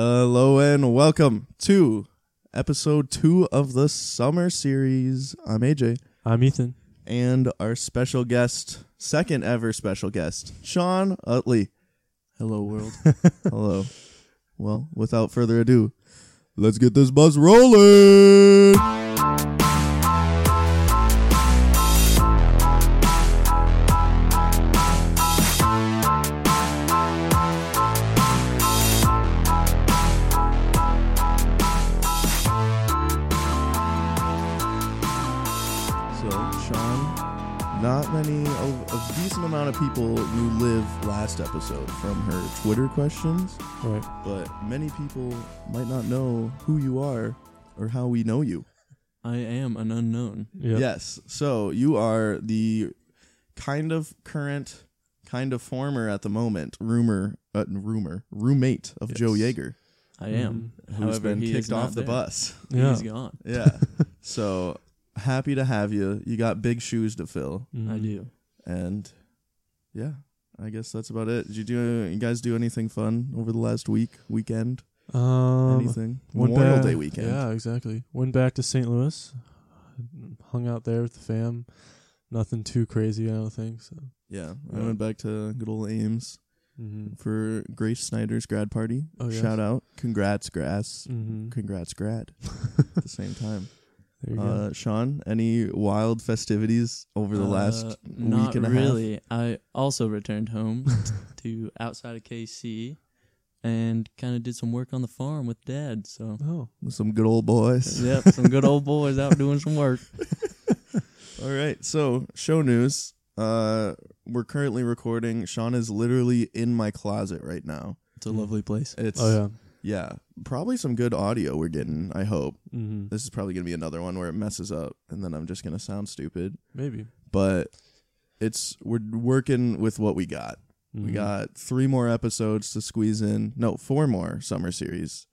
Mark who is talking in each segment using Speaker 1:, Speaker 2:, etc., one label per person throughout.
Speaker 1: Hello and welcome to episode two of the summer series. I'm AJ
Speaker 2: I'm Ethan.
Speaker 1: and our special guest, second ever special guest, Sean Utley. Hello, world. Hello. Well, without further ado, let's get this bus rolling. So, Sean, not many, a, a decent amount of people you live last episode from her Twitter questions,
Speaker 2: All right.
Speaker 1: but many people might not know who you are or how we know you.
Speaker 3: I am an unknown.
Speaker 2: Yep.
Speaker 1: Yes. So you are the kind of current, kind of former at the moment rumor, uh, rumor roommate of Joe
Speaker 2: Yes.
Speaker 1: Yeager,
Speaker 3: I am.
Speaker 1: Mm-hmm. who's
Speaker 3: However,
Speaker 1: been
Speaker 3: he is
Speaker 1: kicked off
Speaker 3: not
Speaker 1: the
Speaker 3: there.
Speaker 1: bus.
Speaker 2: Yeah.
Speaker 3: He's gone.
Speaker 1: Yeah. so happy to have you. You got big shoes to fill,
Speaker 2: Mhm.
Speaker 3: I do.
Speaker 1: and yeah, I guess that's about it. Did you do? You guys do anything fun over the last week, weekend?
Speaker 2: Um,
Speaker 1: anything?
Speaker 2: went
Speaker 1: Memorial
Speaker 2: back-
Speaker 1: Day weekend.
Speaker 2: Yeah, exactly. Went back to St. Louis, hung out there with the fam. Nothing too crazy, I don't think. So.
Speaker 1: Yeah, I
Speaker 2: Yeah.
Speaker 1: went back to good old Ames
Speaker 2: Mm-hmm.
Speaker 1: for Grace Snyder's grad party.
Speaker 2: Oh, yes.
Speaker 1: Shout out. Congrats, Grass.
Speaker 2: Mm-hmm.
Speaker 1: Congrats, grad. at the same time,
Speaker 2: There you go.
Speaker 1: uh, Sean, any wild festivities over the
Speaker 3: Uh,
Speaker 1: last
Speaker 3: not
Speaker 1: week and a half?
Speaker 3: really. I also returned home to outside of KC and kind of did some work on the farm with Dad. So,
Speaker 2: Oh,
Speaker 1: With some good old boys.
Speaker 3: yep, some good old boys out doing some work.
Speaker 1: All right, so show news. Uh, we're currently recording. Sean is literally in my closet right now.
Speaker 3: It's a lovely place.
Speaker 1: It's
Speaker 2: oh yeah.
Speaker 1: yeah, probably some good audio we're getting. I hope
Speaker 2: Mm-hmm.
Speaker 1: this is probably gonna be another one where it messes up, and then I'm just gonna sound stupid.
Speaker 2: Maybe
Speaker 1: But it's we're working with what we got. We
Speaker 2: Mhm.
Speaker 1: got three more episodes to squeeze in. No, four more summer series.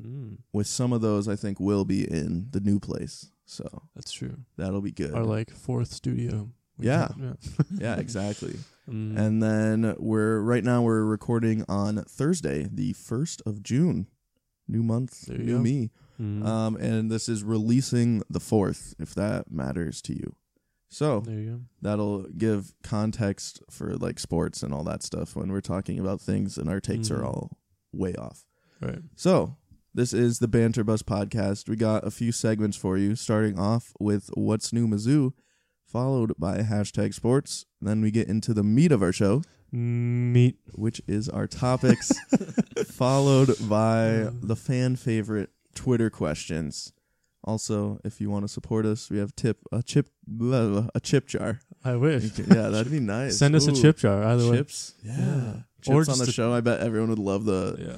Speaker 2: Mm,
Speaker 1: With some of those, I think will be in the new place. So
Speaker 2: that's true.
Speaker 1: that'll be good.
Speaker 2: Our like fourth studio. We
Speaker 1: Yeah.
Speaker 2: got- yeah.
Speaker 1: yeah, exactly.
Speaker 2: Mm.
Speaker 1: and then we're right now we're recording on Thursday, the first of June. New month,
Speaker 2: There you
Speaker 1: new
Speaker 2: go.
Speaker 1: me.
Speaker 2: Mhm.
Speaker 1: Um, and this is releasing the fourth, if that matters to you. So
Speaker 2: there you go.
Speaker 1: that'll give context for like sports and all that stuff when we're talking about things and our takes are
Speaker 2: Mhm.
Speaker 1: all way off.
Speaker 2: All right.
Speaker 1: So, this is the Banter Bus podcast. We got a few segments for you, starting off with What's New Mizzou, followed by hashtag sports. Then we get into the meat of our show,
Speaker 2: Meet.
Speaker 1: which is our topics, followed by the fan favorite Twitter questions. Also, if you want to support us, we have tip a chip blah, blah, a chip jar.
Speaker 2: I wish.
Speaker 1: You can- Yeah, that'd be nice.
Speaker 2: Send us a
Speaker 1: Ooh,
Speaker 2: chip jar either way.
Speaker 1: Chips, yeah.
Speaker 2: Yeah.
Speaker 1: Chips
Speaker 2: Or
Speaker 1: on
Speaker 2: just
Speaker 1: the
Speaker 2: a-
Speaker 1: show. I bet everyone would love the
Speaker 2: Yeah.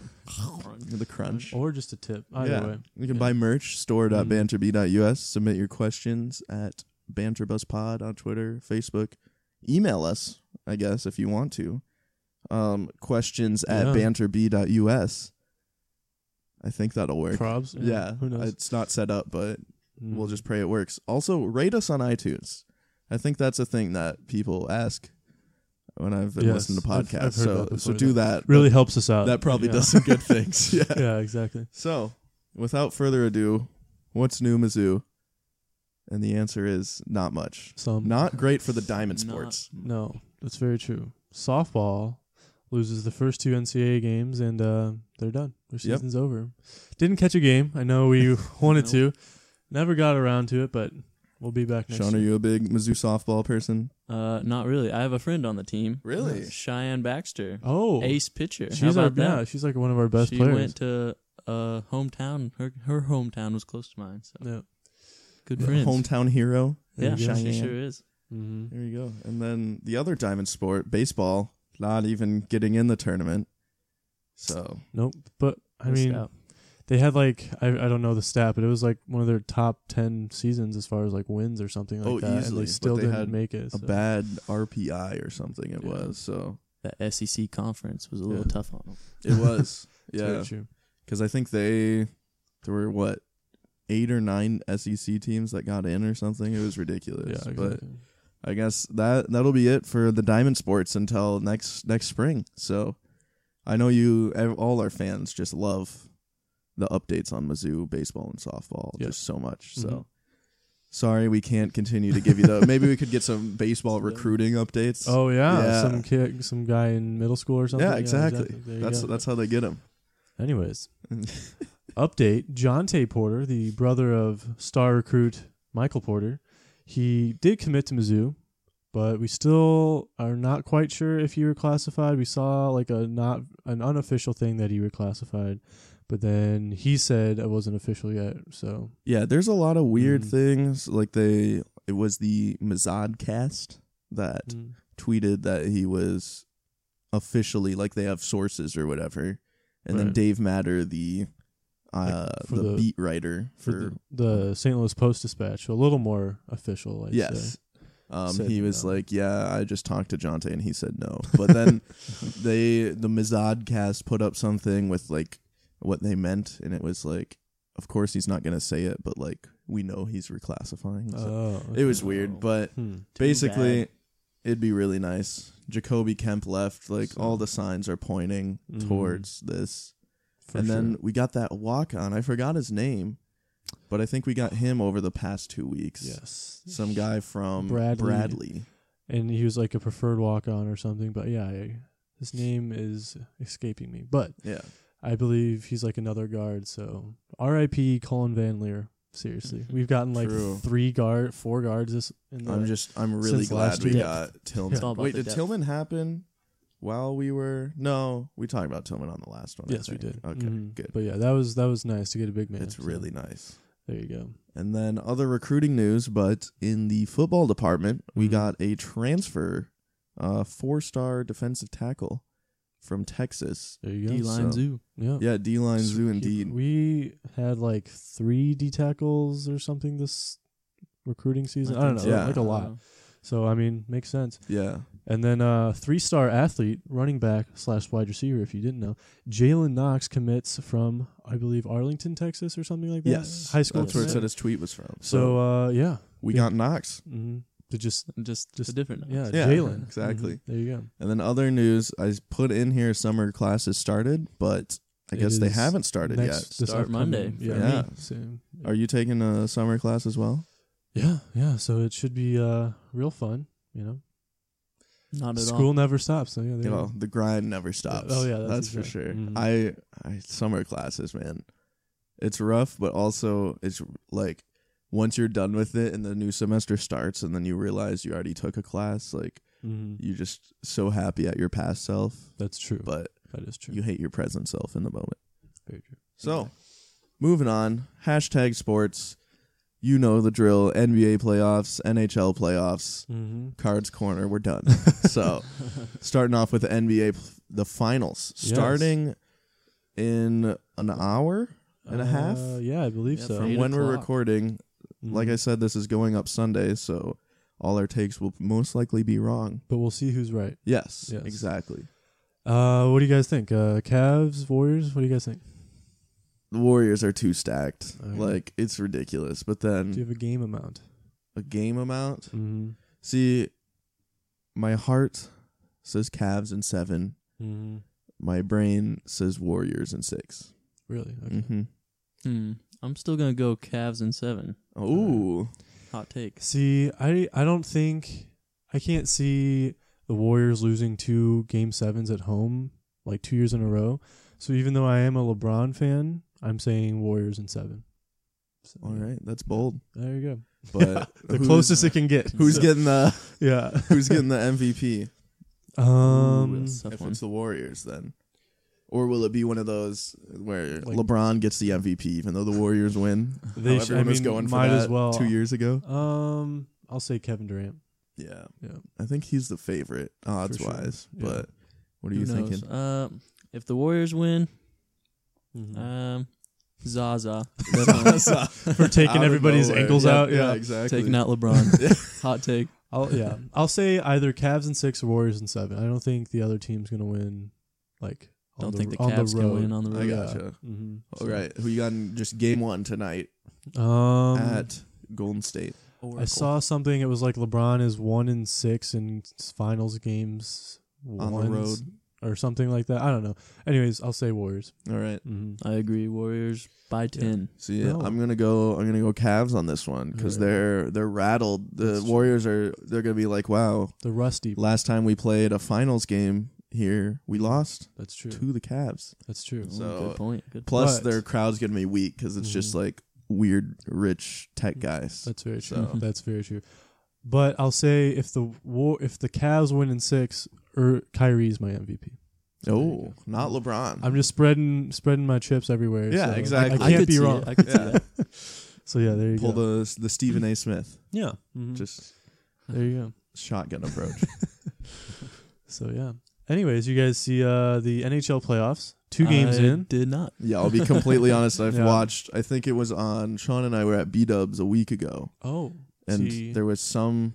Speaker 1: the crunch.
Speaker 2: Or just a tip. Either
Speaker 1: yeah.
Speaker 2: way.
Speaker 1: You can
Speaker 2: Yeah.
Speaker 1: buy merch,
Speaker 2: Mm.
Speaker 1: store.banterb.us. Submit your questions at banterbuspod on Twitter, Facebook. Email us, I guess, if you want to. Um, questions at
Speaker 2: Yeah.
Speaker 1: banterb.us. I think that'll work.
Speaker 2: Probs.
Speaker 1: yeah.
Speaker 2: Who knows?
Speaker 1: It's not set up, but
Speaker 2: Mm.
Speaker 1: we'll just pray it works. Also, rate us on iTunes. I think that's a thing that people ask when I've been
Speaker 2: Yes,
Speaker 1: listening to
Speaker 2: I've-
Speaker 1: podcasts.
Speaker 2: I've heard
Speaker 1: so,
Speaker 2: that before.
Speaker 1: so do that.
Speaker 2: really helps us out.
Speaker 1: That probably
Speaker 2: Yeah.
Speaker 1: does some good things. Yeah.
Speaker 2: Yeah, exactly.
Speaker 1: So, without further ado, what's new, Mizzou? And the answer is not much.
Speaker 2: Some
Speaker 1: Not great for the diamond
Speaker 3: Not-
Speaker 1: sports.
Speaker 2: no, that's very true. Softball loses the first two NCAA games and uh, they're done. Their
Speaker 1: Yep.
Speaker 2: season's over. Didn't catch a game. I know we wanted to, never got around to it, but we'll be back next.
Speaker 1: Sean, are
Speaker 2: year.
Speaker 1: you a big Mizzou softball person?
Speaker 3: Uh, not really. I have a friend on the team.
Speaker 1: Really?
Speaker 3: Cheyenne Baxter,
Speaker 2: Oh,
Speaker 3: ace pitcher. How
Speaker 2: she's our
Speaker 3: about
Speaker 2: yeah,
Speaker 3: that?
Speaker 2: she's like one of our best
Speaker 3: she
Speaker 2: players.
Speaker 3: went to uh hometown. Her her hometown was close to mine. So
Speaker 2: yeah,
Speaker 3: good
Speaker 1: The
Speaker 3: friends.
Speaker 1: Hometown hero.
Speaker 2: There
Speaker 3: yeah,
Speaker 2: you
Speaker 1: go.
Speaker 3: she
Speaker 1: Cheyenne.
Speaker 3: sure is.
Speaker 2: hmm
Speaker 3: Mm-hmm.
Speaker 1: There you go. And then the other diamond sport, baseball, not even getting in the tournament. So,
Speaker 2: Nope, but I
Speaker 3: Missed
Speaker 2: mean,
Speaker 3: out.
Speaker 2: they had like I, I don't know the stat, but it was like one of their top ten seasons as far as like wins or something like
Speaker 1: Oh, easily,
Speaker 2: that, and
Speaker 1: but
Speaker 2: they still
Speaker 1: they had
Speaker 2: didn't make it.
Speaker 1: a
Speaker 2: so.
Speaker 1: bad RPI or something it
Speaker 2: Yeah.
Speaker 1: was. So,
Speaker 3: the SEC E conference was a little
Speaker 1: Yeah.
Speaker 3: tough on them.
Speaker 1: it was.
Speaker 2: It's very
Speaker 1: yeah.
Speaker 2: true.
Speaker 1: Because I think they, there were what, eight or nine SEC teams that got in or something. It was ridiculous.
Speaker 2: Yeah,
Speaker 1: But
Speaker 2: exactly.
Speaker 1: I guess that that'll be it for the diamond sports until next next spring. So I know you ev- all our fans just love the updates on Mizzou baseball and softball
Speaker 2: Yep.
Speaker 1: just so much.
Speaker 2: Mhm.
Speaker 1: So sorry we can't continue to give you the. maybe we could get some baseball recruiting updates.
Speaker 2: Oh yeah,
Speaker 1: Yeah.
Speaker 2: some kid, some guy in middle school or something.
Speaker 1: yeah, exactly.
Speaker 2: There you
Speaker 1: That's
Speaker 2: go.
Speaker 1: that's how they get them.
Speaker 2: Anyways, update: John Tay Porter, the brother of star recruit Michael Porter, he did commit to Mizzou, but we still are not quite sure if he reclassified. We saw like a not an unofficial thing that he reclassified, but then he said it wasn't official yet. So
Speaker 1: Yeah, there's a lot of weird
Speaker 2: Mm.
Speaker 1: things. Like they, it was the Mazad cast that
Speaker 2: mm,
Speaker 1: tweeted that he was officially like they have sources or whatever, and then
Speaker 2: Right.
Speaker 1: Dave Matter, the uh,
Speaker 2: for
Speaker 1: the,
Speaker 2: the-
Speaker 1: beat writer for,
Speaker 2: for the, the St. Louis Post Dispatch, a little more official. I'd say.
Speaker 1: yes. Um,
Speaker 2: said
Speaker 1: he was
Speaker 2: no.
Speaker 1: like, "Yeah, I just talked to Jonte, and he said no." But then they, the Mizad cast, put up something with like what they meant, and it was like, "Of course, he's not gonna say it, but like we know he's reclassifying." So
Speaker 2: Oh,
Speaker 1: it was
Speaker 3: okay.
Speaker 1: weird, but
Speaker 2: Hmm.
Speaker 3: Too
Speaker 1: basically
Speaker 3: bad.
Speaker 1: it'd be really nice jacoby kemp left like
Speaker 2: So-
Speaker 1: all the signs are pointing
Speaker 2: Mhm.
Speaker 1: towards this
Speaker 2: For
Speaker 1: and then
Speaker 2: sure.
Speaker 1: we got that walk on i forgot his name but i think we got him over the past two weeks
Speaker 2: yes,
Speaker 1: some guy from bradley,
Speaker 2: Bradley. and he was like a preferred walk on or something. But yeah, I, his name is escaping me. But
Speaker 1: yeah
Speaker 2: I believe he's like another guard. So R.I.P. Colin Van Leer. Seriously, we've gotten like
Speaker 1: True.
Speaker 2: three guard, four guards. This in the,
Speaker 1: i'm just i'm really
Speaker 2: Since
Speaker 1: glad
Speaker 2: last
Speaker 1: we
Speaker 2: year.
Speaker 1: got
Speaker 3: It's all
Speaker 1: tillman
Speaker 3: about
Speaker 1: wait
Speaker 3: the
Speaker 1: did
Speaker 3: depth.
Speaker 1: tillman happen while we were no we talked about tillman on the last one I
Speaker 2: yes, we
Speaker 1: think.
Speaker 2: did.
Speaker 1: okay
Speaker 2: Mhm.
Speaker 1: good
Speaker 2: But yeah, that was that was nice to get a big man.
Speaker 1: it's
Speaker 2: so
Speaker 1: really nice
Speaker 2: there. You go.
Speaker 1: And then other recruiting news, but in the football department, we
Speaker 2: Mhm.
Speaker 1: got a transfer, uh, four star defensive tackle from Texas.
Speaker 2: There you go.
Speaker 3: D line
Speaker 1: so-
Speaker 3: zoo.
Speaker 2: Yeah.
Speaker 1: Yeah, D line
Speaker 2: So
Speaker 1: zoo
Speaker 2: we-
Speaker 1: indeed.
Speaker 2: We had like three D tackles or something this recruiting season. I, don't know,
Speaker 1: so. Yeah.
Speaker 2: like a lot. So I mean, makes sense.
Speaker 1: yeah,
Speaker 2: And then uh, three-star athlete, running back slash wide receiver, if you didn't know, Jalen Knox commits from I believe Arlington, Texas, or something like that.
Speaker 1: yes,
Speaker 2: high school.
Speaker 1: That's where it
Speaker 2: commit.
Speaker 1: said his tweet was from.
Speaker 2: So
Speaker 1: So
Speaker 2: uh, yeah,
Speaker 1: we
Speaker 2: yeah.
Speaker 1: got Knox.
Speaker 2: mm-hmm. to just
Speaker 3: Just,
Speaker 2: Just-
Speaker 3: a different.
Speaker 2: yeah,
Speaker 1: Yeah,
Speaker 2: Jalen
Speaker 1: exactly.
Speaker 2: Mhm. There you go.
Speaker 1: And then other news, I put in here summer classes started, but I
Speaker 2: It
Speaker 1: guess they
Speaker 2: is
Speaker 1: haven't started
Speaker 2: Next,
Speaker 1: yet.
Speaker 2: this
Speaker 3: Start
Speaker 2: upcoming-
Speaker 3: Monday for
Speaker 2: Yeah,
Speaker 1: me. Yeah.
Speaker 2: Same.
Speaker 1: Are you taking a summer class as well?
Speaker 2: yeah, yeah. So it should be uh, real fun. You know,
Speaker 3: Not at
Speaker 2: school
Speaker 3: all.
Speaker 2: never stops. So yeah, there
Speaker 1: You
Speaker 2: you go.
Speaker 1: know, the grind never stops.
Speaker 2: Oh, yeah, that's
Speaker 1: that's, for
Speaker 2: exact-
Speaker 1: sure.
Speaker 2: mhm.
Speaker 1: I, I summer classes, man. It's rough, but also it's like once you're done with it and the new semester starts, and then you realize you already took a class, like
Speaker 2: Mhm.
Speaker 1: you're just so happy at your past self,
Speaker 2: That's true.
Speaker 1: but
Speaker 2: that is true.
Speaker 1: you hate your present self in the moment.
Speaker 2: Very true.
Speaker 1: So, moving on. Hashtag sports. You know the drill. NBA playoffs, NHL playoffs.
Speaker 2: Mm-hmm.
Speaker 1: Cards Corner. We're done. so, starting off with the NBA, pl- the finals
Speaker 2: Yes.
Speaker 1: starting in an hour and a half
Speaker 2: Uh, yeah, I believe
Speaker 3: Yeah,
Speaker 2: so. Mm-hmm.
Speaker 1: from
Speaker 3: Eight
Speaker 1: when we're
Speaker 3: o'clock.
Speaker 1: recording. Like I said, this is going up Sunday, so all our takes will most likely be wrong.
Speaker 2: but we'll see who's right.
Speaker 1: Yes,
Speaker 2: Yes.
Speaker 1: exactly.
Speaker 2: Uh, what do you guys think? Uh, Cavs, Warriors. What do you guys think?
Speaker 1: The Warriors are too stacked.
Speaker 2: Okay.
Speaker 1: Like it's ridiculous. But
Speaker 2: Do you
Speaker 1: then
Speaker 2: have a game amount?
Speaker 1: a game amount.
Speaker 2: Mm-hmm.
Speaker 1: See, my heart says Cavs in seven.
Speaker 2: Mm-hmm.
Speaker 1: My brain says Warriors in 6
Speaker 2: Really? Okay.
Speaker 1: Mm-hmm.
Speaker 3: Hmm. I'm still gonna go Cavs in seven.
Speaker 1: Ooh.
Speaker 3: Hot take.
Speaker 2: See, I I don't think I can't see the Warriors losing two game sevens at home like two years in a row. So even though I am a LeBron fan, I'm saying Warriors in seven. So,
Speaker 1: All
Speaker 2: yeah.
Speaker 1: right, that's bold.
Speaker 2: there you go.
Speaker 1: But
Speaker 2: The
Speaker 1: who's-
Speaker 2: closest it can get.
Speaker 1: Who's
Speaker 2: So,
Speaker 1: getting the
Speaker 2: Yeah.
Speaker 1: Who's getting the MVP?
Speaker 3: Ooh,
Speaker 2: Um.
Speaker 3: that's a tough
Speaker 1: if
Speaker 3: one.
Speaker 1: it's the Warriors, then, or will it be one of those where
Speaker 2: Like-
Speaker 1: LeBron gets the MVP even though the Warriors win?
Speaker 2: They
Speaker 1: How
Speaker 2: sh-
Speaker 1: everyone
Speaker 2: I
Speaker 1: was
Speaker 2: mean,
Speaker 1: going for
Speaker 2: might
Speaker 1: that
Speaker 2: as well.
Speaker 1: two years ago.
Speaker 2: Um, I'll say Kevin Durant.
Speaker 1: Yeah,
Speaker 2: Yeah.
Speaker 1: I think he's the favorite odds
Speaker 2: sure.
Speaker 1: wise.
Speaker 2: Yeah.
Speaker 1: But what are you
Speaker 3: Who knows?
Speaker 1: thinking?
Speaker 3: Uh, if the Warriors win,
Speaker 2: Mhm.
Speaker 3: um, Zaza
Speaker 2: For taking
Speaker 1: Out of
Speaker 2: everybody's
Speaker 1: nowhere.
Speaker 2: ankles
Speaker 1: Yeah,
Speaker 2: out.
Speaker 1: yeah,
Speaker 2: Yeah.
Speaker 1: exactly.
Speaker 3: taking out LeBron. Hot take.
Speaker 2: I'll Oh, yeah. I'll say either Cavs and six or Warriors and seven. I don't think the other team's gonna win. Like on
Speaker 3: Don't
Speaker 2: the,
Speaker 3: think the
Speaker 2: on
Speaker 3: Cavs
Speaker 2: the
Speaker 3: can
Speaker 2: road.
Speaker 3: win on the
Speaker 1: I
Speaker 3: road.
Speaker 1: gotcha.
Speaker 2: hmm
Speaker 1: All right, who you got in just game one tonight
Speaker 2: Um,
Speaker 1: at Golden State?
Speaker 2: I saw something. It was like LeBron is one in six in s- finals games
Speaker 1: On the
Speaker 2: once,
Speaker 1: road.
Speaker 2: or something like that. I don't know. Anyways, I'll say Warriors.
Speaker 1: All right.
Speaker 2: Mm-hmm.
Speaker 3: I agree. Warriors by ten.
Speaker 1: See, yeah,
Speaker 2: No.
Speaker 1: I'm gonna go. I'm gonna go Cavs on this one because
Speaker 2: Alright.
Speaker 1: they're they're rattled. The
Speaker 2: That's true.
Speaker 1: Warriors are they're gonna be like, wow.
Speaker 2: The rusty.
Speaker 1: Last time we played a finals game here, we lost
Speaker 2: That's true.
Speaker 1: to the Cavs.
Speaker 2: That's true.
Speaker 1: So-
Speaker 3: Ooh, good point. Good.
Speaker 1: Plus,
Speaker 2: But-
Speaker 1: their crowd's gonna be weak because it's just
Speaker 2: Mhm.
Speaker 1: like weird, rich tech guys.
Speaker 2: That's very true.
Speaker 1: So-
Speaker 2: That's very true. But I'll say if the war if the Cavs win in six, er, Kyrie's my MVP. There you
Speaker 1: oh,
Speaker 2: go.
Speaker 1: not LeBron.
Speaker 2: I'm just spreading spreading my chips everywhere.
Speaker 1: Yeah,
Speaker 2: so I-
Speaker 1: exactly.
Speaker 2: I, can't
Speaker 3: could
Speaker 2: be
Speaker 3: see it.
Speaker 2: wrong.
Speaker 3: I could see
Speaker 1: Yeah.
Speaker 3: that.
Speaker 2: So yeah, there you
Speaker 1: Pull
Speaker 2: go.
Speaker 1: the the Stephen A. Smith
Speaker 2: yeah, mhm.
Speaker 1: just
Speaker 2: there you go.
Speaker 1: shotgun approach.
Speaker 2: So yeah. Anyways, you guys see uh, the NHL playoffs. Two games
Speaker 3: I
Speaker 2: in.
Speaker 3: Did not.
Speaker 1: yeah, I'll be completely honest. I've
Speaker 2: Yeah.
Speaker 1: watched. I think it was on. Sean and I were at B Dubs a week ago,
Speaker 2: Oh,
Speaker 1: and
Speaker 2: see,
Speaker 1: there was some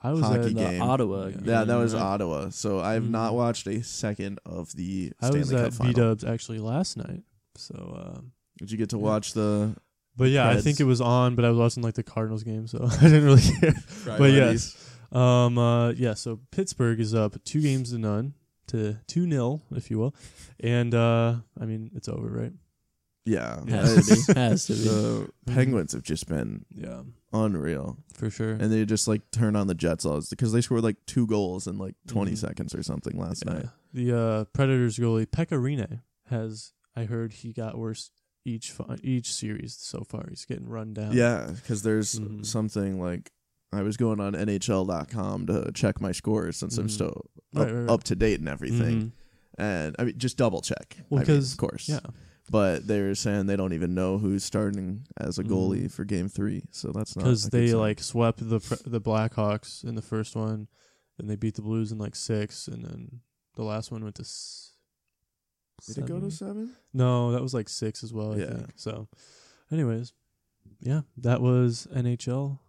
Speaker 2: I was
Speaker 1: hockey
Speaker 2: at uh,
Speaker 1: game.
Speaker 3: Uh, The Ottawa.
Speaker 2: Yeah.
Speaker 3: game, uh,
Speaker 1: Yeah, that was
Speaker 2: Mm-hmm.
Speaker 3: right?
Speaker 1: Ottawa. So I've
Speaker 2: Mm.
Speaker 1: not watched a second of the
Speaker 2: I
Speaker 1: Stanley
Speaker 2: was
Speaker 1: Cup
Speaker 2: at B
Speaker 1: final.
Speaker 2: Dubs actually last night. So. Um,
Speaker 1: Did you get to watch the?
Speaker 2: but yeah, I
Speaker 1: Preds.
Speaker 2: think it was on, but I was watching like the Cardinals game, so I didn't really care. But yes. Um. Uh. Yeah. So Pittsburgh is up two games to none, to two nil, if you will, and uh, I mean it's over, right?
Speaker 1: yeah,
Speaker 3: Has
Speaker 1: it's-
Speaker 3: to be. Has to be.
Speaker 1: the Penguins have just been
Speaker 2: Mm-hmm. Yeah,
Speaker 1: unreal,
Speaker 2: for sure.
Speaker 1: and they just like turned on the Jets all because they scored like two goals in like 20
Speaker 2: Mhm.
Speaker 1: seconds or something last
Speaker 2: Yeah.
Speaker 1: night.
Speaker 2: The uh, Predators goalie Pecorine has, I heard, he got worse each fi- each series so far. He's getting run down.
Speaker 1: Yeah, because there's
Speaker 2: Mhm.
Speaker 1: something like I was going on NHL.com to check my scores since I'm
Speaker 2: Mhm.
Speaker 1: still
Speaker 2: Right,
Speaker 1: up,
Speaker 2: right, right.
Speaker 1: up to date and everything,
Speaker 2: Mhm.
Speaker 1: and I mean just double check.
Speaker 2: Well,
Speaker 1: I mean,
Speaker 2: 'cause-
Speaker 1: of course,
Speaker 2: Mm-hmm. Yeah.
Speaker 1: but they were saying they don't even know who's starting as a
Speaker 2: Mhm.
Speaker 1: goalie for game three so that's not
Speaker 2: because
Speaker 1: a good
Speaker 2: they
Speaker 1: sign.
Speaker 2: like swept the pre- the Blackhawks in the first one, then they beat the Blues in like six, and then the last one went to. S-
Speaker 1: did it go to
Speaker 2: seven?
Speaker 1: seven
Speaker 2: No, that was like six as well. I
Speaker 1: Yeah.
Speaker 2: think so. Anyways, yeah, that was NHL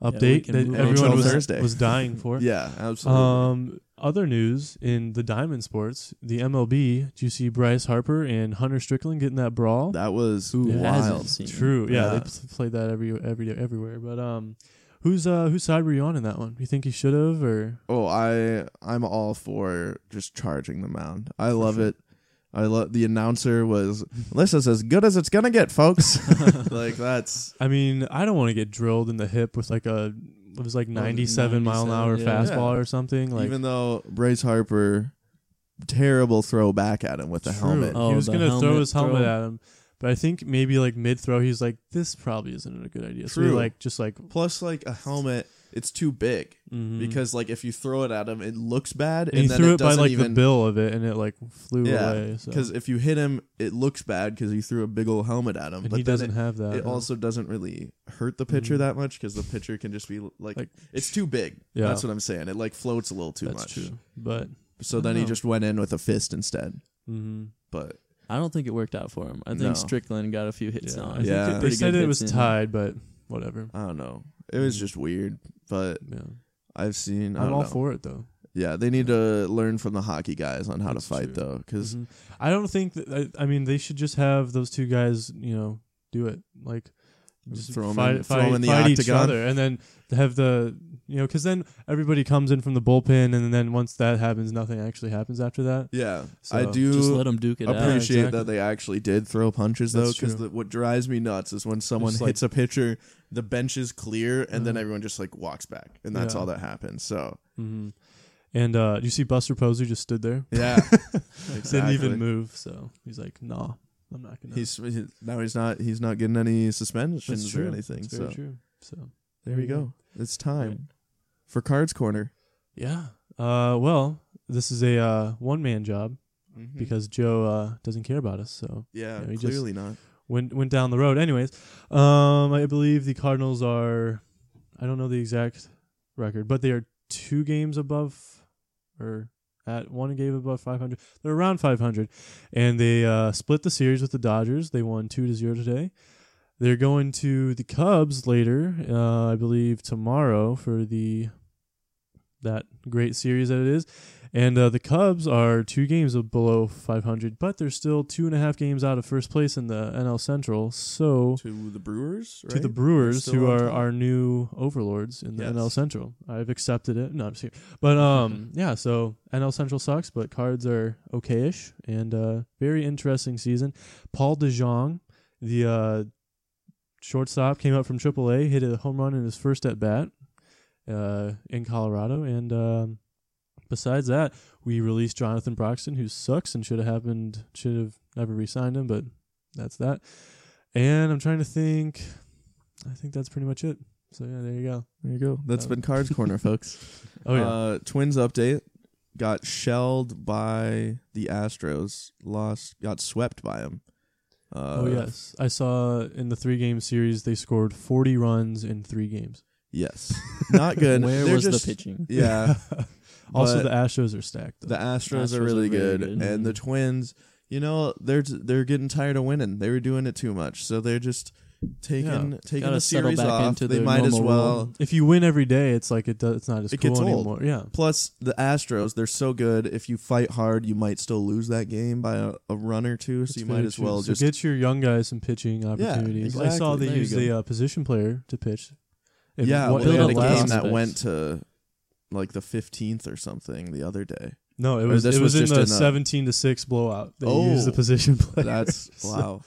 Speaker 3: we
Speaker 2: update
Speaker 3: can
Speaker 2: that
Speaker 3: move on.
Speaker 2: everyone
Speaker 1: NHL
Speaker 2: was
Speaker 1: Thursday.
Speaker 2: was dying for.
Speaker 1: yeah absolutely
Speaker 2: Um, other news in the diamond sports, the MLB. Do you see Bryce Harper and Hunter Strickland getting that brawl?
Speaker 1: that was
Speaker 2: Ooh,
Speaker 1: wild
Speaker 3: hasn't seen it.
Speaker 2: True. Yeah, they
Speaker 1: Yeah.
Speaker 2: p- played that every every day everywhere. But um, who's uh whose side were you on in that one? You think he should have or
Speaker 1: oh i i'm all for just charging the mound i love
Speaker 2: sure.
Speaker 1: it i love the announcer was this is as good as it's gonna get folks like that's
Speaker 2: I mean, I don't want to get drilled in the hip with like a it was like ninety seven mile an hour
Speaker 3: 97, yeah.
Speaker 2: fastball or something like.
Speaker 1: Oh, even though bryce harper terrible throw back at him with the
Speaker 2: True.
Speaker 1: helmet
Speaker 3: Oh,
Speaker 2: he was
Speaker 3: the
Speaker 2: gonna throw
Speaker 3: helmet
Speaker 2: his helmet
Speaker 3: throw.
Speaker 2: at him, but I think maybe like mid throw, he's like, "This probably isn't a good idea." So he
Speaker 1: True.
Speaker 2: like just like
Speaker 1: plus like a helmet it's too big
Speaker 2: mhm.
Speaker 1: because like if you throw it at him, it looks bad,
Speaker 2: and he
Speaker 1: then
Speaker 2: threw
Speaker 1: it
Speaker 2: it by
Speaker 1: doesn't
Speaker 2: like
Speaker 1: even
Speaker 2: the bill of it, and it like flew
Speaker 1: Yeah,
Speaker 2: away. So
Speaker 1: because if you hit him, it looks bad because you threw a big old helmet at him.
Speaker 2: and
Speaker 1: but
Speaker 2: he
Speaker 1: then
Speaker 2: doesn't have that.
Speaker 1: It, it
Speaker 2: huh?
Speaker 1: also doesn't really hurt the pitcher
Speaker 2: Mhm.
Speaker 1: that much because the pitcher can just be like,
Speaker 2: Like,
Speaker 1: it's too big.
Speaker 2: Yeah.
Speaker 1: That's what I'm saying. It like floats a little too
Speaker 2: that's
Speaker 1: much.
Speaker 2: true, but
Speaker 1: So
Speaker 2: I
Speaker 1: then he
Speaker 2: dunno.
Speaker 1: just went in with a fist instead.
Speaker 2: mhm.
Speaker 1: But
Speaker 3: I don't think it worked out for him. I think
Speaker 1: No.
Speaker 3: Strickland got a few hits
Speaker 2: yeah, I
Speaker 3: on.
Speaker 2: think
Speaker 1: Yeah.
Speaker 2: that they
Speaker 3: Pretty
Speaker 2: said
Speaker 3: good
Speaker 2: it was
Speaker 3: hits in.
Speaker 2: tied, but whatever.
Speaker 1: I don't know. It was
Speaker 2: Mhm.
Speaker 1: just weird. But
Speaker 2: Yeah,
Speaker 1: I've seen. I
Speaker 2: I'm
Speaker 1: don't
Speaker 2: all
Speaker 1: know.
Speaker 2: for it though.
Speaker 1: Yeah, they need to learn from the hockey guys on how
Speaker 2: That's
Speaker 1: to fight
Speaker 2: true.
Speaker 1: though, because
Speaker 2: Mhm. I don't think that. I, I mean, they should just have those two guys. You know, do it like just
Speaker 1: Throw 'em
Speaker 2: fight,
Speaker 1: in- throw
Speaker 2: fight,
Speaker 1: 'em in the
Speaker 2: fight each
Speaker 1: octagon.
Speaker 2: other, and then have the you know, because then everybody comes in from the bullpen, and then once that happens, nothing actually happens after that.
Speaker 1: yeah,
Speaker 2: Mm-hmm. So,
Speaker 1: I do.
Speaker 3: Just let him duke it out.
Speaker 1: appreciate
Speaker 2: exactly.
Speaker 1: that they actually did throw punches though,
Speaker 2: That's
Speaker 1: because
Speaker 2: true.
Speaker 1: what drives me nuts is when someone
Speaker 2: Just, like-
Speaker 1: hits a pitcher, the bench is clear, and then
Speaker 2: Yeah.
Speaker 1: everyone just like walks back, and that's
Speaker 2: Yeah.
Speaker 1: all that happens. So
Speaker 2: hmm And uh, you see, Buster Posey just stood there,
Speaker 1: yeah,
Speaker 2: didn't
Speaker 1: exactly.
Speaker 2: even move. So he's like, "Nah, I'm not gonna."
Speaker 1: He's he- now he's not he's not getting any suspensions or anything.
Speaker 2: That's
Speaker 1: So
Speaker 2: very true. So
Speaker 1: there we
Speaker 2: you go.
Speaker 1: go. It's time for Cards Corner
Speaker 2: yeah. Uh, well, this is a uh, one man job
Speaker 1: Hmm.
Speaker 2: because Joe uh, doesn't care about us. So
Speaker 1: yeah,
Speaker 2: yeah, we just-
Speaker 1: clearly not.
Speaker 2: went went down the road. Anyways, um, I believe the Cardinals are, I don't know the exact record, but they are two games above, or at one game above 500. They're around 500, and they uh, split the series with the Dodgers. They won two to zero today. They're going to the Cubs later, uh, I believe tomorrow for the that great series that it is. And uh, the Cubs are two games below 500, but they're still two and a half games out of first place in the NL Central. So
Speaker 1: to the Brewers,
Speaker 2: Oh. to the
Speaker 1: right?
Speaker 2: Brewers,
Speaker 1: still
Speaker 2: who
Speaker 1: on
Speaker 2: are
Speaker 1: top.
Speaker 2: our new overlords in the
Speaker 1: Yes.
Speaker 2: NL Central. I've accepted it. No, I'm just kidding. But um,
Speaker 1: Mm-hmm.
Speaker 2: yeah. So NL Central sucks, but Cards are okay-ish and uh, very interesting season. Paul DeJong, the uh, shortstop, came up from AAA, hit a home run in his first at bat uh, in Colorado, and um, besides that, we released Jonathan Broxton, who sucks and should have happened, should have never re-signed him, but that's that. And I'm trying to think. I think that's pretty much it. So yeah, there you go.
Speaker 1: There you go. That's
Speaker 2: Um,
Speaker 1: been Cards Corner, folks.
Speaker 2: Oh yeah,
Speaker 1: uh, Twins update. Got shelled by the Astros. Lost. Got swept by them. Uh,
Speaker 2: oh yes. I saw in the three game series they scored 40 runs in three games.
Speaker 1: Yes. Not good.
Speaker 3: Where
Speaker 1: They're
Speaker 3: was
Speaker 1: just-
Speaker 3: the pitching?
Speaker 1: Yeah.
Speaker 2: also,
Speaker 1: but-
Speaker 2: the Astros are stacked.
Speaker 1: The
Speaker 2: Though.
Speaker 1: Astros,
Speaker 3: Astros
Speaker 1: are
Speaker 3: are
Speaker 1: really
Speaker 3: very
Speaker 1: good,
Speaker 3: good.
Speaker 1: and
Speaker 2: mhm.
Speaker 1: the Twins, you know, they're they're getting tired of winning. They were doing it too much, so they're just taking taking
Speaker 3: Gotta
Speaker 1: the
Speaker 3: settle
Speaker 1: series
Speaker 3: back
Speaker 1: off.
Speaker 3: into
Speaker 1: they
Speaker 3: their
Speaker 1: might as
Speaker 3: normal
Speaker 1: well.
Speaker 3: role.
Speaker 2: if you win every day, it's like it does, it's not as
Speaker 1: It
Speaker 2: cool
Speaker 1: gets old.
Speaker 2: anymore. Yeah.
Speaker 1: Plus, the Astros, they're so good. If you fight hard, you might still lose that game by a, a run or two. So
Speaker 2: It's
Speaker 1: you
Speaker 2: very
Speaker 1: might as
Speaker 2: true.
Speaker 1: well
Speaker 2: So
Speaker 1: just
Speaker 2: get your young guys some pitching opportunities. I saw
Speaker 1: exactly.
Speaker 2: they
Speaker 1: There you
Speaker 2: used
Speaker 1: go.
Speaker 2: the uh, position player to pitch. If
Speaker 1: yeah.
Speaker 2: what-
Speaker 1: well, they
Speaker 3: build
Speaker 1: had a
Speaker 3: up last
Speaker 1: game that
Speaker 3: aspects.
Speaker 1: went to like the fifteenth or something the other day.
Speaker 2: No, it was
Speaker 1: this
Speaker 2: it
Speaker 1: was
Speaker 2: was, in
Speaker 1: just
Speaker 2: the
Speaker 1: in a-
Speaker 2: 17 to 6 blowout. They used the
Speaker 1: Oh.
Speaker 2: position player.
Speaker 1: That's
Speaker 2: So,
Speaker 1: wow.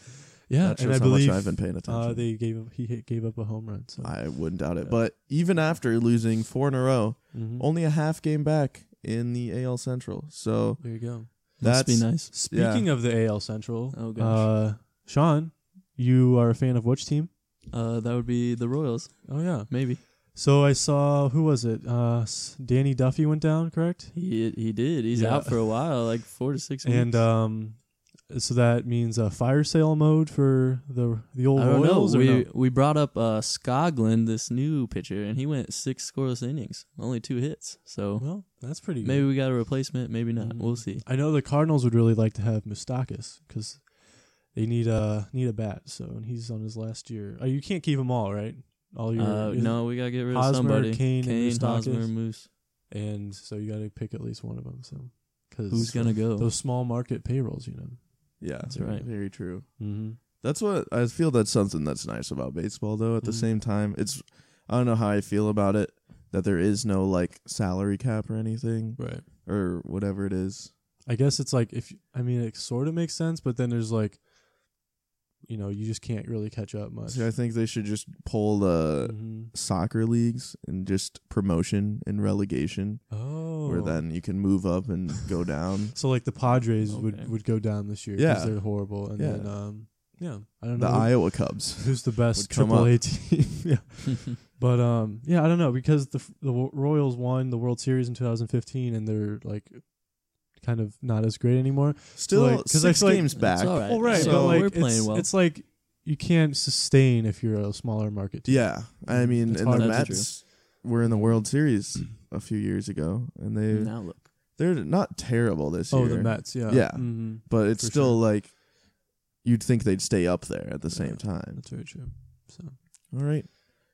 Speaker 2: Yeah,
Speaker 1: that shows
Speaker 2: and I
Speaker 1: how
Speaker 2: believe
Speaker 1: much I've been paying attention.
Speaker 2: uh, they gave up, he hit, gave up a home run. So
Speaker 1: I wouldn't doubt it.
Speaker 2: Yeah.
Speaker 1: But even after losing four in a row,
Speaker 2: Mhm.
Speaker 1: only a half game back in the AL Central. So
Speaker 2: there you go.
Speaker 3: Must be
Speaker 1: that's-
Speaker 3: nice.
Speaker 2: Speaking of the AL Central,
Speaker 3: Oh,
Speaker 2: uh,
Speaker 3: gosh.
Speaker 2: Sean, you are a fan of which team?
Speaker 3: Uh, that would be the Royals,
Speaker 2: Oh yeah.
Speaker 3: maybe.
Speaker 2: So I saw who was it? Uh, S- Danny Duffy went down, correct?
Speaker 3: He he did. He's
Speaker 2: Yeah.
Speaker 3: out for a while, like four to six weeks.
Speaker 2: And um, so that means a fire sale mode for the the
Speaker 1: uh,
Speaker 2: old
Speaker 3: I don't
Speaker 2: Royals.
Speaker 3: know.
Speaker 2: Or
Speaker 3: We
Speaker 2: no?
Speaker 3: we brought up uh, Skoglund, this new pitcher, and he went six scoreless innings, only two hits. So
Speaker 2: Well, that's pretty. good.
Speaker 3: maybe we got a replacement, maybe not.
Speaker 2: Mm.
Speaker 3: We'll see.
Speaker 2: I know the Cardinals would really like to have Mustakis because they need a need a bat. So and he's on his last year. Oh, you can't keep them all, right? All your
Speaker 3: Uh, no, we gotta get rid of
Speaker 2: Hosmer,
Speaker 3: somebody.
Speaker 2: Kane, and Moustakis.
Speaker 3: Hosmer, Moose.
Speaker 2: and so you got to pick at least one of them. So because
Speaker 3: Who's gonna go?
Speaker 2: those small market payrolls, you know.
Speaker 1: yeah,
Speaker 3: That's right.
Speaker 1: Very true.
Speaker 2: Mm-hmm.
Speaker 1: That's what I feel. That's something that's nice about baseball, though. At the
Speaker 2: Mhm.
Speaker 1: same time, it's I don't know how I feel about it that there is no like salary cap or anything
Speaker 2: Right.
Speaker 1: or whatever it is.
Speaker 2: I guess it's like if I mean it sort of makes sense, but then there's like, you know, you just can't really catch up much.
Speaker 1: So I uh, think they should just pull the
Speaker 3: Mm-hmm.
Speaker 2: Mhm.
Speaker 1: soccer leagues and just promotion and relegation,
Speaker 2: Oh,
Speaker 1: where then you can move up and go down.
Speaker 2: So like the Padres
Speaker 3: Okay.
Speaker 2: would would go down this year.
Speaker 1: Yeah.
Speaker 2: because they're horrible, and
Speaker 1: Yeah.
Speaker 2: then um, yeah, I don't
Speaker 1: The
Speaker 2: know.
Speaker 1: Iowa Cubs.
Speaker 2: who's the best
Speaker 1: would come
Speaker 2: triple A team. yeah, but um, yeah, I don't know because the the Wo- Royals won the World Series in 2015, and they're like kind of not as great anymore.
Speaker 1: Still
Speaker 2: Like, 'cause I
Speaker 1: six
Speaker 2: feel like-
Speaker 1: games back.
Speaker 3: It's all right.
Speaker 2: Well, right,
Speaker 1: So-
Speaker 2: but like
Speaker 3: we're playing
Speaker 2: it's,
Speaker 3: well.
Speaker 2: it's like you can't sustain if you're a smaller market. Team.
Speaker 1: Yeah, I mean,
Speaker 2: It's
Speaker 1: and the
Speaker 2: hard.
Speaker 3: That's
Speaker 1: Mets were in the World Series
Speaker 2: Mm.
Speaker 1: a few years ago, and they
Speaker 3: now look.
Speaker 1: they're not terrible this
Speaker 2: Oh,
Speaker 1: year.
Speaker 2: the Mets. Yeah.
Speaker 1: Yeah.
Speaker 2: Mhm.
Speaker 1: but it's
Speaker 2: for
Speaker 1: still
Speaker 2: sure.
Speaker 1: like you'd think they'd stay up there at the same
Speaker 2: Yeah.
Speaker 1: time.
Speaker 2: That's very true. So
Speaker 1: All right,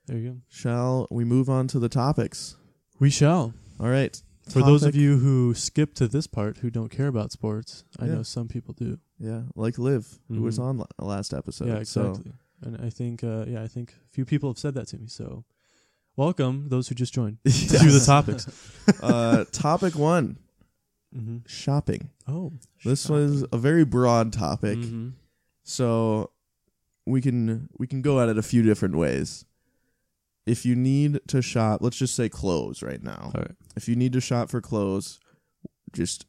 Speaker 2: there you go.
Speaker 1: shall we move on to the topics?
Speaker 2: We shall.
Speaker 1: All right,
Speaker 2: For those of
Speaker 1: Topic-
Speaker 2: you who skip to this part who don't care about sports, I
Speaker 1: Yeah.
Speaker 2: know some people do.
Speaker 1: yeah, like Liv, who was
Speaker 2: Mhm.
Speaker 1: on la- last episode.
Speaker 2: yeah,
Speaker 1: So
Speaker 2: exactly. and I think, uh, yeah, I think a few people have said that to me. So, welcome those who just joined to the topics.
Speaker 1: uh, topic one:
Speaker 2: mm-hmm.
Speaker 1: shopping.
Speaker 2: Oh,
Speaker 1: This was a very broad topic,
Speaker 2: Mhm.
Speaker 1: so we can we can go at it a few different ways. If you need to shop, let's just say clothes right now.
Speaker 2: All right.
Speaker 1: if you need to shop for clothes, just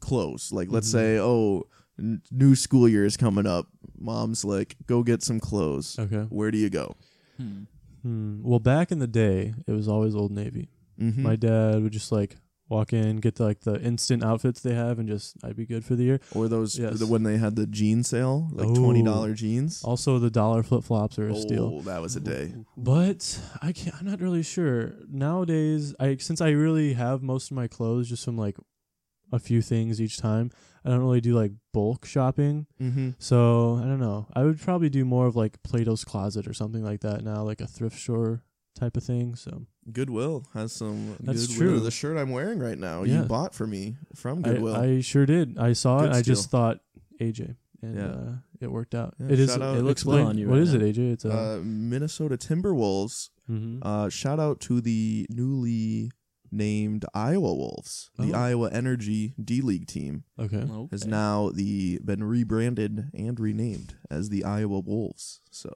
Speaker 1: clothes. Like let's
Speaker 2: Mhm.
Speaker 1: say, oh, n- new school year is coming up. Mom's like, go get some clothes.
Speaker 2: Okay.
Speaker 1: Where do you go?
Speaker 3: Hmm.
Speaker 2: Hmm. Well, back in the day, it was always Old Navy.
Speaker 1: Mm-hmm.
Speaker 2: My dad would just like walk in, get like the instant outfits they have, and just I'd be good for the year.
Speaker 1: or those
Speaker 2: Yes.
Speaker 1: the, when they had the jean sale, like
Speaker 2: Oh.
Speaker 1: twenty dollar jeans.
Speaker 2: Also, the dollar flip flops are a steal.
Speaker 1: Oh, that was a day.
Speaker 2: But I can't. I'm not really sure nowadays. I since I really have most of my clothes just from like a few things each time. I don't really do like bulk shopping,
Speaker 1: Mm-hmm.
Speaker 2: so I don't know. I would probably do more of like Plato's Closet or something like that now, like a thrift store type of thing. So
Speaker 1: Goodwill has some.
Speaker 2: That's
Speaker 1: Goodwill.
Speaker 2: true.
Speaker 1: The shirt I'm wearing right now,
Speaker 2: Yeah.
Speaker 1: you bought for me from
Speaker 2: I,
Speaker 1: Goodwill.
Speaker 2: I sure did. I saw
Speaker 1: Good
Speaker 2: it. I just
Speaker 1: steal.
Speaker 2: thought AJ, and
Speaker 1: Yeah.
Speaker 2: uh, it worked out.
Speaker 1: Yeah,
Speaker 2: it is.
Speaker 1: shout out-
Speaker 3: It looks well
Speaker 2: explain-
Speaker 3: on you
Speaker 2: What
Speaker 3: right
Speaker 2: is
Speaker 3: now.
Speaker 2: it, AJ? It's a.
Speaker 1: uh, Minnesota Timberwolves.
Speaker 2: mhm.
Speaker 1: Uh, shout out to the newly named Iowa Wolves. The
Speaker 2: Oh.
Speaker 1: Iowa Energy D League team
Speaker 2: Okay.
Speaker 3: Okay.
Speaker 1: has now the been rebranded and renamed as the Iowa Wolves. So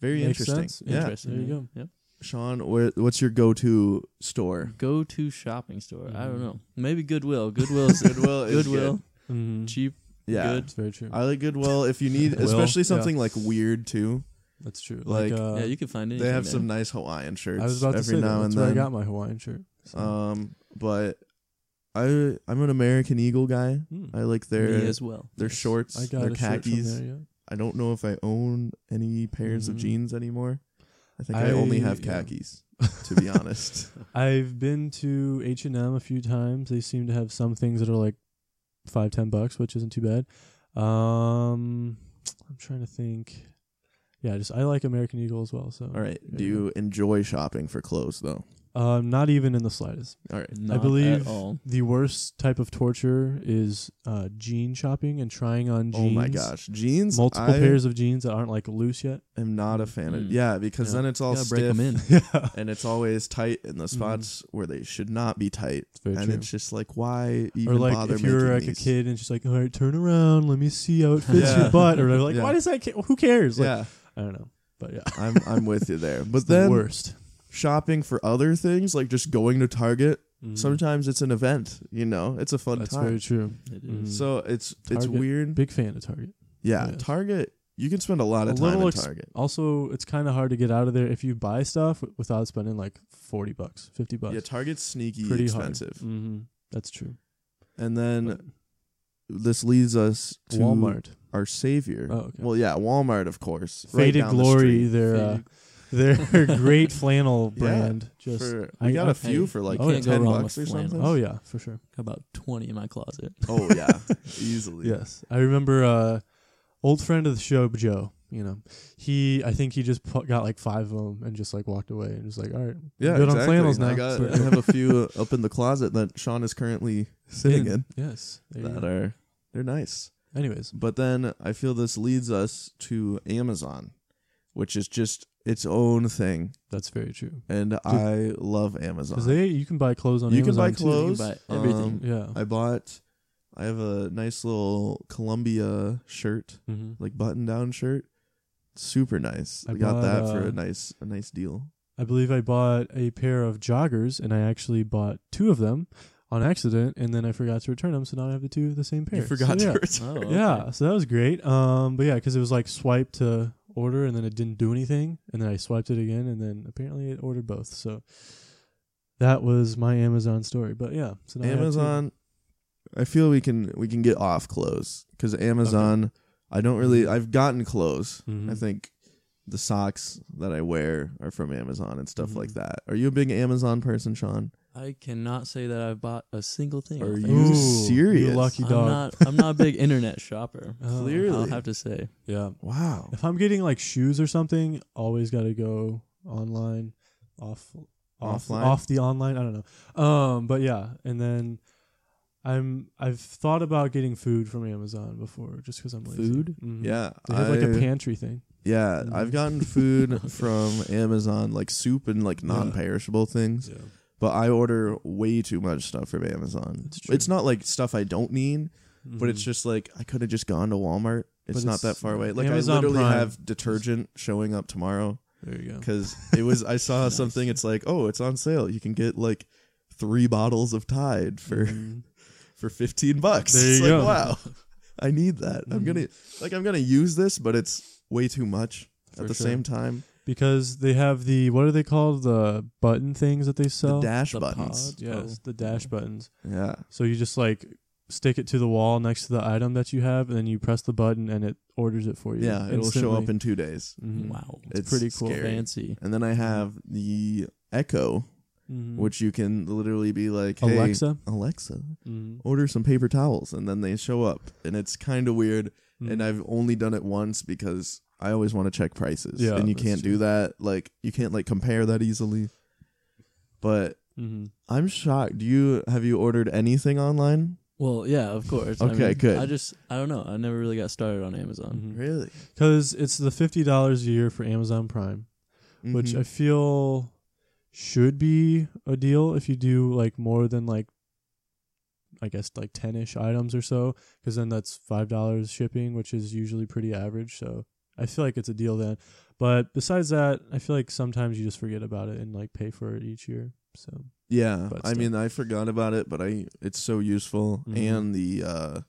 Speaker 1: very
Speaker 2: Makes
Speaker 1: interesting.
Speaker 2: sense.
Speaker 1: Yeah,
Speaker 3: Interesting.
Speaker 2: There you
Speaker 3: yeah. Yep.
Speaker 1: Sean, where, what's your go-to store?
Speaker 3: Go to shopping store. I
Speaker 2: Mhm.
Speaker 3: don't know. Maybe Goodwill. Goodwill's
Speaker 1: Mm-hmm. Goodwill. is
Speaker 3: Goodwill.
Speaker 1: good.
Speaker 2: Mhm.
Speaker 3: Cheap.
Speaker 1: Yeah.
Speaker 3: Good.
Speaker 2: That's very true.
Speaker 1: I like Goodwill if you need,
Speaker 2: Will,
Speaker 1: especially
Speaker 2: yeah.
Speaker 1: something like weird too.
Speaker 2: That's true.
Speaker 1: Like,
Speaker 2: uh,
Speaker 3: yeah, you can find anything.
Speaker 1: they have
Speaker 3: man.
Speaker 1: some nice Hawaiian shirts
Speaker 2: I was about
Speaker 1: every
Speaker 2: to say that.
Speaker 1: now
Speaker 2: that's
Speaker 1: and
Speaker 2: where
Speaker 1: then.
Speaker 2: I got my Hawaiian shirt. So.
Speaker 1: Um, but I I'm an American Eagle guy.
Speaker 2: Hmm.
Speaker 1: I like
Speaker 3: Me
Speaker 1: their
Speaker 3: as well.
Speaker 1: their
Speaker 2: Yes.
Speaker 1: shorts,
Speaker 2: I got
Speaker 1: their
Speaker 2: a shirt from
Speaker 1: khakis.
Speaker 2: there, yeah.
Speaker 1: I don't know if I own any pairs of
Speaker 2: Mhm.
Speaker 1: jeans anymore. I think I, only
Speaker 2: I-
Speaker 1: have
Speaker 2: yeah.
Speaker 1: khakis, to be honest.
Speaker 2: I've been to H and M a few times. They seem to have some things that are like five, ten bucks, which isn't too bad. Um, I'm trying to think. Yeah, just I like American Eagle as well. So
Speaker 1: All right. Do
Speaker 2: Yeah.
Speaker 1: you enjoy shopping for clothes though?
Speaker 2: um, not even in the slightest.
Speaker 1: All right.
Speaker 3: Not
Speaker 2: believe-
Speaker 3: At all.
Speaker 2: The worst type of torture is uh, jean shopping and trying on jeans.
Speaker 1: Oh my gosh, jeans.
Speaker 2: Multiple
Speaker 1: I
Speaker 2: pairs of jeans that aren't like loose yet.
Speaker 1: I'm not a fan of.
Speaker 3: Mm.
Speaker 1: Yeah, because
Speaker 2: Yeah.
Speaker 1: then it's all
Speaker 3: Gotta break
Speaker 1: stiff,
Speaker 3: them in.
Speaker 2: yeah,
Speaker 1: and it's always tight in
Speaker 2: Mm-hmm.
Speaker 1: the spots where they should not be tight.
Speaker 2: it's very
Speaker 1: and
Speaker 2: true.
Speaker 1: it's just like why even
Speaker 2: or like
Speaker 1: bother
Speaker 2: if you were
Speaker 1: making
Speaker 2: like
Speaker 1: these?
Speaker 2: a kid and she's like, all right, turn around, let me see how it fits
Speaker 1: Yeah.
Speaker 2: your butt, or like,
Speaker 1: Yeah.
Speaker 2: why does that? Ca- who cares? Like,
Speaker 1: yeah
Speaker 2: I don't know, but yeah,
Speaker 1: i'm i'm with you there but
Speaker 2: the
Speaker 1: then
Speaker 2: worst.
Speaker 1: shopping for other things like just going to target Mm-hmm. sometimes it's an event you know it's a fun
Speaker 2: Mm-hmm. that's
Speaker 1: time
Speaker 2: very true.
Speaker 3: It
Speaker 2: Mm.
Speaker 3: is.
Speaker 1: so it's it's
Speaker 2: Target.
Speaker 1: weird
Speaker 2: Big fan of Target.
Speaker 1: yeah
Speaker 2: Yes.
Speaker 1: target you can spend a lot
Speaker 2: A
Speaker 1: of time
Speaker 2: little
Speaker 1: at
Speaker 2: ex-
Speaker 1: target
Speaker 2: Also, it's kind of hard to get out of there if you buy stuff w- without spending like forty bucks, fifty bucks.
Speaker 1: yeah target's sneaky
Speaker 2: Pretty
Speaker 1: expensive
Speaker 2: hard. Mm-hmm. That's true.
Speaker 1: and then this leads us to
Speaker 2: Walmart,
Speaker 1: our savior
Speaker 2: Oh, okay.
Speaker 1: well yeah walmart of course right
Speaker 2: Faded
Speaker 1: down the
Speaker 2: Glory,
Speaker 1: street.
Speaker 2: their uh, their great flannel
Speaker 1: Yeah,
Speaker 2: brand. just
Speaker 1: for,
Speaker 2: I-
Speaker 1: we got
Speaker 2: I-
Speaker 1: a few
Speaker 3: hey,
Speaker 1: for like
Speaker 3: you can't go
Speaker 1: 10
Speaker 3: wrong
Speaker 1: bucks or
Speaker 3: with flannel.
Speaker 1: something
Speaker 2: oh yeah, for sure.
Speaker 3: Got about twenty in my closet.
Speaker 1: oh yeah easily
Speaker 2: Yes, I remember uh old friend of the show, Joe. You know, he I think he just put, got like five of them and just like walked away and was like, all right,
Speaker 1: Yeah,
Speaker 2: good
Speaker 1: exactly.
Speaker 2: on flannels now.
Speaker 1: I, got,
Speaker 2: But-
Speaker 1: I have a few up in the closet that Sean is currently sitting in
Speaker 2: Yes. there you
Speaker 1: that
Speaker 2: go.
Speaker 1: are they're nice.
Speaker 2: Anyways,
Speaker 1: But then I feel this leads us to Amazon, which is just its own thing,
Speaker 2: that's very true.
Speaker 1: and I love Amazon.
Speaker 2: Because they you can buy clothes on
Speaker 1: you can
Speaker 2: Amazon
Speaker 1: buy clothes.
Speaker 3: buy everything.
Speaker 1: Um,
Speaker 2: Yeah.
Speaker 1: I bought. I have a nice little Columbia shirt,
Speaker 2: mm-hmm.
Speaker 1: like button-down shirt. Super nice.
Speaker 2: I
Speaker 1: I, got
Speaker 2: bought,
Speaker 1: that for
Speaker 2: uh,
Speaker 1: a nice, a nice deal.
Speaker 2: I believe I bought a pair of joggers and I actually bought two of them on accident and then I forgot to return them, so now I have the two of the same pair.
Speaker 1: You forgot
Speaker 2: so, yeah.
Speaker 1: to return.
Speaker 3: Oh, okay.
Speaker 2: Yeah, so that was great. Um, but yeah, because it was like swipe to order, and then it didn't do anything, and then I swiped it again, and then apparently it ordered both. So that was my Amazon story. But yeah, so now I have two.
Speaker 1: Amazon. I feel we can we can get off clothes because Amazon. I don't
Speaker 2: Mm-hmm.
Speaker 1: really. I've gotten clothes.
Speaker 2: Mhm.
Speaker 1: I think the socks that I wear are from Amazon and stuff
Speaker 2: Mhm.
Speaker 1: like that. Are you a big Amazon person, Sean?
Speaker 3: I cannot say that I've bought a single thing.
Speaker 1: Are
Speaker 3: off
Speaker 1: you
Speaker 3: Amazon.
Speaker 1: serious?
Speaker 2: You lucky
Speaker 3: I'm
Speaker 2: dog.
Speaker 3: not. I'm not a big internet shopper.
Speaker 2: Oh,
Speaker 1: Clear. Really?
Speaker 3: I'll have to say.
Speaker 2: Yeah.
Speaker 1: Wow.
Speaker 2: If I'm getting like shoes or something, always got to go online, off, off,
Speaker 1: Offline?
Speaker 2: off the online. I don't know. Um, but yeah, and then I'm I've thought about getting food from Amazon before, just because I'm lazy.
Speaker 3: Food?
Speaker 2: Mhm.
Speaker 1: Mm-hmm. Yeah,
Speaker 2: They have like
Speaker 1: I-
Speaker 2: a pantry thing.
Speaker 1: yeah.
Speaker 2: Mhm.
Speaker 1: I've gotten food from Amazon, like soup and like
Speaker 2: Yeah.
Speaker 1: non-perishable things.
Speaker 2: Yeah.
Speaker 1: But I order way too much stuff from Amazon.
Speaker 2: That's true.
Speaker 1: It's not like stuff I don't need, but it's just like I could have just gone to Walmart. It's
Speaker 2: Mm-hmm.
Speaker 1: not
Speaker 2: But it's-
Speaker 1: that far away. Like I
Speaker 2: Amazon
Speaker 1: literally
Speaker 2: Prime. Oh.
Speaker 1: have detergent showing up tomorrow
Speaker 2: there you go.
Speaker 1: because it was. I saw
Speaker 3: Nice.
Speaker 1: something. It's like, oh, it's on sale. You can get like three bottles of Tide for
Speaker 2: Mhm.
Speaker 1: for fifteen bucks.
Speaker 2: There
Speaker 1: it's
Speaker 2: you
Speaker 1: like,
Speaker 2: go. Mm-hmm.
Speaker 1: wow, I need that. I'm gonna like I'm gonna use this, but it's way too much
Speaker 2: For
Speaker 1: at the
Speaker 2: sure.
Speaker 1: same time.
Speaker 2: because they have the what are they called the button things that they sell?
Speaker 1: the dash
Speaker 3: the
Speaker 1: buttons.
Speaker 3: pod.
Speaker 2: Yes,
Speaker 3: Oh.
Speaker 2: the dash buttons.
Speaker 1: Yeah.
Speaker 2: So you just like stick it to the wall next to the item that you have, and then you press the button, and it orders it for you.
Speaker 1: Yeah, it'll show up
Speaker 2: instantly.
Speaker 1: in two days.
Speaker 2: Mhm.
Speaker 3: Wow,
Speaker 1: It's,
Speaker 2: pretty cool.
Speaker 1: scary.
Speaker 3: fancy.
Speaker 1: And then
Speaker 2: Mm-hmm.
Speaker 1: I have the Echo,
Speaker 2: Mhm.
Speaker 1: which you can literally be like, hey,
Speaker 2: Alexa.
Speaker 1: Alexa,
Speaker 2: Mhm.
Speaker 1: order some paper towels and then they show up and it's kind of weird
Speaker 2: Mm.
Speaker 1: and I've only done it once because I always want to check prices.
Speaker 2: Yeah,
Speaker 1: and you
Speaker 2: that's
Speaker 1: can't
Speaker 2: true.
Speaker 1: do that. Like you can't like compare that easily. But
Speaker 2: Mm-hmm.
Speaker 1: I'm shocked. Do you have you ordered anything online?
Speaker 3: Well, yeah, of course.
Speaker 1: Okay,
Speaker 3: I mean,
Speaker 1: good.
Speaker 3: I just, I don't know. I never really got started on Amazon.
Speaker 2: Mm.
Speaker 1: Really?
Speaker 2: Because Mm-hmm. it's the fifty dollars a year for Amazon Prime, which
Speaker 1: Mm-hmm.
Speaker 2: I feel should be a deal if you do like more than like, I guess like ten ish items or so. Because then that's five dollars shipping, which is usually pretty average. So I feel like it's a deal then. But besides that, I feel like sometimes you just forget about it and like pay for it each year. So
Speaker 1: yeah.
Speaker 2: but
Speaker 1: I
Speaker 2: still.
Speaker 1: mean, I forgot about it, but I it's so useful.
Speaker 2: Mhm.
Speaker 1: And the uh,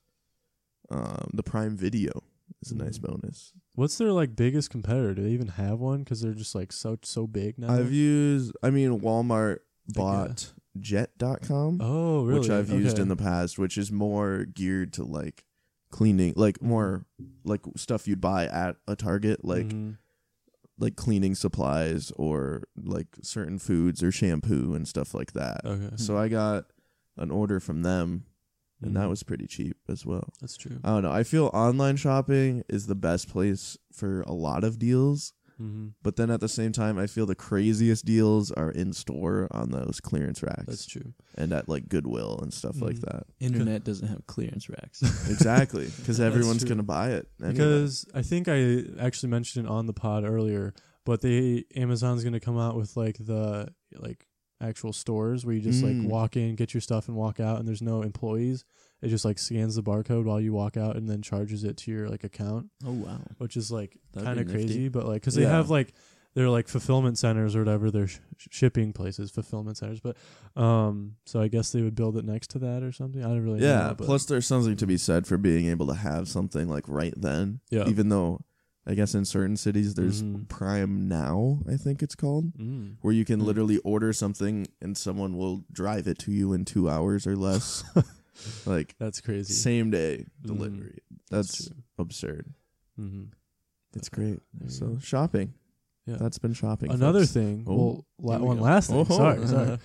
Speaker 1: um, the Prime Video is a nice
Speaker 2: Mhm.
Speaker 1: bonus.
Speaker 2: what's their like biggest competitor? Do they even have one? Because they're just like so so big now.
Speaker 1: I've used. I mean, Walmart
Speaker 2: yeah.
Speaker 1: bought Jet.com.
Speaker 2: oh really?
Speaker 1: which I've used
Speaker 2: Okay.
Speaker 1: in the past, which is more geared to like cleaning, like more like stuff you'd buy at a Target, like
Speaker 2: Mhm.
Speaker 1: like cleaning supplies or like certain foods or shampoo and stuff like that.
Speaker 2: Mm-hmm. okay.
Speaker 1: So I got an order from them, and that
Speaker 2: Mhm.
Speaker 1: was pretty cheap as well.
Speaker 2: That's true.
Speaker 1: I don't know. I feel online shopping is the best place for a lot of deals.
Speaker 2: Mm-hmm.
Speaker 1: But then at the same time, I feel the craziest deals are in store on those clearance racks
Speaker 2: That's true.
Speaker 1: and at like Goodwill and stuff like
Speaker 2: Mhm.
Speaker 1: that.
Speaker 3: Internet doesn't have clearance racks.
Speaker 1: Exactly, because
Speaker 2: That's
Speaker 1: everyone's
Speaker 2: true.
Speaker 1: gonna buy it. anyway.
Speaker 2: Because I think I actually mentioned it on the pod earlier, but they Amazon's going to come out with like the like actual stores where you just
Speaker 1: Mm.
Speaker 2: like walk in, get your stuff, and walk out, and there's no employees. It just like scans the barcode while you walk out, and then charges it to your like account,
Speaker 3: oh wow.
Speaker 2: which is like
Speaker 3: That'd
Speaker 2: kind
Speaker 3: be
Speaker 2: of
Speaker 3: nifty.
Speaker 2: crazy. But like, because they
Speaker 1: Yeah.
Speaker 2: have like they're like fulfillment centers or whatever, they're sh- sh- shipping places, fulfillment centers. But um, so I guess they would build it next to that or something. I don't really.
Speaker 1: yeah,
Speaker 2: know, but-
Speaker 1: plus there's something to be said for being able to have something like right then.
Speaker 2: yeah.
Speaker 1: Even though, I guess in certain cities there's
Speaker 2: Mhm.
Speaker 1: Prime Now, I think it's called,
Speaker 2: Mm.
Speaker 1: where you can
Speaker 3: Mm.
Speaker 1: literally order something and someone will drive it to you in two hours or less, like
Speaker 2: That's crazy.
Speaker 1: same day
Speaker 2: Mhm.
Speaker 1: delivery. That's, absurd.
Speaker 2: Mm-hmm.
Speaker 1: It's great.
Speaker 2: There you
Speaker 1: So
Speaker 2: go.
Speaker 1: shopping.
Speaker 2: Yeah.
Speaker 1: That's been shopping.
Speaker 2: Another
Speaker 1: folks.
Speaker 2: thing.
Speaker 1: Oh,
Speaker 2: well, la-
Speaker 1: here we
Speaker 2: one
Speaker 1: go.
Speaker 2: last thing.
Speaker 1: Oh,
Speaker 2: Sorry, sorry.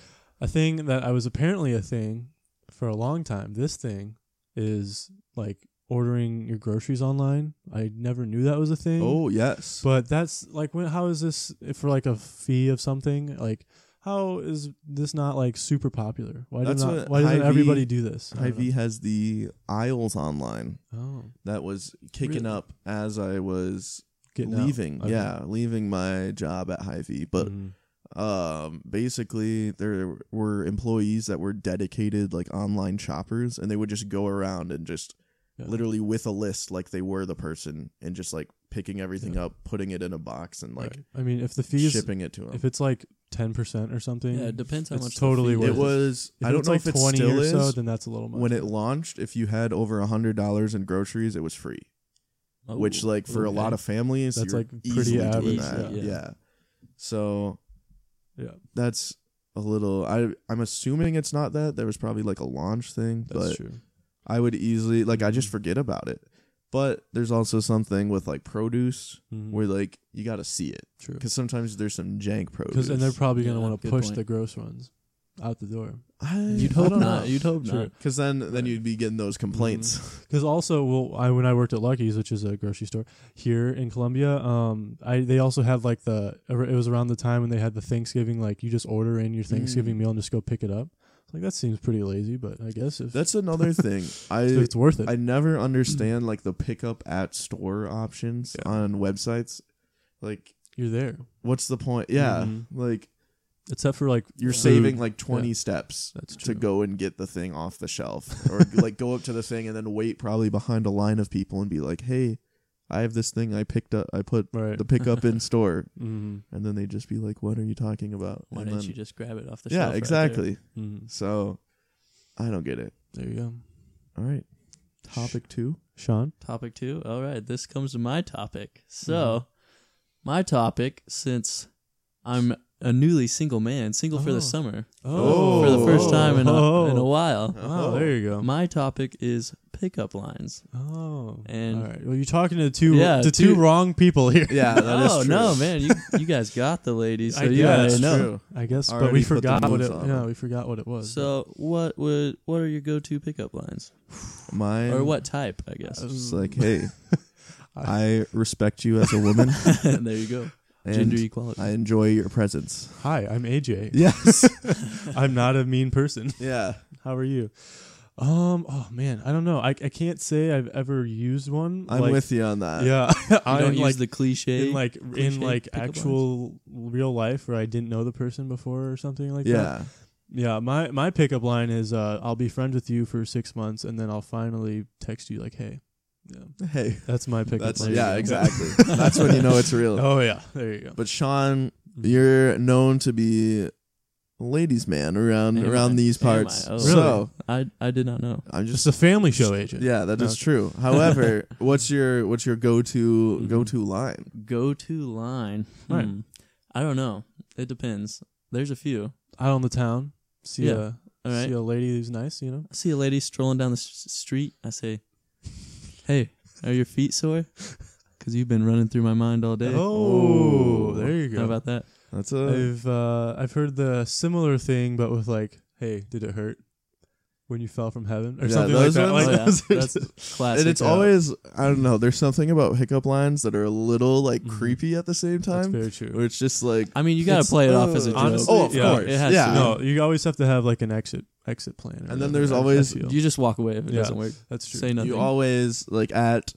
Speaker 2: A thing that I was apparently a thing for a long time. This thing is like ordering your groceries online. I never knew that was a thing.
Speaker 1: Oh yes.
Speaker 2: But that's like when how is this for like a fee of something? Like how is this not like super popular? Why do
Speaker 1: That's
Speaker 2: not
Speaker 1: what
Speaker 2: why doesn't
Speaker 1: Hy-Vee-
Speaker 2: everybody do this? I don't
Speaker 1: Hy-Vee has the aisles online
Speaker 2: know. Oh.
Speaker 1: that was kicking
Speaker 2: Really?
Speaker 1: up as I was
Speaker 2: Getting out.
Speaker 1: leaving.
Speaker 2: Okay.
Speaker 1: Yeah, leaving my job at Hy-Vee. But
Speaker 2: Mhm.
Speaker 1: um, basically, there were employees that were dedicated like online shoppers, and they would just go around and just
Speaker 2: Yeah.
Speaker 1: literally with a list, like they were the person, and just like picking everything up, putting it in a box, and like
Speaker 2: Right. I mean if the fee is
Speaker 1: shipping it to them.
Speaker 2: if it's like ten percent or something.
Speaker 3: Yeah, it depends how
Speaker 2: it's
Speaker 3: much the
Speaker 2: totally
Speaker 3: fee
Speaker 2: worth
Speaker 1: It was.
Speaker 2: If
Speaker 1: I don't
Speaker 2: it's
Speaker 1: know
Speaker 2: like
Speaker 1: if it
Speaker 2: 20
Speaker 1: still
Speaker 2: or
Speaker 1: is.
Speaker 2: so, then that's a little much.
Speaker 1: when it launched, if you had over a hundred dollars in groceries, it was free.
Speaker 3: Oh,
Speaker 1: which like for a
Speaker 3: okay.
Speaker 1: lot of families
Speaker 2: That's,
Speaker 1: you're
Speaker 2: like, pretty
Speaker 1: easily doing
Speaker 2: average,
Speaker 1: that. Yeah.
Speaker 3: yeah.
Speaker 1: so
Speaker 2: yeah,
Speaker 1: that's a little i i'm assuming it's not that there was probably like a launch thing
Speaker 2: that's
Speaker 1: but
Speaker 2: true.
Speaker 1: i would easily like i just forget about it but there's also something with like produce
Speaker 2: Mm-hmm.
Speaker 1: where like you got to see it
Speaker 2: true.
Speaker 1: because sometimes there's some jank produce
Speaker 2: Because and they're probably gonna
Speaker 3: Yeah,
Speaker 2: want to
Speaker 3: good
Speaker 2: push
Speaker 3: point.
Speaker 2: the gross ones out the door.
Speaker 1: I,
Speaker 3: You'd hope not. You'd hope
Speaker 2: True.
Speaker 3: not.
Speaker 1: because then then you'd be getting those complaints
Speaker 2: Because also, well, I when I worked at Lucky's, which is a grocery store here in Columbia, um, I they also had like the it was around the time when they had the Thanksgiving like you just order in your Thanksgiving
Speaker 1: Mm.
Speaker 2: meal and just go pick it up. It's Like that seems pretty lazy, but I guess if,
Speaker 1: that's another thing i
Speaker 2: if it's worth it,
Speaker 1: I never understand like the pickup at store options
Speaker 2: Yeah.
Speaker 1: on websites. Like,
Speaker 2: you're there.
Speaker 1: what's the point? Yeah,
Speaker 2: Mhm.
Speaker 1: like
Speaker 2: Except for like
Speaker 1: you're
Speaker 3: Mm-hmm. Yeah.
Speaker 1: saving
Speaker 2: food.
Speaker 1: like twenty steps
Speaker 2: That's
Speaker 1: to
Speaker 2: true.
Speaker 1: go and get the thing off the shelf, or like go up to the thing and then wait probably behind a line of people and be like, "Hey, I have this thing I picked up. I put
Speaker 2: right.
Speaker 1: the pickup in store,"
Speaker 2: mm-hmm.
Speaker 1: and then they just be like, "What are you talking about?"
Speaker 3: Why
Speaker 1: And
Speaker 3: didn't
Speaker 1: then-
Speaker 3: you just grab it off the shelf?
Speaker 1: yeah,
Speaker 3: right
Speaker 1: exactly.
Speaker 2: Mm-hmm.
Speaker 1: So, I don't get it.
Speaker 2: There you go,
Speaker 1: All right, topic two.
Speaker 2: Sean.
Speaker 3: there? Topic two. All right, this
Speaker 2: Mm-hmm.
Speaker 3: comes to my topic. So, my topic, since I'm a newly single man, single for
Speaker 2: Oh.
Speaker 3: the summer
Speaker 1: Oh.
Speaker 3: for the first time in a,
Speaker 2: Oh.
Speaker 3: in a while.
Speaker 2: Wow, there you
Speaker 1: Oh.
Speaker 2: go.
Speaker 3: My topic is pickup lines.
Speaker 2: Oh,
Speaker 3: And-
Speaker 2: all right. Well, you're talking to two
Speaker 3: Yeah,
Speaker 2: to two
Speaker 3: two-
Speaker 2: wrong people here.
Speaker 1: Yeah, that is
Speaker 3: oh
Speaker 1: true.
Speaker 3: no, man, you you guys got the ladies, so
Speaker 2: I
Speaker 3: you
Speaker 2: guess.
Speaker 3: already
Speaker 1: That's
Speaker 3: know.
Speaker 1: true.
Speaker 2: I guess, but
Speaker 1: Already
Speaker 2: we
Speaker 1: put the
Speaker 2: forgot what
Speaker 1: moves
Speaker 2: it.
Speaker 1: on
Speaker 2: Yeah,
Speaker 1: it.
Speaker 2: we forgot what it was.
Speaker 3: So what would what are your go-to pickup lines,
Speaker 1: Mine
Speaker 3: or what type? I guess.
Speaker 1: It's like, hey, I respect you as a woman,
Speaker 3: there you go. Gender
Speaker 1: and
Speaker 3: equality.
Speaker 1: I enjoy your presence.
Speaker 2: hi, I'm AJ.
Speaker 1: Yes.
Speaker 2: I'm not a mean person.
Speaker 1: yeah.
Speaker 2: How are you? Um. Oh man, I don't know. I I can't say I've ever used one.
Speaker 1: I'm
Speaker 2: like-
Speaker 1: with you on that.
Speaker 2: Yeah,
Speaker 3: You
Speaker 2: I'm
Speaker 3: don't
Speaker 2: like
Speaker 3: use the cliche.
Speaker 2: in like in
Speaker 3: cliche
Speaker 2: like
Speaker 3: pickup lines.
Speaker 2: actual real life where I didn't know the person before or something like that.
Speaker 1: Yeah.
Speaker 2: Yeah, my my pickup line is uh, I'll be friends with you for six months and then I'll finally text you like, hey, yeah,
Speaker 1: Hey.
Speaker 2: that's my pickup
Speaker 1: That's
Speaker 2: line.
Speaker 1: yeah, exactly. That's when you know it's real.
Speaker 2: oh yeah, there you go.
Speaker 1: But Sean, you're known to be a ladies' man around
Speaker 3: Am
Speaker 1: around
Speaker 3: I?
Speaker 1: these
Speaker 3: Am I?
Speaker 1: parts.
Speaker 3: Oh.
Speaker 1: So
Speaker 3: I I did not know.
Speaker 1: I'm
Speaker 2: It's
Speaker 1: just
Speaker 2: a family show, agent.
Speaker 1: yeah, that is
Speaker 2: Okay.
Speaker 1: true. However, what's your what's your go to
Speaker 3: Mhm.
Speaker 1: go to line?
Speaker 3: Go-to line. Hmm.
Speaker 2: Right.
Speaker 3: I don't know. It depends. There's a few.
Speaker 2: Out on the town, see a
Speaker 3: Yeah, All right.
Speaker 2: see a lady who's nice, you know.
Speaker 3: I see a lady strolling down the s- street. I say, "Hey, are your feet sore? Because you've been running through my mind all day."
Speaker 2: Oh, there you go.
Speaker 3: How about that?
Speaker 1: That's a
Speaker 2: I've uh, I've heard the similar thing, but with like, hey, did it hurt when you fell from heaven or
Speaker 1: Yeah,
Speaker 2: something like
Speaker 1: those
Speaker 2: that?
Speaker 1: ones-
Speaker 2: Like,
Speaker 3: oh, yeah.
Speaker 2: those are
Speaker 3: That's
Speaker 2: just-
Speaker 3: classic.
Speaker 1: and it's
Speaker 3: uh,
Speaker 1: always I don't know. There's something about hiccup lines that are a little like
Speaker 2: Mhm.
Speaker 1: creepy at the same
Speaker 2: that's
Speaker 1: time,
Speaker 2: very true.
Speaker 1: where it's just like
Speaker 3: I mean, you gotta
Speaker 1: it's-
Speaker 3: play it off as a
Speaker 1: uh,
Speaker 3: joke.
Speaker 2: honestly,
Speaker 1: oh, of
Speaker 2: yeah.
Speaker 1: course,
Speaker 3: It has to
Speaker 1: yeah.
Speaker 3: be.
Speaker 2: No, you always have to have like an exit exit plan. or
Speaker 1: then
Speaker 2: whatever,
Speaker 1: there's
Speaker 2: I- I
Speaker 1: always-
Speaker 2: feel.
Speaker 3: you just walk away if it
Speaker 2: Yeah.
Speaker 3: doesn't work.
Speaker 2: that's true.
Speaker 3: Say nothing.
Speaker 1: you always like at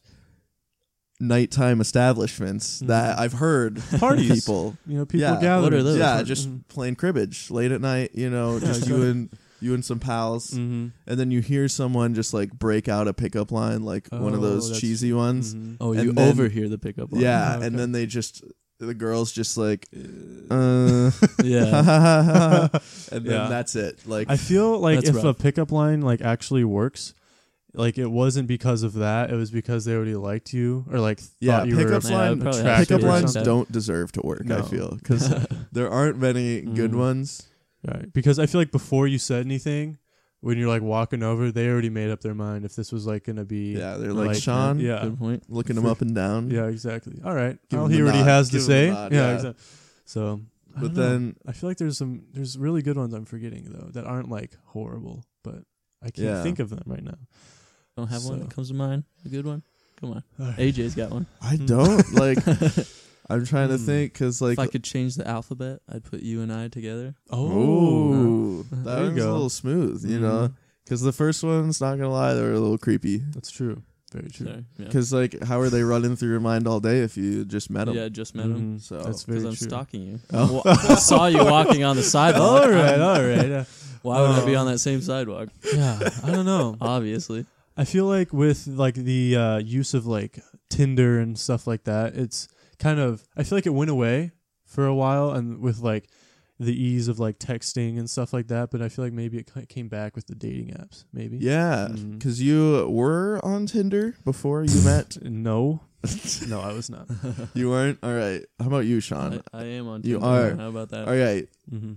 Speaker 1: nighttime establishments
Speaker 2: Mhm.
Speaker 1: that I've heard
Speaker 2: Parties.
Speaker 1: people
Speaker 2: you know, people
Speaker 1: Yeah, what
Speaker 2: gather.
Speaker 3: are those?
Speaker 1: yeah,
Speaker 2: Mhm.
Speaker 1: just playing cribbage late at night, you know,
Speaker 2: Yeah,
Speaker 1: just you
Speaker 2: exactly.
Speaker 1: and you and some pals,
Speaker 3: Mm-hmm.
Speaker 2: Mhm.
Speaker 1: and then you hear someone just like break out a pickup line, like one of
Speaker 2: Oh,
Speaker 1: those
Speaker 2: that's-
Speaker 1: cheesy ones.
Speaker 2: Mhm.
Speaker 3: oh,
Speaker 1: and
Speaker 3: you
Speaker 1: then-
Speaker 3: overhear the pickup line.
Speaker 1: Yeah,
Speaker 2: Oh, okay.
Speaker 1: and then they just the girls just like,
Speaker 3: Mm-hmm.
Speaker 1: uh, ha,
Speaker 3: yeah.
Speaker 1: ha, ha, ha, ha. and then
Speaker 2: Yeah.
Speaker 1: that's it. Like,
Speaker 2: I feel like
Speaker 3: That's
Speaker 2: if
Speaker 3: rough.
Speaker 2: a pickup line like actually works, like it wasn't because of that. It was because they already liked you or like thought
Speaker 1: yeah,
Speaker 2: you
Speaker 1: pickup
Speaker 2: were.
Speaker 3: Yeah,
Speaker 1: line,
Speaker 3: it probably
Speaker 2: has to
Speaker 1: pickup
Speaker 2: be
Speaker 1: lines
Speaker 2: something.
Speaker 1: don't deserve to work. I
Speaker 2: No.
Speaker 1: feel because there aren't many good
Speaker 2: Mm.
Speaker 1: ones.
Speaker 2: Right, because I feel like before you said anything, when you're like walking over, they already made up their mind if this was like gonna be.
Speaker 1: Yeah, they're like,
Speaker 2: Like,
Speaker 1: Sean,
Speaker 2: yeah.
Speaker 3: Good point.
Speaker 1: looking him up and down.
Speaker 2: Yeah, exactly. All right,
Speaker 1: Give
Speaker 2: I'll
Speaker 1: him the
Speaker 2: hear what he
Speaker 1: nod.
Speaker 2: has to
Speaker 1: Give him the
Speaker 2: say.
Speaker 1: nod,
Speaker 2: yeah,
Speaker 1: yeah.
Speaker 2: exactly. So, I
Speaker 1: but
Speaker 2: don't know.
Speaker 1: then
Speaker 2: I feel like there's some there's really good ones I'm forgetting though that aren't like horrible, but I can't
Speaker 1: Yeah.
Speaker 2: think of them right now.
Speaker 3: Don't have one
Speaker 2: So-
Speaker 3: that comes to mind. A good one. Come on.
Speaker 2: All right.
Speaker 3: AJ's got one.
Speaker 1: I don't like. I'm trying to
Speaker 2: Hmm.
Speaker 1: think because like
Speaker 3: if I could change the alphabet, I'd put you and I together.
Speaker 2: Oh,
Speaker 1: Oh, that
Speaker 2: There you
Speaker 1: one's a
Speaker 2: go.
Speaker 1: little smooth, you know?
Speaker 2: Mhm.
Speaker 1: Because the first one's not gonna lie, they were a little creepy.
Speaker 2: that's true. Very true.
Speaker 3: Sorry. Yeah.
Speaker 1: Because like, how are they running through your mind all day if you just met them?
Speaker 3: Yeah, just met him.
Speaker 2: Mhm.
Speaker 1: So-
Speaker 2: that's very
Speaker 3: Because
Speaker 2: true.
Speaker 3: I'm stalking you.
Speaker 1: Mm-hmm. Oh.
Speaker 3: Well, I saw you walking on the sidewalk.
Speaker 2: all right, all right. Uh,
Speaker 3: Why would I be
Speaker 2: Oh.
Speaker 3: on that same sidewalk?
Speaker 2: yeah, I don't know.
Speaker 3: Obviously.
Speaker 2: I feel like with like the uh, use of like Tinder and stuff like that, it's kind of I feel like it went away for a while, and with like the ease of like texting and stuff like that. But I feel like maybe it ki- came back with the dating apps. Maybe.
Speaker 1: Yeah,
Speaker 2: Mhm.
Speaker 1: because you were on Tinder before you met.
Speaker 2: No. no, I was not.
Speaker 1: You weren't. All right. How about you, Sean?
Speaker 3: I, I am on
Speaker 1: You
Speaker 3: Tinder.
Speaker 1: are.
Speaker 3: How about that?
Speaker 1: all right.
Speaker 2: Mm-hmm.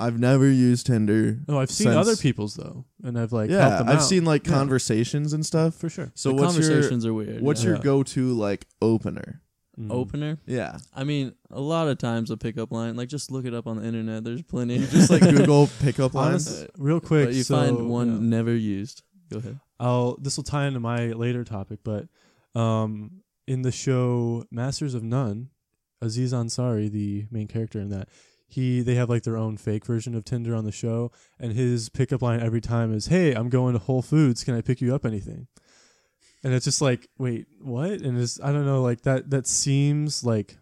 Speaker 1: I've never used Tinder.
Speaker 2: No, Oh, I've seen
Speaker 1: Since-
Speaker 2: other people's though, and I've like helped
Speaker 1: yeah,
Speaker 2: them
Speaker 1: I've
Speaker 2: out.
Speaker 1: seen like
Speaker 2: Yeah.
Speaker 1: conversations and stuff.
Speaker 2: for sure.
Speaker 1: So
Speaker 3: the
Speaker 1: what's your
Speaker 3: conversations are weird.
Speaker 1: what's
Speaker 3: yeah.
Speaker 1: your
Speaker 2: Yeah.
Speaker 1: go-to like opener?
Speaker 3: Mm-hmm. opener?
Speaker 1: Yeah,
Speaker 3: I mean, a lot of times a pickup line, like just look it up on the internet. There's plenty.
Speaker 1: just like Google pickup lines.
Speaker 2: Honest, real quick,
Speaker 3: but you
Speaker 2: so,
Speaker 3: find one
Speaker 2: yeah.
Speaker 3: never used. Go ahead.
Speaker 2: I'll this will tie into my later topic, but um, in the show Masters of None, Aziz Ansari, the main character in that, he they have like their own fake version of Tinder on the show, and his pickup line every time is, "Hey, I'm going to Whole Foods. Can I pick you up anything?" And it's just like, wait, what? And it's I don't know, like that that seems like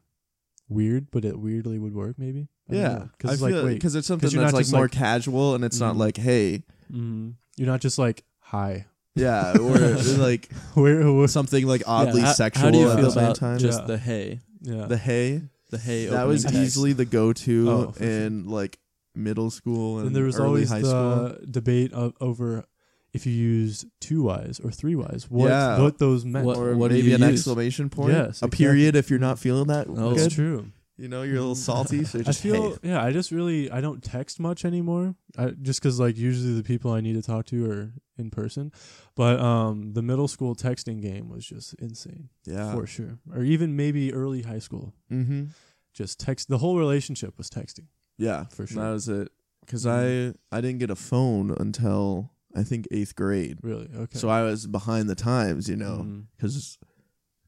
Speaker 2: weird, but it weirdly would work maybe. I don't
Speaker 1: Yeah,
Speaker 2: know. it's like, wait,
Speaker 1: because it's something
Speaker 2: 'cause you're
Speaker 1: that's
Speaker 2: not
Speaker 1: like
Speaker 2: just,
Speaker 1: more
Speaker 2: like-
Speaker 1: casual, and it's not
Speaker 2: Mhm.
Speaker 1: like hey,
Speaker 2: mhm. you're not just like, "Hi."
Speaker 1: yeah, or like
Speaker 2: Where? where
Speaker 1: something like oddly
Speaker 3: Yeah, how-
Speaker 1: sexual
Speaker 3: How do you
Speaker 1: at
Speaker 3: feel
Speaker 1: the same
Speaker 3: about
Speaker 1: time.
Speaker 3: just
Speaker 2: Yeah.
Speaker 3: the hey,
Speaker 2: yeah.
Speaker 1: The hey
Speaker 3: the hey?
Speaker 1: that was
Speaker 3: opening text?
Speaker 1: easily the go-to
Speaker 2: Oh, for sure.
Speaker 1: in like middle school and,
Speaker 2: and there was
Speaker 1: early
Speaker 2: always
Speaker 1: high
Speaker 2: the
Speaker 1: school.
Speaker 2: debate of, over if you used two Y's or three Y's, what
Speaker 1: Yeah.
Speaker 2: what those meant.
Speaker 3: What-
Speaker 1: or
Speaker 3: what do
Speaker 1: maybe
Speaker 3: you
Speaker 1: an
Speaker 3: use?
Speaker 1: exclamation point,
Speaker 2: Yes,
Speaker 1: a
Speaker 2: exactly.
Speaker 1: period if you're not feeling that
Speaker 3: Oh.
Speaker 1: good.
Speaker 2: That's true. Mm-hmm.
Speaker 1: You know, you're a little salty, so you're
Speaker 2: I
Speaker 1: just
Speaker 2: feel
Speaker 1: hey.
Speaker 2: yeah. I just really I don't text much anymore. I just because like usually the people I need to talk to are in person, but um the middle school texting game was just insane
Speaker 1: yeah.
Speaker 2: for sure, or even maybe early high school.
Speaker 1: Mm-hmm.
Speaker 2: Just text the whole relationship was texting.
Speaker 1: Yeah,
Speaker 2: For
Speaker 1: That
Speaker 2: sure. Mm-hmm.
Speaker 1: was it. Because I I didn't get a phone until I think eighth grade,
Speaker 2: Really okay.
Speaker 1: so I was behind the times. You know,
Speaker 2: Mhm.
Speaker 1: because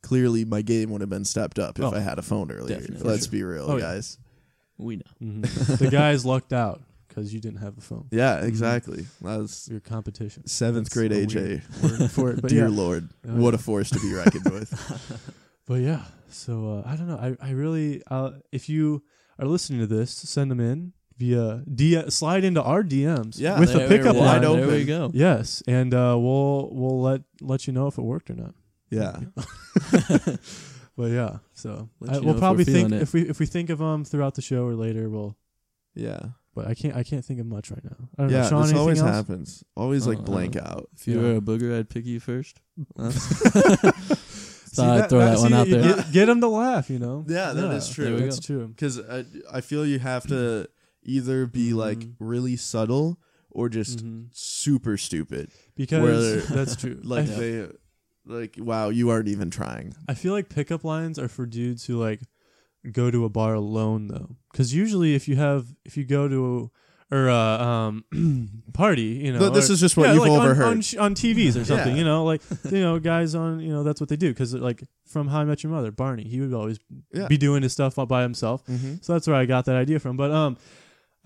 Speaker 1: clearly my game would have been stepped up if
Speaker 2: Oh,
Speaker 1: I had a phone earlier.
Speaker 3: definitely.
Speaker 1: Let's
Speaker 2: Sure.
Speaker 1: be real,
Speaker 2: Oh, yeah.
Speaker 1: guys.
Speaker 3: We know.
Speaker 2: Mhm. the guys lucked out because you didn't have a phone.
Speaker 1: Yeah, exactly. That was
Speaker 2: Your competition.
Speaker 1: seventh
Speaker 2: Mm-hmm. That's
Speaker 1: grade
Speaker 2: a
Speaker 1: AJ.
Speaker 2: weird word for it, but
Speaker 1: Dear
Speaker 2: yeah.
Speaker 1: Lord,
Speaker 2: Oh,
Speaker 1: what a force to be reckoned with.
Speaker 2: But yeah, so uh, I don't know. I I really uh, if you are listening to this, send them in via D- slide into our DMs
Speaker 1: Yeah,
Speaker 2: with a
Speaker 3: There we
Speaker 2: pickup
Speaker 3: go.
Speaker 1: wide
Speaker 2: line.
Speaker 1: open.
Speaker 3: There we go.
Speaker 2: Yes, and uh, we'll we'll let let you know if it worked or not.
Speaker 1: Yeah,
Speaker 2: But yeah, so
Speaker 3: Let
Speaker 2: I,
Speaker 3: you know
Speaker 2: we'll
Speaker 3: if
Speaker 2: probably
Speaker 3: we're
Speaker 2: think
Speaker 3: feeling it.
Speaker 2: if we if we think of them throughout the show or later, we'll.
Speaker 1: yeah,
Speaker 2: But I can't I can't think of much right now. I don't
Speaker 1: yeah.
Speaker 2: know. Sean,
Speaker 1: this
Speaker 2: anything
Speaker 1: always
Speaker 2: else? Oh,
Speaker 1: happens. Always like
Speaker 3: Uh,
Speaker 1: blank out.
Speaker 3: If you
Speaker 2: Yeah.
Speaker 3: were a booger, I'd pick you first. Huh?
Speaker 2: See,
Speaker 3: Thought I'd throw that
Speaker 2: see,
Speaker 3: one out
Speaker 2: you
Speaker 3: there.
Speaker 2: Get, get them to laugh, you know.
Speaker 1: Yeah, that is true.
Speaker 3: There we
Speaker 2: That's true.
Speaker 1: Because I I feel you have to either be like
Speaker 2: Mhm.
Speaker 1: really subtle or just
Speaker 3: Mm-hmm.
Speaker 2: Mhm.
Speaker 1: super stupid.
Speaker 2: Because
Speaker 1: Where-
Speaker 2: that's true.
Speaker 1: Like
Speaker 2: I,
Speaker 1: they, like wow, you aren't even trying.
Speaker 2: I feel like pickup lines are for dudes who like go to a bar alone though, because usually if you have if you go to or uh, um party, you know,
Speaker 1: Th- this
Speaker 2: or-
Speaker 1: is just what you've
Speaker 2: like on-
Speaker 1: overheard.
Speaker 2: on, sh- on, TVs or something.
Speaker 1: Yeah.
Speaker 2: You know, like you know, guys on you know that's what they do because like from How I Met Your Mother, Barney, he would always
Speaker 1: Yeah.
Speaker 2: be doing his stuff all by himself.
Speaker 1: Mm-hmm.
Speaker 2: So that's where I got that idea from. But um,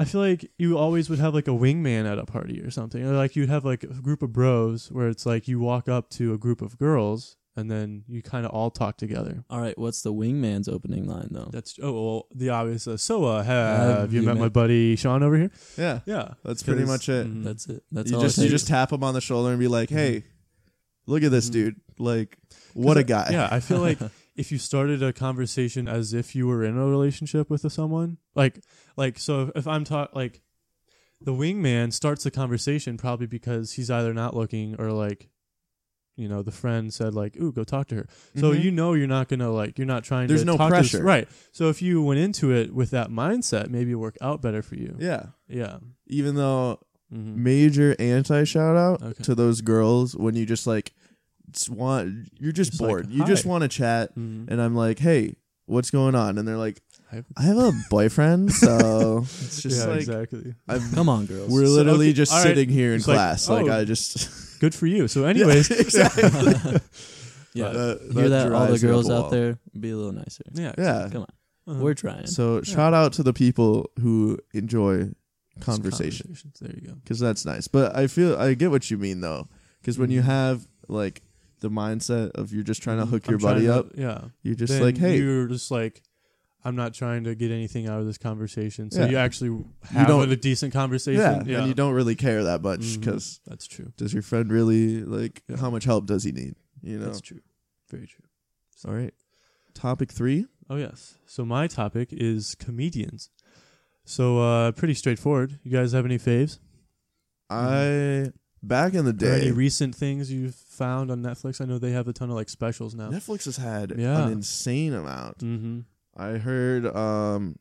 Speaker 2: I feel like you always would have like a wingman at a party or something, or like you'd have like a group of bros where it's like you walk up to a group of girls and then you kind of all talk together.
Speaker 3: All right, what's the wingman's opening line though?
Speaker 2: That's oh well, the obvious. Uh, so uh, have, you, met, my buddy Sean over here?
Speaker 1: Yeah,
Speaker 2: Yeah,
Speaker 1: that's pretty much
Speaker 2: 'Cause-
Speaker 1: it.
Speaker 2: Mhm.
Speaker 3: That's it. That's
Speaker 1: you
Speaker 3: all.
Speaker 1: just
Speaker 3: it
Speaker 1: you
Speaker 3: takes.
Speaker 1: just tap him on the shoulder and be
Speaker 2: Mm-hmm.
Speaker 1: like, hey, look at this
Speaker 2: Mhm.
Speaker 1: dude. Like what a
Speaker 2: I-
Speaker 1: guy.
Speaker 2: Yeah, I feel like if you started a conversation as if you were in a relationship with someone, like like so if I'm taught like the wingman starts the conversation probably because he's either not looking or like you know the friend said like ooh go talk to her. So
Speaker 1: Mhm.
Speaker 2: you know you're not going to like you're not trying
Speaker 1: There's
Speaker 2: to
Speaker 1: no
Speaker 2: talk to this-
Speaker 1: pressure.
Speaker 2: right. So if you went into it with that mindset, maybe it work out better for you.
Speaker 1: yeah.
Speaker 2: Yeah.
Speaker 1: Even though
Speaker 2: Mhm.
Speaker 1: major anti shout out
Speaker 2: Okay.
Speaker 1: to those girls when you just like s- want you're just,
Speaker 2: Just like,
Speaker 1: bored. you just
Speaker 2: "Hi."
Speaker 1: want to chat,
Speaker 2: Mhm.
Speaker 1: and I'm like, hey, what's going on? And they're like,
Speaker 2: I have-
Speaker 1: I have a boyfriend, so it's just
Speaker 2: yeah,
Speaker 1: like
Speaker 2: exactly.
Speaker 1: I'm
Speaker 3: come on, girls.
Speaker 1: We're
Speaker 2: So,
Speaker 1: literally
Speaker 2: okay,
Speaker 1: just
Speaker 2: all right.
Speaker 1: sitting here in
Speaker 2: It's like,
Speaker 1: class. Like,
Speaker 2: oh.
Speaker 1: I just.
Speaker 2: Good for you. So anyways,
Speaker 1: Yeah, exactly.
Speaker 3: yeah.
Speaker 1: That-
Speaker 3: Hear that, all the
Speaker 1: drives me up
Speaker 3: girls
Speaker 1: a
Speaker 3: out
Speaker 1: wall.
Speaker 3: there? Be a little nicer.
Speaker 2: yeah.
Speaker 1: Yeah.
Speaker 3: Come on,
Speaker 2: Uh-huh.
Speaker 3: we're trying.
Speaker 1: So shout out to the people who enjoy
Speaker 2: It's
Speaker 1: conversation
Speaker 2: conversations. There you go.
Speaker 1: because that's nice. But I feel I get what you mean though, because when you
Speaker 2: Mhm.
Speaker 1: have like the mindset of you're just trying to hook
Speaker 2: Mm-hmm. I'm
Speaker 1: your buddy
Speaker 2: trying to-
Speaker 1: up,
Speaker 2: Yeah.
Speaker 1: you're just
Speaker 2: Then
Speaker 1: like, hey, you,
Speaker 2: you're just like, I'm not trying to get anything out of this conversation. So
Speaker 1: Yeah.
Speaker 2: you actually have
Speaker 1: don't-
Speaker 2: a decent conversation.
Speaker 1: yeah, and you don't really care that much
Speaker 2: Mhm.
Speaker 1: because
Speaker 2: That's true.
Speaker 1: does your friend really like
Speaker 2: Yeah.
Speaker 1: how much help does he need? You know.
Speaker 2: That's true. Very true.
Speaker 1: All right. Topic three.
Speaker 2: Oh yes. So my topic is comedians. So uh, pretty straightforward. You guys have any faves? Mm-hmm.
Speaker 1: I back in the
Speaker 2: Or any
Speaker 1: day,
Speaker 2: recent things you've found on Netflix? I know they have a ton of like specials now.
Speaker 1: Netflix has had
Speaker 2: Yeah.
Speaker 1: an insane amount.
Speaker 2: Mm-hmm.
Speaker 1: I heard um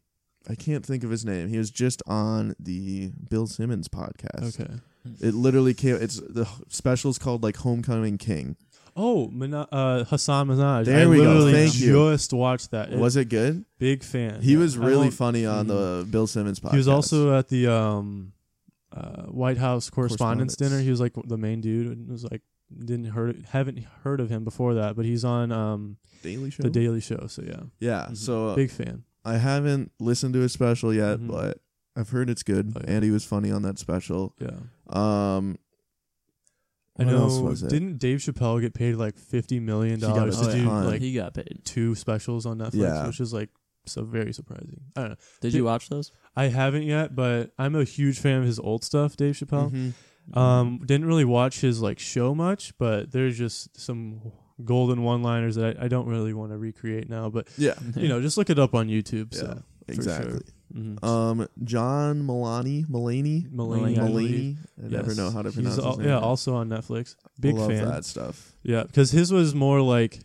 Speaker 1: I can't think of his name. He was just on the Bill Simmons podcast.
Speaker 2: Okay.
Speaker 1: It literally came it's the h- special's called like Homecoming King.
Speaker 2: Oh, Mina- uh, Hassan Minaj.
Speaker 1: There
Speaker 2: I
Speaker 1: we go.
Speaker 2: literally
Speaker 1: Thank you.
Speaker 2: just watched that.
Speaker 1: Was it good?
Speaker 2: big fan.
Speaker 1: He
Speaker 2: Yeah.
Speaker 1: was
Speaker 2: I
Speaker 1: really
Speaker 2: won't-
Speaker 1: funny on the Bill Simmons podcast.
Speaker 2: He was also at the um, uh, White House
Speaker 1: Correspondence.
Speaker 2: correspondence dinner. He was like the main dude, and was like didn't heard haven't heard of him before that, but he's on um
Speaker 1: Daily Show.
Speaker 2: the Daily Show. So yeah,
Speaker 1: yeah,
Speaker 2: Mhm.
Speaker 1: so uh,
Speaker 2: big fan.
Speaker 1: I haven't listened to his special yet,
Speaker 2: Mhm.
Speaker 1: but I've heard it's good
Speaker 2: Oh, yeah.
Speaker 1: and he was funny on that special.
Speaker 2: Yeah,
Speaker 1: Um
Speaker 2: I
Speaker 1: what
Speaker 2: know.
Speaker 1: else was it?
Speaker 2: Didn't Dave Chappelle get paid like fifty million
Speaker 1: He got a
Speaker 2: dollars to do
Speaker 1: ton.
Speaker 2: like
Speaker 3: he got paid.
Speaker 2: two specials on Netflix,
Speaker 1: Yeah.
Speaker 2: which is like so very surprising. I don't know.
Speaker 3: Did
Speaker 2: Did-
Speaker 3: you watch those?
Speaker 2: I haven't yet, but I'm a huge fan of his old stuff, Dave Chappelle.
Speaker 1: mhm.
Speaker 2: Um, didn't really watch his like show much, but there's just some golden one-liners that I, I don't really want to recreate now. But
Speaker 1: Yeah.
Speaker 2: you know, just look it up on YouTube.
Speaker 1: Yeah.
Speaker 2: So
Speaker 1: Exactly.
Speaker 2: mhm.
Speaker 1: Um John Milani Mulaney
Speaker 2: Mulaney,
Speaker 3: Yeah, I
Speaker 1: Mulaney. I never
Speaker 2: Yes.
Speaker 1: know how to
Speaker 2: He's
Speaker 1: pronounce his
Speaker 2: al-
Speaker 1: name.
Speaker 2: yeah, also on Netflix. Big
Speaker 1: love
Speaker 2: fan.
Speaker 1: that stuff.
Speaker 2: Yeah, because his was more like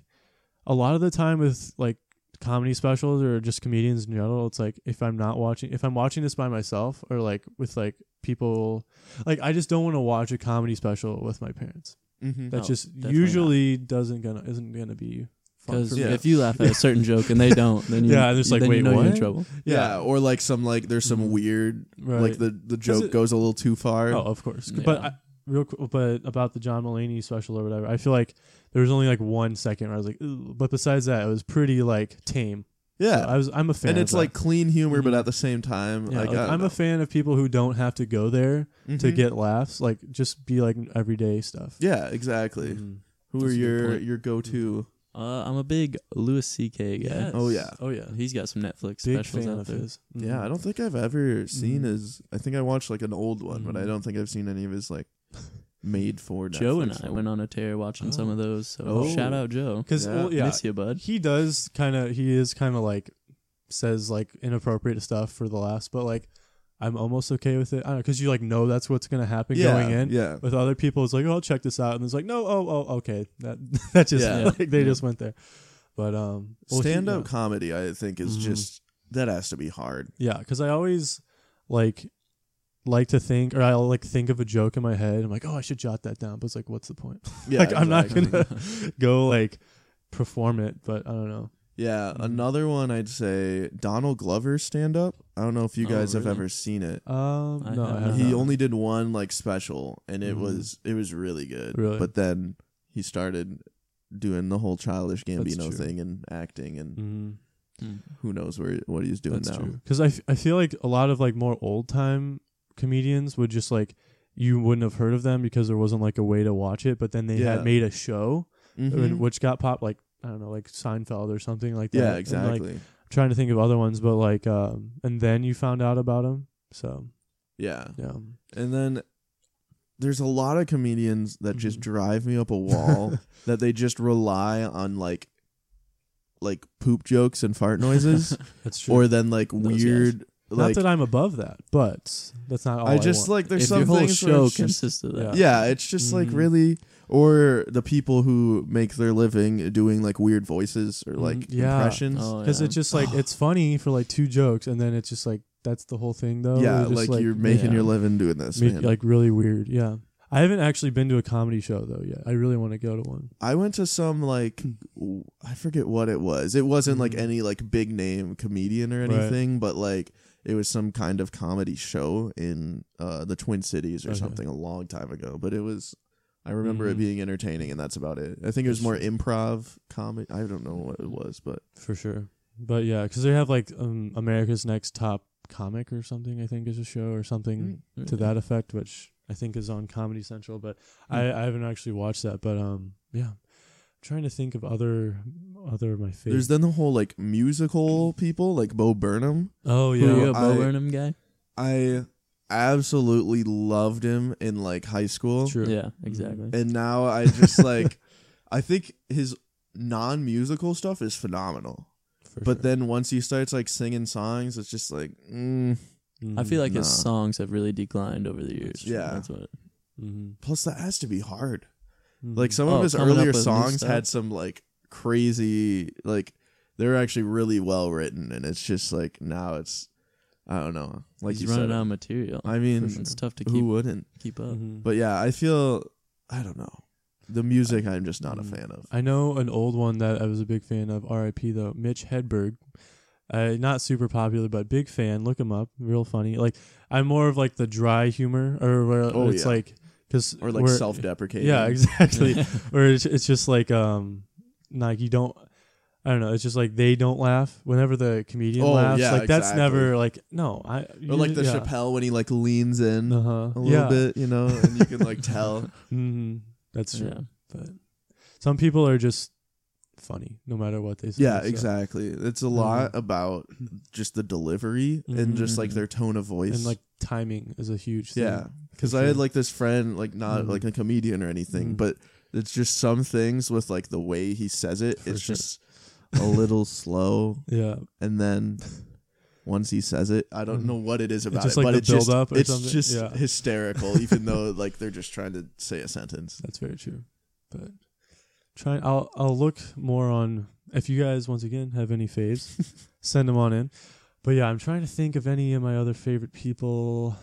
Speaker 2: a lot of the time with like comedy specials or just comedians in general, it's like if I'm not watching, if I'm watching this by myself or like with like people, like I just don't want to watch a comedy special with my parents.
Speaker 1: Mm-hmm.
Speaker 2: That
Speaker 3: No,
Speaker 2: just
Speaker 3: definitely
Speaker 2: usually doesn't gonna isn't gonna be fun for
Speaker 3: Because
Speaker 2: me.
Speaker 1: Yeah.
Speaker 3: if you laugh at a certain joke and they don't, then you,
Speaker 2: Yeah, and it's like,
Speaker 3: then
Speaker 2: wait,
Speaker 3: you know you're
Speaker 2: what?
Speaker 3: in trouble.
Speaker 1: yeah. or like some like there's some
Speaker 2: Mhm.
Speaker 1: weird
Speaker 2: right.
Speaker 1: like the the joke
Speaker 2: it-
Speaker 1: goes a little too far.
Speaker 2: Oh, of course. But
Speaker 3: Yeah.
Speaker 2: I, real, qu- but about the John Mulaney special or whatever, I feel like there was only like one second where I was like, Ooh. but besides that, it was pretty like tame.
Speaker 1: yeah,
Speaker 2: So I was, I'm a fan.
Speaker 1: and
Speaker 2: of
Speaker 1: it's
Speaker 2: that.
Speaker 1: like clean humor, but
Speaker 2: Mhm.
Speaker 1: at the same time,
Speaker 2: Yeah,
Speaker 1: like, uh,
Speaker 2: like,
Speaker 1: I
Speaker 2: I'm a fan of people who don't have to go there to
Speaker 1: Mhm.
Speaker 2: get laughs. Like just be like everyday stuff.
Speaker 1: yeah, exactly.
Speaker 3: Mm.
Speaker 2: Mhm.
Speaker 1: Who are
Speaker 3: That's a good
Speaker 1: your
Speaker 3: point.
Speaker 1: your go to?
Speaker 3: Uh, I'm a big Louis C.K. guy.
Speaker 2: Yes.
Speaker 1: Oh, yeah.
Speaker 2: Oh yeah.
Speaker 3: He's got some Netflix
Speaker 2: Big
Speaker 3: specials
Speaker 2: fan
Speaker 3: out
Speaker 2: of
Speaker 3: there.
Speaker 2: his. Mhm.
Speaker 1: Yeah, I don't think I've ever seen
Speaker 2: Mhm.
Speaker 1: his. I think I watched like an old one, but I
Speaker 2: Mhm.
Speaker 1: don't think I've seen any of his like made for.
Speaker 3: Joe and
Speaker 1: Netflix
Speaker 3: I went on a tear watching some
Speaker 2: Oh.
Speaker 3: of those. So
Speaker 1: Oh.
Speaker 3: shout out Joe.
Speaker 2: Because
Speaker 1: Yeah.
Speaker 2: yeah. Well, yeah,
Speaker 3: Miss you, bud.
Speaker 2: he does kind of. He is kind of like says like inappropriate stuff for the laughs, but like I'm almost okay with it. I don't know because you like know that's what's gonna happen
Speaker 1: yeah,
Speaker 2: going in.
Speaker 1: Yeah,
Speaker 2: With other people, it's like, oh, I'll check this out, and it's like, no, oh, oh, okay, that that just
Speaker 1: Yeah.
Speaker 2: like they
Speaker 3: Yeah.
Speaker 2: just went there, but um, well, he-
Speaker 1: stand up
Speaker 2: yeah.
Speaker 1: comedy. I think is
Speaker 2: Mhm.
Speaker 1: just that has to be hard.
Speaker 2: Yeah, because I always like like to think, or I'll like think of a joke in my head. I'm like, oh, I should jot that down, but it's like, what's the point?
Speaker 1: Yeah,
Speaker 2: like, I'm not
Speaker 1: exactly.
Speaker 2: gonna go like perform it, but I don't know.
Speaker 1: Yeah,
Speaker 2: Mhm.
Speaker 1: another one I'd say Donald Glover stand up. I don't know if you
Speaker 3: Oh,
Speaker 1: guys have
Speaker 3: really?
Speaker 1: ever seen it.
Speaker 2: Um,
Speaker 3: I
Speaker 2: no,
Speaker 3: have
Speaker 2: I
Speaker 3: not.
Speaker 2: have
Speaker 1: he
Speaker 2: not.
Speaker 1: only did one like special, and it
Speaker 2: Mhm.
Speaker 1: was it was really good.
Speaker 2: Really?
Speaker 1: But then he started doing the whole childish Gambino
Speaker 2: true.
Speaker 1: thing and acting, and
Speaker 2: Mhm,
Speaker 3: Mm.
Speaker 1: who knows where what he's doing
Speaker 2: that's
Speaker 1: now.
Speaker 2: true. Because I, f- I feel like a lot of like more old time comedians would just like you wouldn't have heard of them because there wasn't like a way to watch it, but then they
Speaker 1: Yeah.
Speaker 2: had made a show
Speaker 1: Mhm.
Speaker 2: uh, which got popped like. I don't know, like Seinfeld or something like that.
Speaker 1: Yeah,
Speaker 2: And, like,
Speaker 1: exactly.
Speaker 2: trying to think of other ones, but like, um, and then you found out about him. So
Speaker 1: yeah,
Speaker 2: yeah,
Speaker 1: and then there's a lot of comedians that just
Speaker 2: Mhm.
Speaker 1: drive me up a wall that they just rely on like like poop jokes and fart noises,
Speaker 2: that's true.
Speaker 1: or then like
Speaker 3: Those guys.
Speaker 1: weird. Like,
Speaker 2: not that I'm above that, but that's not all I,
Speaker 1: I just
Speaker 2: want.
Speaker 1: like there's
Speaker 3: if
Speaker 1: some
Speaker 3: your whole
Speaker 1: things where
Speaker 3: show
Speaker 1: it's just-
Speaker 3: consists of that,
Speaker 1: yeah, it's just like
Speaker 2: Mhm.
Speaker 1: really or the people who make their living doing like weird voices or like
Speaker 2: Mhm, yeah.
Speaker 1: impressions.
Speaker 3: Oh,
Speaker 2: because
Speaker 3: yeah.
Speaker 2: it's just like it's funny for like two jokes, and then it's just like that's the whole thing though.
Speaker 1: yeah,
Speaker 2: You're Oh, just,
Speaker 1: like, you're making
Speaker 2: yeah,
Speaker 1: your living doing this,
Speaker 2: make-
Speaker 1: man.
Speaker 2: like really weird. Yeah, I haven't actually been to a comedy show though yet. I really want to go to one.
Speaker 1: I went to some like w- I forget what it was. It wasn't like
Speaker 2: Mhm.
Speaker 1: any like big name comedian or
Speaker 2: Right.
Speaker 1: anything, but like it was some kind of comedy show in uh the Twin Cities or
Speaker 2: Okay.
Speaker 1: something a long time ago, but it was I remember it
Speaker 2: Mhm.
Speaker 1: being entertaining and that's about it. I think it was more improv comedy. I don't know what it was, but
Speaker 2: for sure. But yeah, because they have like um, America's Next Top Comic or something. I think is a show or something
Speaker 3: Mm.
Speaker 2: to that effect, which I think is on Comedy Central. But I, I haven't actually watched that. But um, yeah, I'm trying to think of other other of my
Speaker 1: There's
Speaker 2: favorites.
Speaker 1: then the whole like musical people like Bo Burnham.
Speaker 2: oh
Speaker 3: Who
Speaker 2: yeah,
Speaker 3: are you
Speaker 1: Well,
Speaker 3: a Bo
Speaker 1: I-
Speaker 3: Burnham guy?
Speaker 1: I absolutely loved him in like high school.
Speaker 2: true.
Speaker 3: Yeah, exactly.
Speaker 1: Mm-hmm. And now I just like I think his non-musical stuff is phenomenal.
Speaker 2: for
Speaker 1: But
Speaker 2: sure.
Speaker 1: then once he starts like singing songs, it's just like mm.
Speaker 3: I feel like
Speaker 1: Nah.
Speaker 3: his songs have really declined over the years.
Speaker 1: true. Yeah.
Speaker 3: that's what.
Speaker 2: Mhm.
Speaker 1: plus that has to be hard.
Speaker 2: Mhm.
Speaker 1: Like some
Speaker 3: Oh,
Speaker 1: of his
Speaker 3: coming up
Speaker 1: earlier
Speaker 3: with new
Speaker 1: songs
Speaker 3: stuff.
Speaker 1: had some like crazy like they were actually really well written and it's just like now it's I don't know. Like
Speaker 3: he's
Speaker 1: you
Speaker 3: running
Speaker 1: said,
Speaker 3: out of material.
Speaker 1: I mean,
Speaker 2: sure.
Speaker 3: It's tough to
Speaker 1: who
Speaker 3: keep
Speaker 1: wouldn't?
Speaker 3: keep up.
Speaker 2: Mhm.
Speaker 1: But yeah, I feel I don't know. The music I'm just not a
Speaker 2: Mm.
Speaker 1: fan of.
Speaker 2: I know an old one that I was a big fan of. R.I.P. Though Mitch Hedberg, uh, not super popular, but big fan. Look him up, real funny. Like I'm more of like the dry humor, or where
Speaker 1: Oh,
Speaker 2: it's
Speaker 1: yeah.
Speaker 2: like because
Speaker 1: Or like self deprecating.
Speaker 2: Yeah, exactly. or it's, it's just like um, like you don't. I don't know. It's just like they don't laugh whenever the comedian
Speaker 1: Oh,
Speaker 2: laughs.
Speaker 1: yeah,
Speaker 2: like that's
Speaker 1: exactly.
Speaker 2: never like no. I
Speaker 1: Or like the Chappelle when he like leans in
Speaker 2: uh
Speaker 1: a little bit, you know, and you can like tell.
Speaker 2: hmm That's true.
Speaker 3: Yeah.
Speaker 2: But some people are just funny, no matter what they say.
Speaker 1: Yeah,
Speaker 2: so-
Speaker 1: exactly. It's a lot about just the delivery and just like
Speaker 2: Mhm.
Speaker 1: their tone of voice.
Speaker 2: And like timing is a huge thing.
Speaker 1: yeah, because
Speaker 2: for
Speaker 1: I had
Speaker 2: sure.
Speaker 1: like this friend, like not
Speaker 2: Mhm.
Speaker 1: like a comedian or anything,
Speaker 2: Mhm.
Speaker 1: but it's just some things with like the way he says it.
Speaker 2: For
Speaker 1: it's
Speaker 2: sure.
Speaker 1: just a little slow,
Speaker 2: Yeah.
Speaker 1: and then once he says it, I don't
Speaker 2: Mhm.
Speaker 1: know what it is about
Speaker 2: just
Speaker 1: it,
Speaker 2: like
Speaker 1: but
Speaker 2: the
Speaker 1: it's just
Speaker 2: build-up or
Speaker 1: it's
Speaker 2: something?
Speaker 1: just
Speaker 2: Yeah.
Speaker 1: hysterical, even though like they're just trying to say a sentence.
Speaker 2: That's very true. But trying I'll I'll look more on if you guys once again have any faves, send them on in. But yeah, I'm trying to think of any of my other favorite people.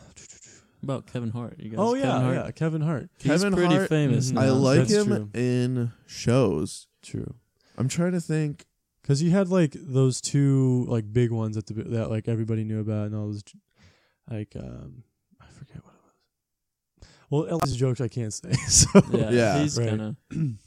Speaker 3: About Kevin Hart. You guys,
Speaker 2: Oh yeah,
Speaker 3: Kevin Hart.
Speaker 2: yeah, Kevin Hart.
Speaker 3: He's
Speaker 1: Kevin
Speaker 3: pretty
Speaker 1: Hart, mm-hmm.
Speaker 3: famous.
Speaker 2: mhm.
Speaker 3: Now.
Speaker 1: I like
Speaker 2: that's
Speaker 1: him
Speaker 2: true.
Speaker 1: in shows.
Speaker 2: True.
Speaker 1: I'm trying to think.
Speaker 2: Because he had like those two like big ones at the bi- that like everybody knew about, and all those j- like um I forget what it was. Well, all these jokes I can't say. So
Speaker 3: Yeah,
Speaker 1: Yeah.
Speaker 3: he's
Speaker 2: Right.
Speaker 3: kind of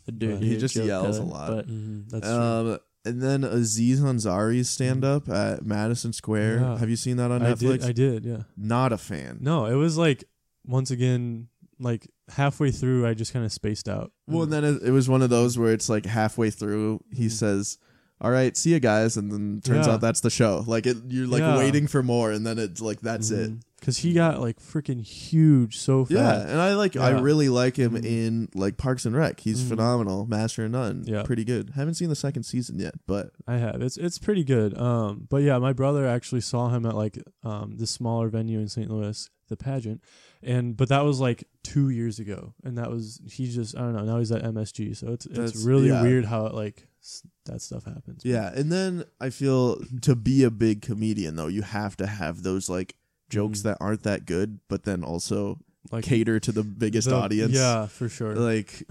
Speaker 3: a dirty.
Speaker 1: He just
Speaker 3: joke
Speaker 1: yells a
Speaker 3: cutter,
Speaker 1: lot.
Speaker 3: But
Speaker 2: Mhm, that's
Speaker 1: Um, and then Aziz Ansari's stand up at Madison Square.
Speaker 2: Yeah.
Speaker 1: Have you seen that on
Speaker 2: true. I
Speaker 1: Netflix?
Speaker 2: did. I did. Yeah.
Speaker 1: Not a fan.
Speaker 2: No, it was like once again like halfway through I just kind of spaced out.
Speaker 1: Well, and then it, it was one of those where it's like halfway through, he
Speaker 2: Mhm.
Speaker 1: says, "All right, see you guys," and then turns
Speaker 2: Yeah.
Speaker 1: out that's the show. Like it, you're like
Speaker 2: Yeah.
Speaker 1: waiting for more, and then it's like that's it.
Speaker 2: Because Mm-hmm. he got like freaking huge so fast.
Speaker 1: Yeah, and I like I
Speaker 2: Mm-hmm. Yeah.
Speaker 1: really like him
Speaker 2: Mhm.
Speaker 1: in like Parks and Rec. He's
Speaker 2: Mhm.
Speaker 1: phenomenal, Master of None.
Speaker 2: Yeah.
Speaker 1: pretty good. Haven't seen the second season yet, but
Speaker 2: I have. It's it's pretty good. Um, but yeah, my brother actually saw him at like um the smaller venue in St. Louis, the pageant, and but that was like two years ago, and that was he just I don't know. Now he's at MSG, so it's
Speaker 1: That's-
Speaker 2: it's really
Speaker 1: yeah.
Speaker 2: weird how it like s- that stuff happens.
Speaker 1: yeah. And then I feel to be a big comedian though, you have to have those like jokes
Speaker 2: Mhm.
Speaker 1: that aren't that good, but then also
Speaker 2: like
Speaker 1: cater to the biggest
Speaker 2: the-
Speaker 1: audience.
Speaker 2: Yeah, for sure.
Speaker 1: like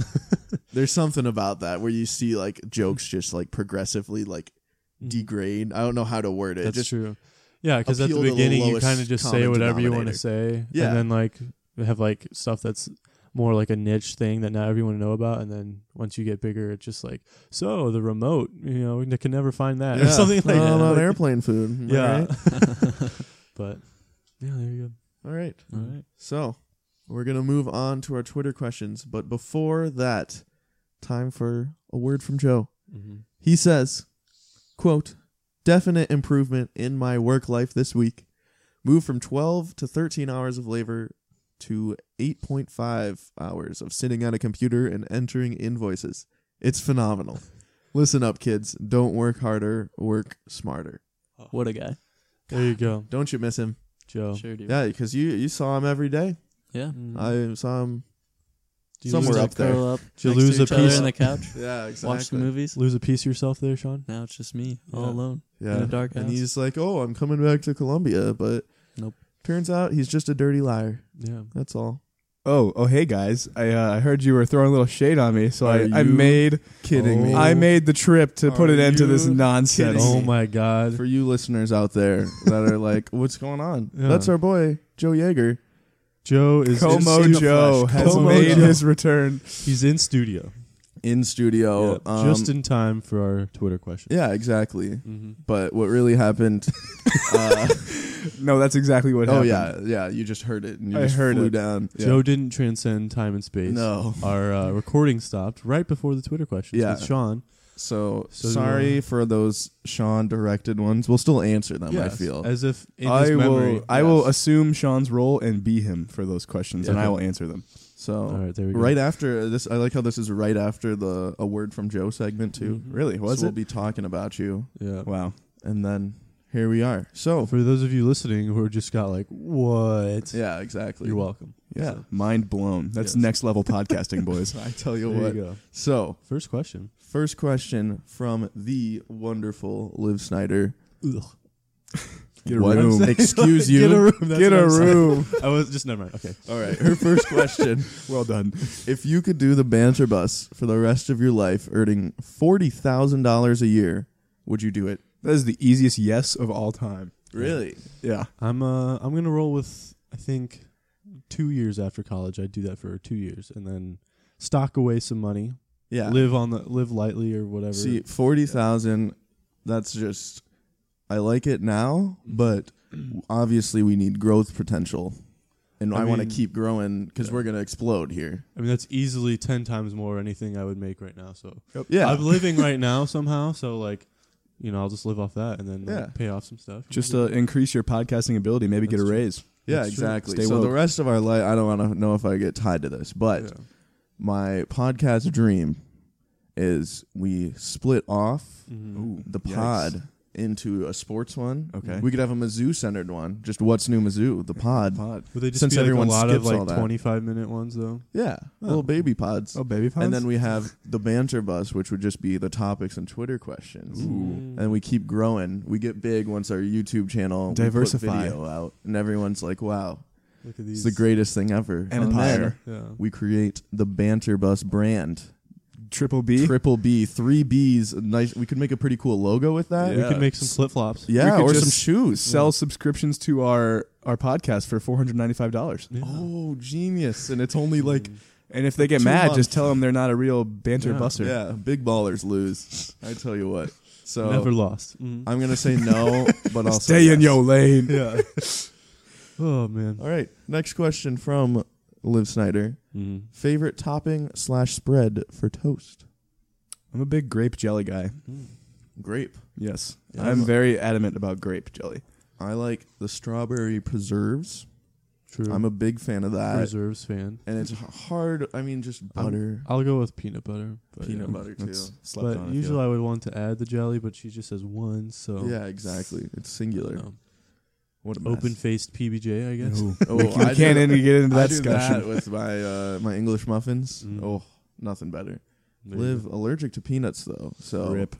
Speaker 1: there's something about that where you see like jokes just like progressively like degrade i don't know how to word it
Speaker 2: Mm. That's
Speaker 1: just
Speaker 2: true. Yeah, because at
Speaker 1: appeal to
Speaker 2: the
Speaker 1: the
Speaker 2: beginning you
Speaker 1: lowest
Speaker 2: kind of just say
Speaker 1: common
Speaker 2: whatever you want to
Speaker 1: denominator.
Speaker 2: say,
Speaker 1: Yeah.
Speaker 2: and then like have like stuff that's more like a niche thing that not everyone know about, and then once you get bigger, it's just like so the remote, you know, we can never find that or
Speaker 1: Yeah.
Speaker 2: something like
Speaker 1: Um,
Speaker 2: that.
Speaker 1: on
Speaker 2: Like,
Speaker 1: airplane food am I
Speaker 2: yeah,
Speaker 1: right?
Speaker 2: but yeah, there you
Speaker 1: all right
Speaker 3: all right.
Speaker 1: so we're gonna move on to our twitter questions but before that time for a word from joe
Speaker 2: go. Mm-hmm.
Speaker 1: he says quote definite improvement in my work life this week moved from 12 to 13 hours of labor to 8.5 hours of sitting at a computer and entering invoices it's phenomenal listen up kids don't work harder work smarter
Speaker 3: What a guy.
Speaker 2: There you go,
Speaker 1: don't you miss him
Speaker 2: Joe.
Speaker 3: Sure do.
Speaker 1: Oh. yeah because you you saw him every day
Speaker 3: Yeah.
Speaker 2: Mm.
Speaker 1: i saw him
Speaker 2: Do you
Speaker 1: somewhere
Speaker 2: lose, a-
Speaker 1: up there.
Speaker 3: Curl up.
Speaker 2: Do you
Speaker 3: next to
Speaker 2: lose a
Speaker 3: each other
Speaker 2: piece-
Speaker 3: on the couch.
Speaker 1: yeah exactly
Speaker 3: Watch the movies.
Speaker 2: lose a piece of yourself there, Sean.
Speaker 3: Now it's just me all
Speaker 2: Yeah.
Speaker 3: alone
Speaker 1: yeah
Speaker 3: in a dark
Speaker 1: and
Speaker 3: house.
Speaker 1: he's like oh i'm coming back to columbia but
Speaker 3: Nope.
Speaker 1: turns out he's just a dirty liar
Speaker 2: Yeah,
Speaker 1: that's all
Speaker 4: Oh, oh, hey guys! I uh, I heard you were throwing a little shade on me, so I,
Speaker 1: Are
Speaker 4: I
Speaker 1: you
Speaker 4: made
Speaker 1: kidding me
Speaker 2: Oh.
Speaker 4: I made the trip to put
Speaker 1: Are
Speaker 4: an end to this
Speaker 1: you kidding
Speaker 4: nonsense.
Speaker 2: oh
Speaker 1: me?
Speaker 2: my God.
Speaker 1: for you listeners out there that are like, "What's going on?"
Speaker 2: Yeah.
Speaker 1: That's our boy Joe Yeager.
Speaker 2: Joe is
Speaker 4: Como
Speaker 2: in,
Speaker 4: Joe has
Speaker 2: Como
Speaker 4: made
Speaker 2: Joe.
Speaker 4: his return.
Speaker 2: he's in studio.
Speaker 1: in studio.
Speaker 2: Yeah,
Speaker 1: um,
Speaker 2: just in time for our Twitter question.
Speaker 1: yeah, exactly.
Speaker 2: Mm-hmm.
Speaker 1: But what really happened? uh,
Speaker 4: No, that's exactly what.
Speaker 1: oh
Speaker 4: happened.
Speaker 1: yeah, yeah. You just heard it, and you
Speaker 4: I
Speaker 1: just
Speaker 4: heard
Speaker 1: flew
Speaker 4: it.
Speaker 1: down. Yeah.
Speaker 2: Joe didn't transcend time and space.
Speaker 1: no.
Speaker 2: Our uh, recording stopped right before the Twitter questions
Speaker 1: Yeah.
Speaker 2: with Sean.
Speaker 1: So,
Speaker 2: So,
Speaker 1: sorry for those Sean directed ones. We'll still answer them. I
Speaker 2: Yes,
Speaker 1: feel.
Speaker 2: As if in
Speaker 4: I
Speaker 2: his memory.
Speaker 4: will. I will
Speaker 1: yes.
Speaker 4: assume Sean's role and be him for those questions,
Speaker 2: Yeah.
Speaker 4: and I will answer them.
Speaker 1: so
Speaker 2: All right, there we go.
Speaker 1: right after this, I like how this is right after the a word from Joe segment too.
Speaker 2: Mhm.
Speaker 4: Really? Was
Speaker 1: so We'll be
Speaker 4: it?
Speaker 1: talking about you,
Speaker 2: Yeah.
Speaker 4: Wow.
Speaker 1: and then here we are. So
Speaker 2: For those of you listening who just got like, what?
Speaker 1: yeah, exactly.
Speaker 2: You're welcome.
Speaker 1: Yeah.
Speaker 4: Mind blown. That's
Speaker 2: Yes.
Speaker 4: next level podcasting, boys.
Speaker 1: I tell you
Speaker 2: There
Speaker 1: what.
Speaker 2: you go.
Speaker 1: So
Speaker 2: First question.
Speaker 1: First question from the wonderful Liv Snyder.
Speaker 2: Ugh.
Speaker 4: Get a
Speaker 1: What?
Speaker 4: room.
Speaker 2: I'm saying-
Speaker 1: Excuse you.
Speaker 2: Get a room. That's
Speaker 4: Get
Speaker 2: what
Speaker 4: a
Speaker 2: I'm saying.
Speaker 4: room.
Speaker 2: I was just never mind. Okay.
Speaker 1: All right, her first question:
Speaker 4: well done.
Speaker 1: If you could do the banter bus for the rest of your life, earning forty thousand dollars a year, would you do it?
Speaker 4: That is the easiest yes of all time.
Speaker 1: Really?
Speaker 4: Yeah.
Speaker 2: I'm uh I'm gonna roll with I think two years after college. I'd do that for two years and then stock away some money.
Speaker 1: Yeah.
Speaker 2: Live on the live lightly or whatever.
Speaker 1: See, forty thousand. That's just. I like it now, but obviously we need growth potential, and I,
Speaker 2: Mm-hmm. I
Speaker 1: want to
Speaker 2: mean-
Speaker 1: keep growing because
Speaker 2: Yeah.
Speaker 1: we're gonna explode here.
Speaker 2: I mean, that's easily ten times more anything I would make right now. So
Speaker 1: Yeah.
Speaker 2: I'm living right now somehow. So like, you know, I'll just live off that and then like,
Speaker 1: Yeah. uh,
Speaker 2: pay off some stuff.
Speaker 4: Just to increase your podcasting ability, maybe
Speaker 2: That's
Speaker 4: get a
Speaker 2: true.
Speaker 4: raise.
Speaker 1: yeah,
Speaker 2: that's true.
Speaker 1: exactly.
Speaker 4: Stay
Speaker 1: so the
Speaker 4: woke.
Speaker 1: rest of our life, I don't want to know if I get tied to this, but.
Speaker 2: Yeah.
Speaker 1: my podcast dream is we split off
Speaker 2: Mhm.
Speaker 4: Ooh,
Speaker 1: the
Speaker 4: yikes.
Speaker 1: pod into a sports one.
Speaker 4: Okay.
Speaker 1: We could have a Mizzou centered one. Just what's new Mizzou, the pod.
Speaker 4: Pod.
Speaker 2: Would they just
Speaker 1: Since
Speaker 2: be like a
Speaker 1: everyone
Speaker 2: lot of
Speaker 1: skips all
Speaker 2: like
Speaker 1: that.
Speaker 2: 25 minute ones though?
Speaker 1: Yeah. Little baby pods.
Speaker 4: Oh, baby pods.
Speaker 1: And then we have the banter bus, which would just be the topics and Twitter questions. And we keep growing. We get big once our YouTube channel we put
Speaker 4: Diversify.
Speaker 1: video out, and everyone's like, "Wow,
Speaker 2: Look at
Speaker 1: it's
Speaker 2: these.
Speaker 1: the greatest thing ever!" And then
Speaker 4: Empire.
Speaker 2: Yeah.
Speaker 1: we create the banter bus brand,
Speaker 4: triple B.
Speaker 1: triple B, three Bs. a Nice. We could make a pretty cool logo with that.
Speaker 2: We
Speaker 4: Yeah.
Speaker 2: could make some flip flops.
Speaker 1: Yeah,
Speaker 4: We could
Speaker 1: or some
Speaker 4: just
Speaker 1: shoes.
Speaker 4: Sell subscriptions to our our podcast for four hundred ninety five dollars.
Speaker 1: Oh, mm-hmm. genius! And it's only like
Speaker 4: And if they get
Speaker 1: Two
Speaker 4: mad,
Speaker 1: months.
Speaker 4: just tell them they're not a real banter
Speaker 2: Yeah.
Speaker 4: buster.
Speaker 1: yeah, big ballers lose. I tell you what. So
Speaker 2: Never lost. Mm.
Speaker 1: I'm gonna say no, but I'll
Speaker 4: Stay
Speaker 1: say
Speaker 4: in
Speaker 1: yes.
Speaker 4: your lane.
Speaker 2: Yeah. oh man.
Speaker 1: All right. Next question from Liv Snyder.
Speaker 2: Mm.
Speaker 1: Favorite topping slash spread for toast?
Speaker 4: I'm a big grape jelly guy.
Speaker 1: Grape.
Speaker 4: Yes,
Speaker 1: Yeah.
Speaker 4: I'm very adamant about grape jelly.
Speaker 1: I like the strawberry preserves.
Speaker 2: True.
Speaker 1: I'm a big fan of that.
Speaker 2: reserves fan.
Speaker 1: And it's hard. I mean, just butter,
Speaker 2: I'll go with peanut butter. But
Speaker 1: peanut
Speaker 2: yeah.
Speaker 1: butter too.
Speaker 4: That's slept
Speaker 2: But
Speaker 4: on, I feel.
Speaker 2: usually I would want to add the jelly, but she just has one, so
Speaker 1: Yeah, exactly. It's singular.
Speaker 4: Oh.
Speaker 2: no.
Speaker 1: What a mess.
Speaker 2: open faced PBJ, I guess.
Speaker 4: Ooh.
Speaker 1: Oh,
Speaker 4: we, we
Speaker 1: I
Speaker 4: can't
Speaker 1: do-
Speaker 4: even get into
Speaker 1: I
Speaker 4: that
Speaker 1: do
Speaker 4: discussion.
Speaker 1: that with my uh, my English muffins.
Speaker 2: Mm.
Speaker 1: Oh, nothing better.
Speaker 2: There you
Speaker 1: Live
Speaker 2: go.
Speaker 1: allergic to peanuts though, so
Speaker 4: Rip.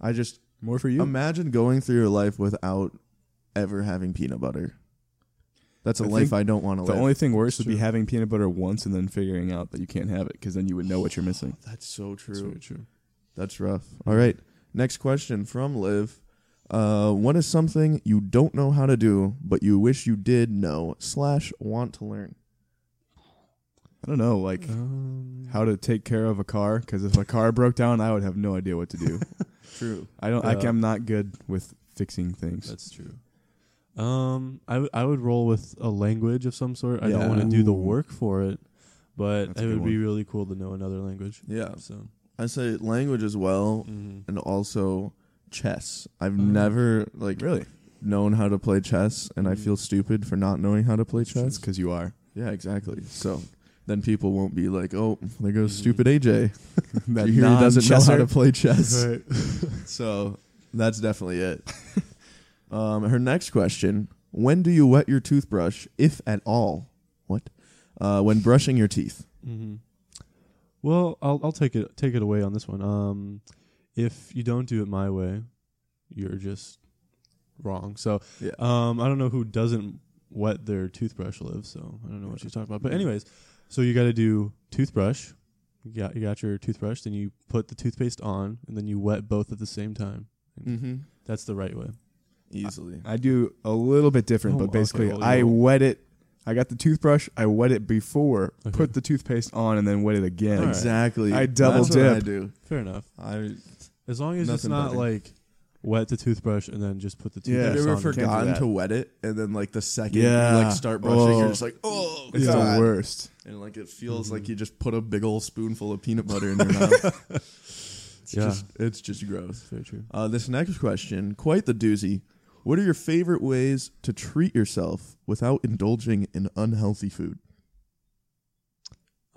Speaker 1: I just
Speaker 4: More for you.
Speaker 1: Imagine going through your life without ever having peanut butter. That's a
Speaker 4: I
Speaker 1: life
Speaker 4: think
Speaker 1: I don't want to
Speaker 4: the
Speaker 1: live.
Speaker 4: only thing worse would be
Speaker 2: True.
Speaker 4: having peanut butter once and then figuring out that you can't have it because then you would know what you're missing.
Speaker 1: That's so true.
Speaker 2: That's very true.
Speaker 1: That's rough. All right. Next question from Liv. Uh, what is something you don't know how to do, but you wish you did know slash want to learn?
Speaker 4: I don't know, like
Speaker 2: Um,
Speaker 4: how to take care of a car because if a car broke down, I would have no idea what to do.
Speaker 1: True.
Speaker 4: I don't. I
Speaker 2: Yeah.
Speaker 4: I, am not good with fixing things.
Speaker 2: That's true. Um, I, w- I would roll with a language of some sort. I don't
Speaker 1: Yeah.
Speaker 2: want to do the
Speaker 4: Ooh.
Speaker 2: work for it, but
Speaker 4: That's a
Speaker 2: it
Speaker 4: good
Speaker 2: would be really cool to know another language.
Speaker 1: Yeah.
Speaker 2: So,
Speaker 1: I say language as well,
Speaker 2: mhm.
Speaker 1: and also chess. I've
Speaker 2: Mm.
Speaker 1: never like
Speaker 4: Mm-hmm. really, Mm-hmm.
Speaker 1: known how to play chess, and I
Speaker 2: Mm.
Speaker 1: feel stupid for not knowing how to play chess.
Speaker 4: that's because you are.
Speaker 1: Yeah, exactly. So then people won't be like, "Oh, there goes
Speaker 2: Mhm.
Speaker 1: stupid AJ.
Speaker 4: That
Speaker 1: he doesn't know how
Speaker 4: Mm-hmm. non-chesser.
Speaker 1: to play chess."
Speaker 2: Right.
Speaker 1: So that's definitely it. um, her next question: When do you wet your toothbrush, if at all? What? Uh, when brushing your teeth?
Speaker 2: hmm Well, I'll I'll take it take it away on this one. Um, if you don't do it my way, you're just wrong. So,
Speaker 1: Yeah.
Speaker 4: Uh,
Speaker 2: um, I don't know who doesn't wet their toothbrush live. So I don't know what she's talking about. But anyways, so you got to do toothbrush. You got you got your toothbrush. Then you put the toothpaste on, and then you wet both at the same time.
Speaker 1: Mm-hmm.
Speaker 2: That's the right way.
Speaker 1: Easily.
Speaker 4: I do a little bit different,
Speaker 2: Oh,
Speaker 4: but
Speaker 2: okay,
Speaker 4: basically
Speaker 2: well,
Speaker 4: I
Speaker 2: you know.
Speaker 4: wet it. I got the toothbrush. I wet it before,
Speaker 2: Okay.
Speaker 4: put the toothpaste on, and then wet it again.
Speaker 2: All right.
Speaker 1: exactly.
Speaker 4: I double
Speaker 1: That's what I
Speaker 4: dip.
Speaker 1: do.
Speaker 2: Fair enough.
Speaker 1: I
Speaker 2: As long as it's
Speaker 1: Nothing
Speaker 2: not
Speaker 1: better.
Speaker 2: like wet the toothbrush and then just put the
Speaker 4: Yeah.
Speaker 1: have
Speaker 2: toothpaste
Speaker 1: you ever
Speaker 2: on.
Speaker 4: do
Speaker 1: forgotten
Speaker 4: that.
Speaker 1: to wet it, and then like the second
Speaker 4: Yeah.
Speaker 1: you like start brushing, you're
Speaker 4: Oh.
Speaker 1: just like, "Oh,
Speaker 4: It's
Speaker 1: God."
Speaker 4: the worst.
Speaker 1: and like it feels
Speaker 2: Mhm.
Speaker 1: like you just put a big old spoonful of peanut butter in your mouth. It's
Speaker 2: Yeah.
Speaker 1: just, it's just gross.
Speaker 2: That's very true.
Speaker 1: Uh, this next question, quite the doozy. What are your favorite ways to treat yourself without indulging in unhealthy food?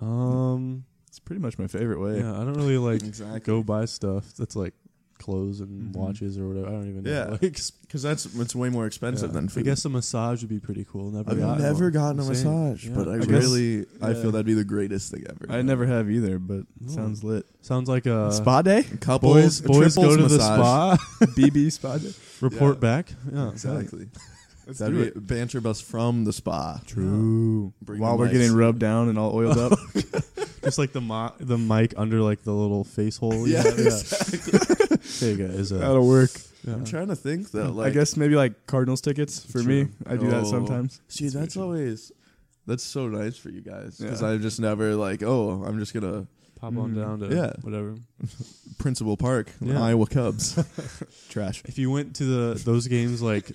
Speaker 2: Um.
Speaker 4: It's pretty much my favorite way.
Speaker 2: Yeah, I don't really like
Speaker 1: Exactly.
Speaker 2: go buy stuff that's like clothes and
Speaker 4: Mhm.
Speaker 2: watches or whatever. I don't even know.
Speaker 1: Yeah,
Speaker 2: Like,
Speaker 1: because that's it's way more expensive
Speaker 2: yeah.
Speaker 1: than food.
Speaker 2: I guess a massage would be pretty cool. Never
Speaker 1: I've
Speaker 2: gotten
Speaker 1: never
Speaker 2: one.
Speaker 1: gotten a
Speaker 2: Same.
Speaker 1: massage,
Speaker 2: Yeah.
Speaker 1: but I,
Speaker 4: I guess-
Speaker 1: really I
Speaker 4: yeah.
Speaker 1: feel that'd be the greatest thing ever.
Speaker 4: I never have either, but it
Speaker 2: Ooh.
Speaker 4: sounds lit.
Speaker 2: sounds like a
Speaker 4: spa day,
Speaker 1: couples
Speaker 2: Boys, uh, boys go
Speaker 1: triples
Speaker 2: to the
Speaker 1: massage.
Speaker 2: spa,
Speaker 4: BB spa day.
Speaker 2: report
Speaker 1: Yeah.
Speaker 2: back. Yeah,
Speaker 1: Exactly.
Speaker 4: Let's
Speaker 1: That'd
Speaker 4: do
Speaker 1: be
Speaker 4: it.
Speaker 1: banter bus from the spa.
Speaker 4: True.
Speaker 1: Bring
Speaker 4: While
Speaker 1: the
Speaker 4: we're
Speaker 1: mics.
Speaker 4: getting rubbed down and all oiled up,
Speaker 2: just like the mo- the mic under like the little face hole. you
Speaker 1: Yeah,
Speaker 2: have. There you go. Is a,
Speaker 4: that'll work.
Speaker 2: yeah.
Speaker 1: Oh, I'm trying to think though. Like
Speaker 4: I guess maybe like Cardinals tickets for me.
Speaker 1: True.
Speaker 4: I do that
Speaker 1: Oh.
Speaker 4: sometimes.
Speaker 1: See,
Speaker 4: It's
Speaker 1: that's
Speaker 4: very
Speaker 1: always that's so nice for you guys because
Speaker 4: Yeah.
Speaker 1: I've just never like, oh, I'm just gonna
Speaker 2: pop on
Speaker 4: Mm.
Speaker 2: down to
Speaker 1: Mm-hmm. Yeah.
Speaker 2: whatever.
Speaker 1: Principal Park,
Speaker 2: Yeah.
Speaker 1: Iowa Cubs.
Speaker 4: Trash.
Speaker 2: If you went to the those games like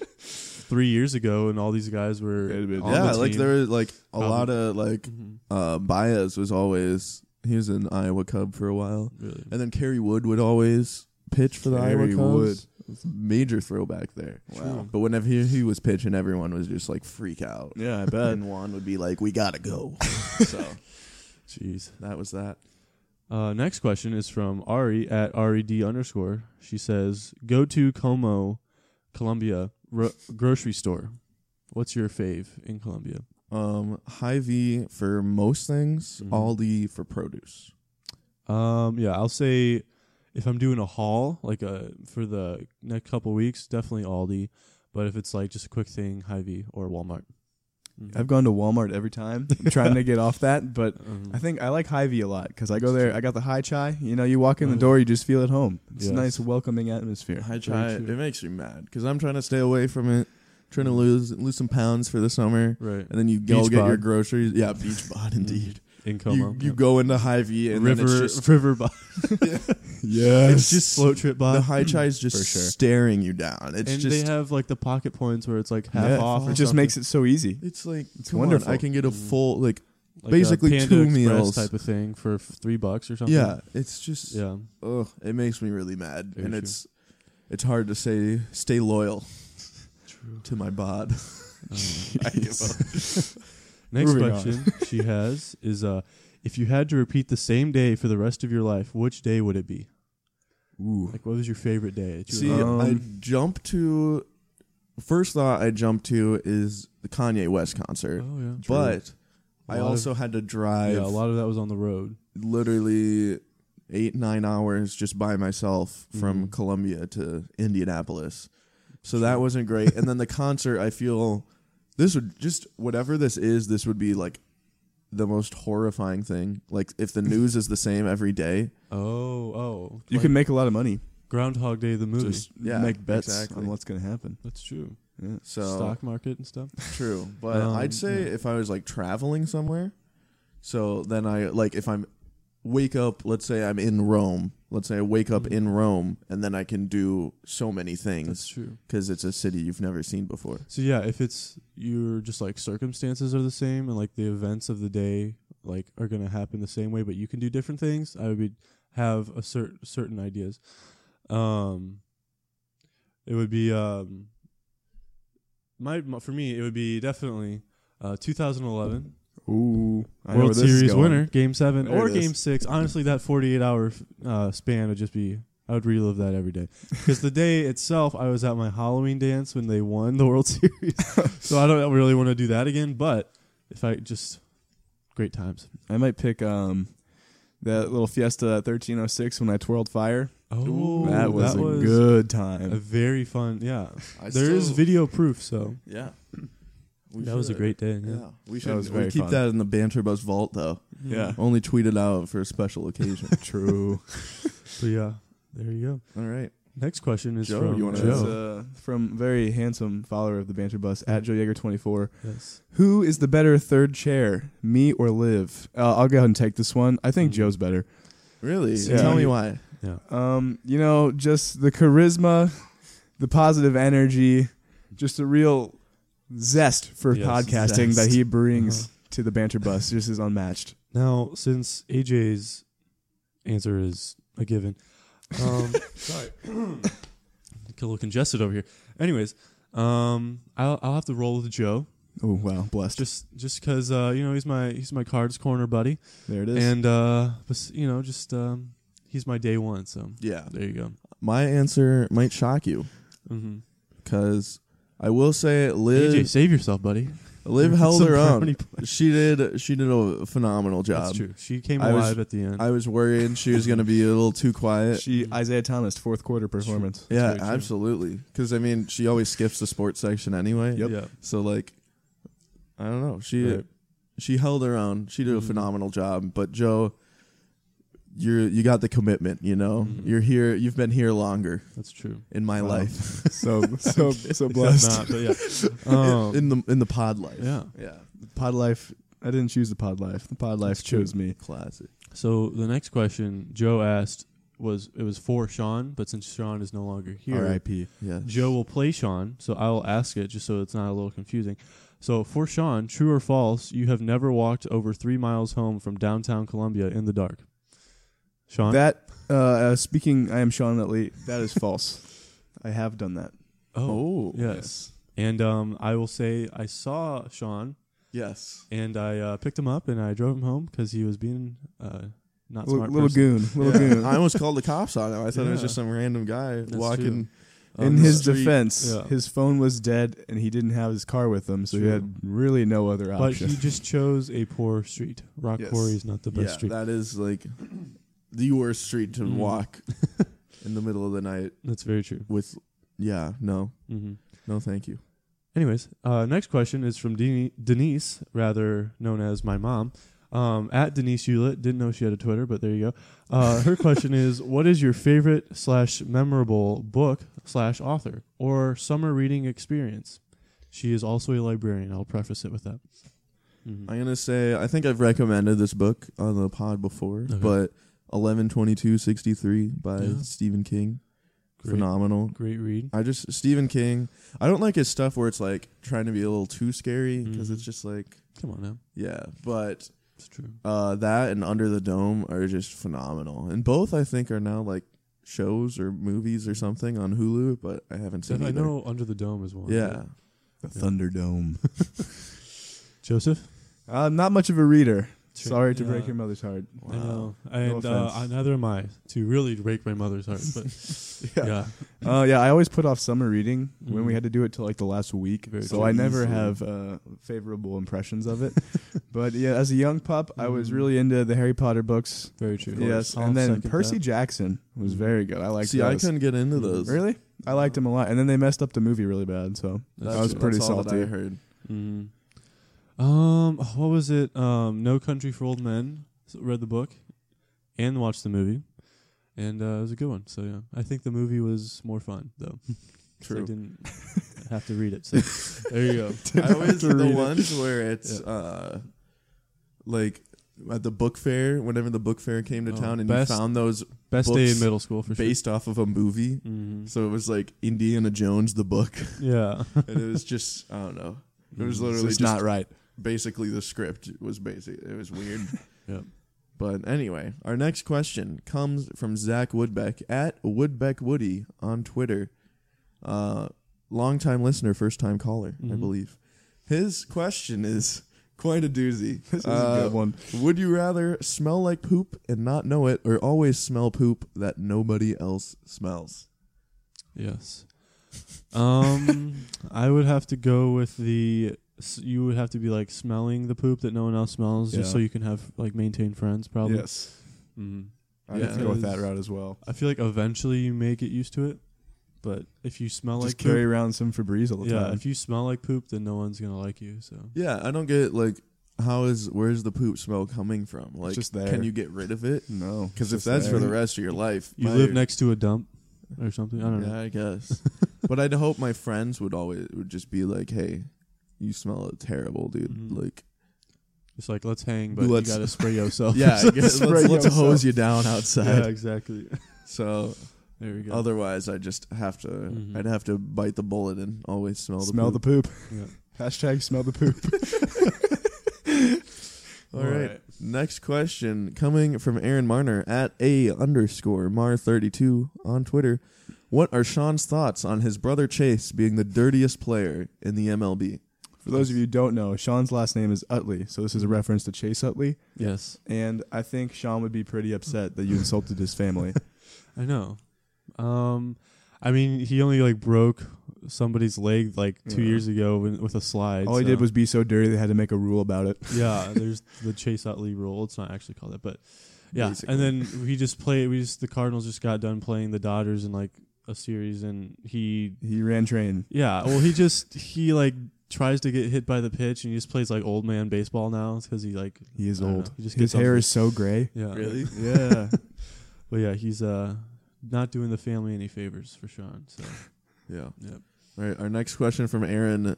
Speaker 2: three years ago and all these guys were
Speaker 4: It'd been-
Speaker 2: on
Speaker 1: yeah,
Speaker 2: the
Speaker 1: like
Speaker 2: team,
Speaker 1: there was like a
Speaker 4: Um,
Speaker 2: Probably.
Speaker 1: lot of like
Speaker 2: Mhm.
Speaker 1: uh, Baez was always he was an Iowa Cub for a while,
Speaker 2: really
Speaker 1: and then Kerry Wood would always pitch for the Iowa
Speaker 4: Kerry
Speaker 1: Cubs.
Speaker 4: Wood.
Speaker 1: It's a Major throwback there.
Speaker 4: Wow.
Speaker 1: But whenever he, he was pitching, everyone was just like freak out.
Speaker 4: Yeah, I bet.
Speaker 1: And Juan would be like, "We gotta go." so
Speaker 2: Jeez.
Speaker 1: that was that.
Speaker 2: Uh, next question is from Ari at red underscore. She says, "Go to Como, Columbia ro- grocery store. What's your fave in Columbia?
Speaker 1: Um, High V for most things,
Speaker 2: Mhm.
Speaker 1: Aldi for produce.
Speaker 2: Um, yeah, I'll say if I'm doing a haul, like a for the next couple weeks, definitely Aldi. But if it's like just a quick thing, Hy-Vee or Walmart.
Speaker 4: I've gone to Walmart every time. I'm trying to get off that, but
Speaker 2: Mhm.
Speaker 4: I think I like Hy-Vee a lot because I go there. I got the high chai. You know, you walk in the
Speaker 2: Mhm.
Speaker 4: door, you just feel at home. It's
Speaker 2: Yes.
Speaker 4: a nice, welcoming atmosphere.
Speaker 1: I try. It
Speaker 2: true.
Speaker 1: makes me mad because I'm trying to stay away from it, trying to lose lose some pounds for the summer,
Speaker 2: right
Speaker 1: and then you go
Speaker 2: Beach
Speaker 1: get your
Speaker 2: bod.
Speaker 1: groceries. Yeah, beach bod indeed.
Speaker 2: in Como.
Speaker 1: You, you go into High V and
Speaker 2: river
Speaker 1: then it's just
Speaker 2: river by.
Speaker 1: yes,
Speaker 2: It's just slow trip by.
Speaker 1: the high chai is just
Speaker 4: For sure.
Speaker 1: staring you down. It's
Speaker 2: and
Speaker 1: just
Speaker 2: they have like the pocket points where it's like half
Speaker 1: Yeah.
Speaker 2: off. Or
Speaker 4: It just
Speaker 2: something.
Speaker 4: makes it so easy.
Speaker 1: it's like
Speaker 4: It's
Speaker 1: come
Speaker 4: wonderful.
Speaker 1: On, I can get a
Speaker 2: Mhm.
Speaker 1: full like
Speaker 2: Like a
Speaker 1: basically
Speaker 2: Panda
Speaker 1: two
Speaker 2: Express
Speaker 1: meals.
Speaker 2: type of thing for f- three bucks or something.
Speaker 1: yeah. It's just
Speaker 2: yeah.
Speaker 1: ugh, it makes me really mad,
Speaker 2: I
Speaker 1: and
Speaker 2: get you.
Speaker 1: it's it's hard to say stay loyal to my bod. I give up.
Speaker 2: Next
Speaker 4: Moving on.
Speaker 2: question she has is uh, if you had to repeat the same day for the rest of your life, which day would it be?
Speaker 4: Ooh.
Speaker 2: Like, what was your favorite day? that you
Speaker 1: See,
Speaker 2: remember?
Speaker 1: I
Speaker 4: Um,
Speaker 1: jump to first thought I jump to is the Kanye West concert,
Speaker 2: oh yeah,
Speaker 1: but
Speaker 2: A
Speaker 1: I
Speaker 2: lot of-
Speaker 1: also had to drive
Speaker 2: yeah, a lot of that was on the road.
Speaker 1: literally eight nine hours just by myself from
Speaker 2: Mhm.
Speaker 1: Columbia to Indianapolis, so that wasn't great. and then the concert, I feel this would just whatever this is, this would be like the most horrifying thing. Like if the news is the same every day,
Speaker 2: Oh, oh,
Speaker 4: You
Speaker 2: like
Speaker 4: can make a lot of money.
Speaker 2: Groundhog Day the movie.
Speaker 4: Just
Speaker 1: Yeah,
Speaker 4: make bets
Speaker 1: exactly.
Speaker 4: on what's going to happen.
Speaker 2: That's true.
Speaker 4: Yeah.
Speaker 1: so
Speaker 2: Stock market and stuff.
Speaker 1: True, but
Speaker 2: Um,
Speaker 1: I'd say
Speaker 2: yeah.
Speaker 1: if I was like traveling somewhere, so then I like if I'm wake up. Let's say I'm in Rome. Let's say I wake up
Speaker 2: Mhm.
Speaker 1: in Rome, and then I can do so many
Speaker 2: That's
Speaker 1: things
Speaker 2: true.
Speaker 1: because it's a city you've never seen before.
Speaker 2: So yeah, if it's your just like circumstances are the same and like the events of the day like are gonna happen the same way, but you can do different things, I would have a certain certain ideas. Um, it would be um, my my- for me it would be definitely uh 2011
Speaker 4: Ooh. I know where
Speaker 2: World
Speaker 4: this is
Speaker 2: Series
Speaker 4: going.
Speaker 2: winner, Game Seven
Speaker 1: There
Speaker 2: or
Speaker 1: it is.
Speaker 2: Game Six. Honestly, that 48 hour uh, span would just be. I would relive that every day because the day itself, I was at my Halloween dance when they won the World Series.
Speaker 4: Oh.
Speaker 2: so I don't really want to do that again. But if I just great times.
Speaker 4: I might pick um that little fiesta at 1306 when I twirled fire.
Speaker 1: Ooh,
Speaker 4: that was
Speaker 1: that
Speaker 4: a good
Speaker 2: a
Speaker 4: time.
Speaker 2: very fun. Yeah,
Speaker 1: I
Speaker 2: there is video proof. So
Speaker 1: Yeah,
Speaker 2: that was a great day.
Speaker 1: Yeah,
Speaker 2: Yeah.
Speaker 1: we
Speaker 4: That
Speaker 1: should
Speaker 4: was
Speaker 1: we
Speaker 4: very
Speaker 1: keep
Speaker 4: fun.
Speaker 1: that in the banter bus vault though.
Speaker 4: Yeah.
Speaker 1: Only tweet it out for a special occasion.
Speaker 4: True.
Speaker 2: But yeah, there you go.
Speaker 1: All right,
Speaker 2: Next question is
Speaker 1: Joe,
Speaker 2: from
Speaker 1: you wanna-
Speaker 4: That's,
Speaker 2: Joe.
Speaker 4: uh, from very handsome follower of the banter bus at Joe Yeager 24.
Speaker 2: yes.
Speaker 4: Who is the better third chair, me or Liv? Uh, I'll go ahead and take this one. I think
Speaker 2: Mhm.
Speaker 4: Joe's better.
Speaker 1: really?
Speaker 4: Yeah.
Speaker 1: Tell me why.
Speaker 4: Um, you know, just the charisma, the positive energy, just a real zest for
Speaker 2: Yes,
Speaker 4: podcasting
Speaker 2: zest. Uh-huh.
Speaker 4: that he brings to the banter bus. Just is unmatched.
Speaker 2: Now, since AJ's answer is a given, um, sorry, Get a little congested over here. Anyways, um, I'll, I'll have to roll with Joe
Speaker 4: Oh wow, blessed.
Speaker 2: just just because uh, you know he's my he's my cards corner buddy,
Speaker 4: There it is.
Speaker 2: and uh, bes- you know just um, he's my day one. So
Speaker 1: Yeah,
Speaker 2: there you go.
Speaker 1: my answer might shock you
Speaker 2: Mm-hmm.
Speaker 1: because I will say Liv
Speaker 2: AJ, save yourself, buddy.
Speaker 1: Liv held
Speaker 2: Some
Speaker 1: her own.
Speaker 2: brownie points.
Speaker 1: She did. She did a phenomenal job.
Speaker 2: That's true. She came
Speaker 1: I was-
Speaker 2: alive at the end.
Speaker 1: I was worried she was going to be a little too quiet.
Speaker 4: she Isaiah Thomas fourth quarter performance.
Speaker 1: yeah,
Speaker 2: very true.
Speaker 1: absolutely. Because I mean, she always skips the sports section anyway.
Speaker 2: Yeah.
Speaker 1: So like, I don't know. She
Speaker 2: Right.
Speaker 1: she held her own. She did a
Speaker 2: Mhm.
Speaker 1: phenomenal job. But Joe, you're you got the commitment. You know,
Speaker 2: Mhm.
Speaker 1: you're here. You've been here longer
Speaker 2: That's true.
Speaker 1: in my
Speaker 4: Wow.
Speaker 1: life,
Speaker 4: So so so
Speaker 2: Except
Speaker 4: blessed.
Speaker 2: not, but yeah. Um,
Speaker 1: in the in the pod life.
Speaker 2: yeah.
Speaker 1: yeah.
Speaker 4: Pod life. I didn't choose the pod life. The pod life
Speaker 2: That's true.
Speaker 4: chose me.
Speaker 1: Classic.
Speaker 2: So the next question Joe asked was it was for Sean, but since Sean is no longer here,
Speaker 4: R.I.P.
Speaker 1: Yeah.
Speaker 2: Joe will play Sean. So I will ask it just so it's not a little confusing. So for Sean, true or false, you have never walked over three miles home from downtown Columbia in the dark. Sean,
Speaker 4: That uh, uh, speaking, I am Sean Utley. That is false. I have done that.
Speaker 2: oh, yes. and um, I will say I saw Sean
Speaker 1: Yes.
Speaker 2: and I uh, picked him up and I drove him home because he was being uh, not
Speaker 4: L-
Speaker 2: smart
Speaker 4: little
Speaker 2: person.
Speaker 4: goon, little
Speaker 1: Yeah,
Speaker 4: goon.
Speaker 1: I almost called the cops on him. I thought it was
Speaker 2: Yeah.
Speaker 1: just some random guy
Speaker 3: That's
Speaker 1: walking.
Speaker 2: Oh,
Speaker 3: on
Speaker 4: In
Speaker 3: the
Speaker 4: his
Speaker 1: street.
Speaker 4: defense,
Speaker 2: Yeah.
Speaker 4: his phone was dead and he didn't have his car with him, so he
Speaker 2: True.
Speaker 4: had really no other
Speaker 2: But
Speaker 4: option.
Speaker 2: he just chose a poor street. Rock
Speaker 1: Yes.
Speaker 2: Quarry is not the best
Speaker 1: yeah,
Speaker 2: street.
Speaker 1: that is like the worst street to
Speaker 2: Mm.
Speaker 1: walk in the middle of the night
Speaker 2: That's very true.
Speaker 1: with. Yeah, no,
Speaker 2: hmm
Speaker 1: no, thank you.
Speaker 2: Anyways, uh, next question is from Deni- Denise, rather known as my mom. Um, at Denise Hewlett, didn't know she had a Twitter, but there you go. Uh, her question is, what is your favorite slash memorable book slash author or summer reading experience? She is also a librarian. I'll preface it with that. Mhm.
Speaker 1: I'm gonna say I think I've recommended this book on the pod before,
Speaker 2: Okay.
Speaker 1: but eleven twenty two sixty three by
Speaker 2: Yeah.
Speaker 1: Stephen King,
Speaker 2: Great,
Speaker 1: phenomenal.
Speaker 2: great read.
Speaker 1: I just Stephen King. I don't like his stuff where it's like trying to be a little too scary because
Speaker 2: Mhm.
Speaker 1: it's just like
Speaker 2: Come on now,
Speaker 1: yeah, but
Speaker 2: it's true.
Speaker 1: uh, that and Under the Dome are just phenomenal, and both I think are now like shows or movies or something on Hulu, but I haven't seen
Speaker 2: I
Speaker 1: either.
Speaker 2: know Under the Dome is one.
Speaker 1: Yeah,
Speaker 4: the Thunderdome.
Speaker 2: Joseph.
Speaker 4: I'm Uh, not much of a reader.
Speaker 2: Sure.
Speaker 4: Sorry to
Speaker 2: Yeah.
Speaker 4: break your mother's heart.
Speaker 2: I know, and uh,
Speaker 4: offense.
Speaker 2: I- neither am I. To really break my mother's heart, but
Speaker 4: Yeah.
Speaker 2: yeah,
Speaker 4: Uh, yeah, I always put off summer reading when we
Speaker 2: Mhm.
Speaker 4: had to do it till like the last week,
Speaker 2: Very
Speaker 4: so
Speaker 2: true.
Speaker 4: I never
Speaker 2: Easily.
Speaker 4: have uh, favorable impressions of it. but yeah, as a young pup, I
Speaker 2: Mm.
Speaker 4: was really into the Harry Potter books.
Speaker 2: very true.
Speaker 4: Yes,
Speaker 1: I'll
Speaker 4: and then
Speaker 1: second
Speaker 4: Percy
Speaker 1: that.
Speaker 4: Jackson
Speaker 2: Mm.
Speaker 4: was very good. I liked.
Speaker 1: see,
Speaker 4: those. Mm-hmm.
Speaker 1: I couldn't get into those.
Speaker 4: really. I liked him a lot, and then they messed up the movie really bad. So
Speaker 2: That's
Speaker 4: I was
Speaker 2: true.
Speaker 4: pretty
Speaker 1: That's all that
Speaker 4: salty.
Speaker 1: I heard.
Speaker 2: Mm. Um, what was it? Um, No Country for Old Men. So read the book and watched the movie, and uh, it was a good one. So yeah, I think the movie was more fun though. 'cause I
Speaker 1: True.
Speaker 2: didn't have to read it. So there you go.
Speaker 1: I always
Speaker 4: to
Speaker 1: the
Speaker 4: read it.
Speaker 1: ones where it's uh, like at the book fair. Whenever the book fair came to
Speaker 2: Oh,
Speaker 1: town, and you
Speaker 2: best
Speaker 1: found those
Speaker 2: Best day in
Speaker 1: Books
Speaker 2: middle school for sure.
Speaker 1: based off of a movie.
Speaker 2: hmm
Speaker 1: So it was like Indiana Jones the book,
Speaker 2: Yeah.
Speaker 1: and it was just I don't know. It was
Speaker 2: Mhm.
Speaker 1: literally
Speaker 4: It's just
Speaker 1: just
Speaker 4: not right.
Speaker 1: basically the script was basic. It was weird.
Speaker 2: Yep.
Speaker 1: But anyway, our next question comes from Zach Woodbeck at Woodbeck Woody on Twitter. Uh, long time listener, first time caller, I
Speaker 4: Mm-hmm.
Speaker 2: Mhm.
Speaker 1: believe. His question is quite a doozy.
Speaker 4: This is a
Speaker 1: Uh,
Speaker 4: good one.
Speaker 1: Would you rather smell like poop and not know it, or always smell poop that nobody else smells?
Speaker 2: Yes. Um, I would have to go with the. s- You would have to be like smelling the poop that no one else smells, just
Speaker 4: Yeah.
Speaker 2: so you can have like maintain friends. Probably.
Speaker 4: Yes,
Speaker 1: Mm-hmm.
Speaker 2: Mhm.
Speaker 4: I would have to go with that
Speaker 2: Because-
Speaker 4: route as well.
Speaker 2: I feel like eventually you may get used to it, but if you smell
Speaker 4: Just
Speaker 2: like poop,
Speaker 4: carry around some Febreze all the
Speaker 2: yeah,
Speaker 4: time.
Speaker 2: if you smell like poop, then no one's gonna like you. So
Speaker 1: Yeah, I don't get like how is where's the poop smell coming from? Like,
Speaker 4: just there.
Speaker 1: can you get rid of it?
Speaker 4: no,
Speaker 1: Because if
Speaker 4: just
Speaker 1: that's
Speaker 4: there.
Speaker 1: for the rest of your life,
Speaker 2: you
Speaker 1: my-
Speaker 2: live next to a dump or something. I don't know.
Speaker 1: Yeah, I guess. but I'd hope my friends would always would just be like, "Hey, you smell terrible, dude."
Speaker 2: Mhm.
Speaker 1: Like,
Speaker 2: It's like let's hang, but
Speaker 1: Let's-
Speaker 2: you gotta spray yourself.
Speaker 1: yeah, I guess
Speaker 4: Spray
Speaker 1: let's, let's
Speaker 4: yourself.
Speaker 1: hose you down
Speaker 2: yeah,
Speaker 1: outside.
Speaker 2: exactly.
Speaker 1: So
Speaker 2: There we go.
Speaker 1: otherwise, I just have to.
Speaker 2: Mhm.
Speaker 1: I'd have to bite the bullet and always smell the
Speaker 4: smell the
Speaker 1: poop.
Speaker 4: poop.
Speaker 2: Yeah.
Speaker 4: Hashtag smell the poop.
Speaker 1: All right. Next question coming from Aaron Marner at a underscore mar thirty two on Twitter. What are Sean's thoughts on his brother Chase being the dirtiest player in the MLB?
Speaker 4: For those of you who don't know, Sean's last name is Utley, so this is a reference to Chase Utley.
Speaker 2: Yes,
Speaker 4: And I think Sean would be pretty upset that you insulted his family.
Speaker 2: I know. Um, I mean, he only like broke somebody's leg like two
Speaker 4: Yeah.
Speaker 2: years ago when, with a slide.
Speaker 4: All he
Speaker 2: so-
Speaker 4: did was be so dirty they had to make a rule about it.
Speaker 2: yeah, there's the Chase Utley rule. It's not actually called that, but yeah.
Speaker 1: Basically.
Speaker 2: And then we just play. We just the Cardinals just got done playing the Dodgers in like a series, and he
Speaker 4: He ran train.
Speaker 2: yeah. Well, he just he like tries to get hit by the pitch, and he just plays like old man baseball now because he like
Speaker 4: He is
Speaker 2: I don't
Speaker 4: old.
Speaker 2: know. He just
Speaker 4: his
Speaker 2: gets on
Speaker 4: hair
Speaker 2: the-
Speaker 4: is so gray.
Speaker 2: yeah
Speaker 4: Yeah.
Speaker 2: But yeah, he's uh not doing the family any favors for Sean. So
Speaker 1: Yeah.
Speaker 2: Yep.
Speaker 1: All right. Our next question from Aaron,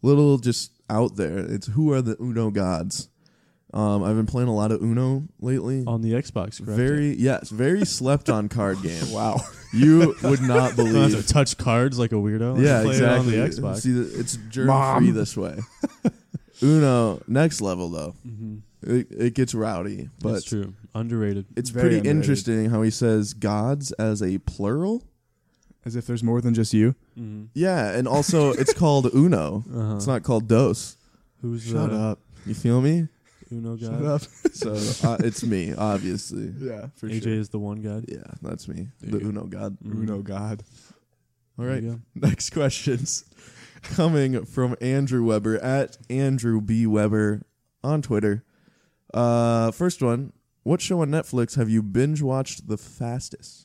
Speaker 1: little just out there. It's who are the Uno gods? Um, I've been playing a lot of Uno lately.
Speaker 2: on the Xbox, correct?
Speaker 1: very yes, very slept on card game. wow, you would not
Speaker 2: You don't have
Speaker 1: believe.
Speaker 2: to touch cards like a weirdo.
Speaker 1: yeah,
Speaker 2: Play
Speaker 1: exactly.
Speaker 2: It on the Xbox.
Speaker 1: See, it's germ free this way. Uno, next level though.
Speaker 2: mm-hmm.
Speaker 1: It, it gets rowdy, but
Speaker 2: That's true. Underrated.
Speaker 1: it's
Speaker 4: Very
Speaker 1: pretty
Speaker 4: underrated.
Speaker 1: interesting how he says gods as a plural.
Speaker 4: As if there's more than just you.
Speaker 2: hmm
Speaker 1: Yeah, and also it's called Uno.
Speaker 2: Uh-huh.
Speaker 1: It's not called Dos.
Speaker 2: Who's
Speaker 4: Shut
Speaker 2: the,
Speaker 4: up.
Speaker 1: Uh, You feel me?
Speaker 2: Uno guy.
Speaker 4: Shut up.
Speaker 1: So uh, it's me, obviously.
Speaker 4: Yeah.
Speaker 1: For
Speaker 2: AJ
Speaker 1: sure.
Speaker 2: is the one guy.
Speaker 1: Yeah, that's me.
Speaker 2: There
Speaker 1: the
Speaker 2: you
Speaker 1: Uno God.
Speaker 2: Mm.
Speaker 4: Uno God.
Speaker 1: All
Speaker 2: There
Speaker 1: right.
Speaker 2: you go.
Speaker 1: Next questions coming from Andrew Weber at Andrew B Weber on Twitter. Uh, first one: What show on Netflix have you binge watched the fastest?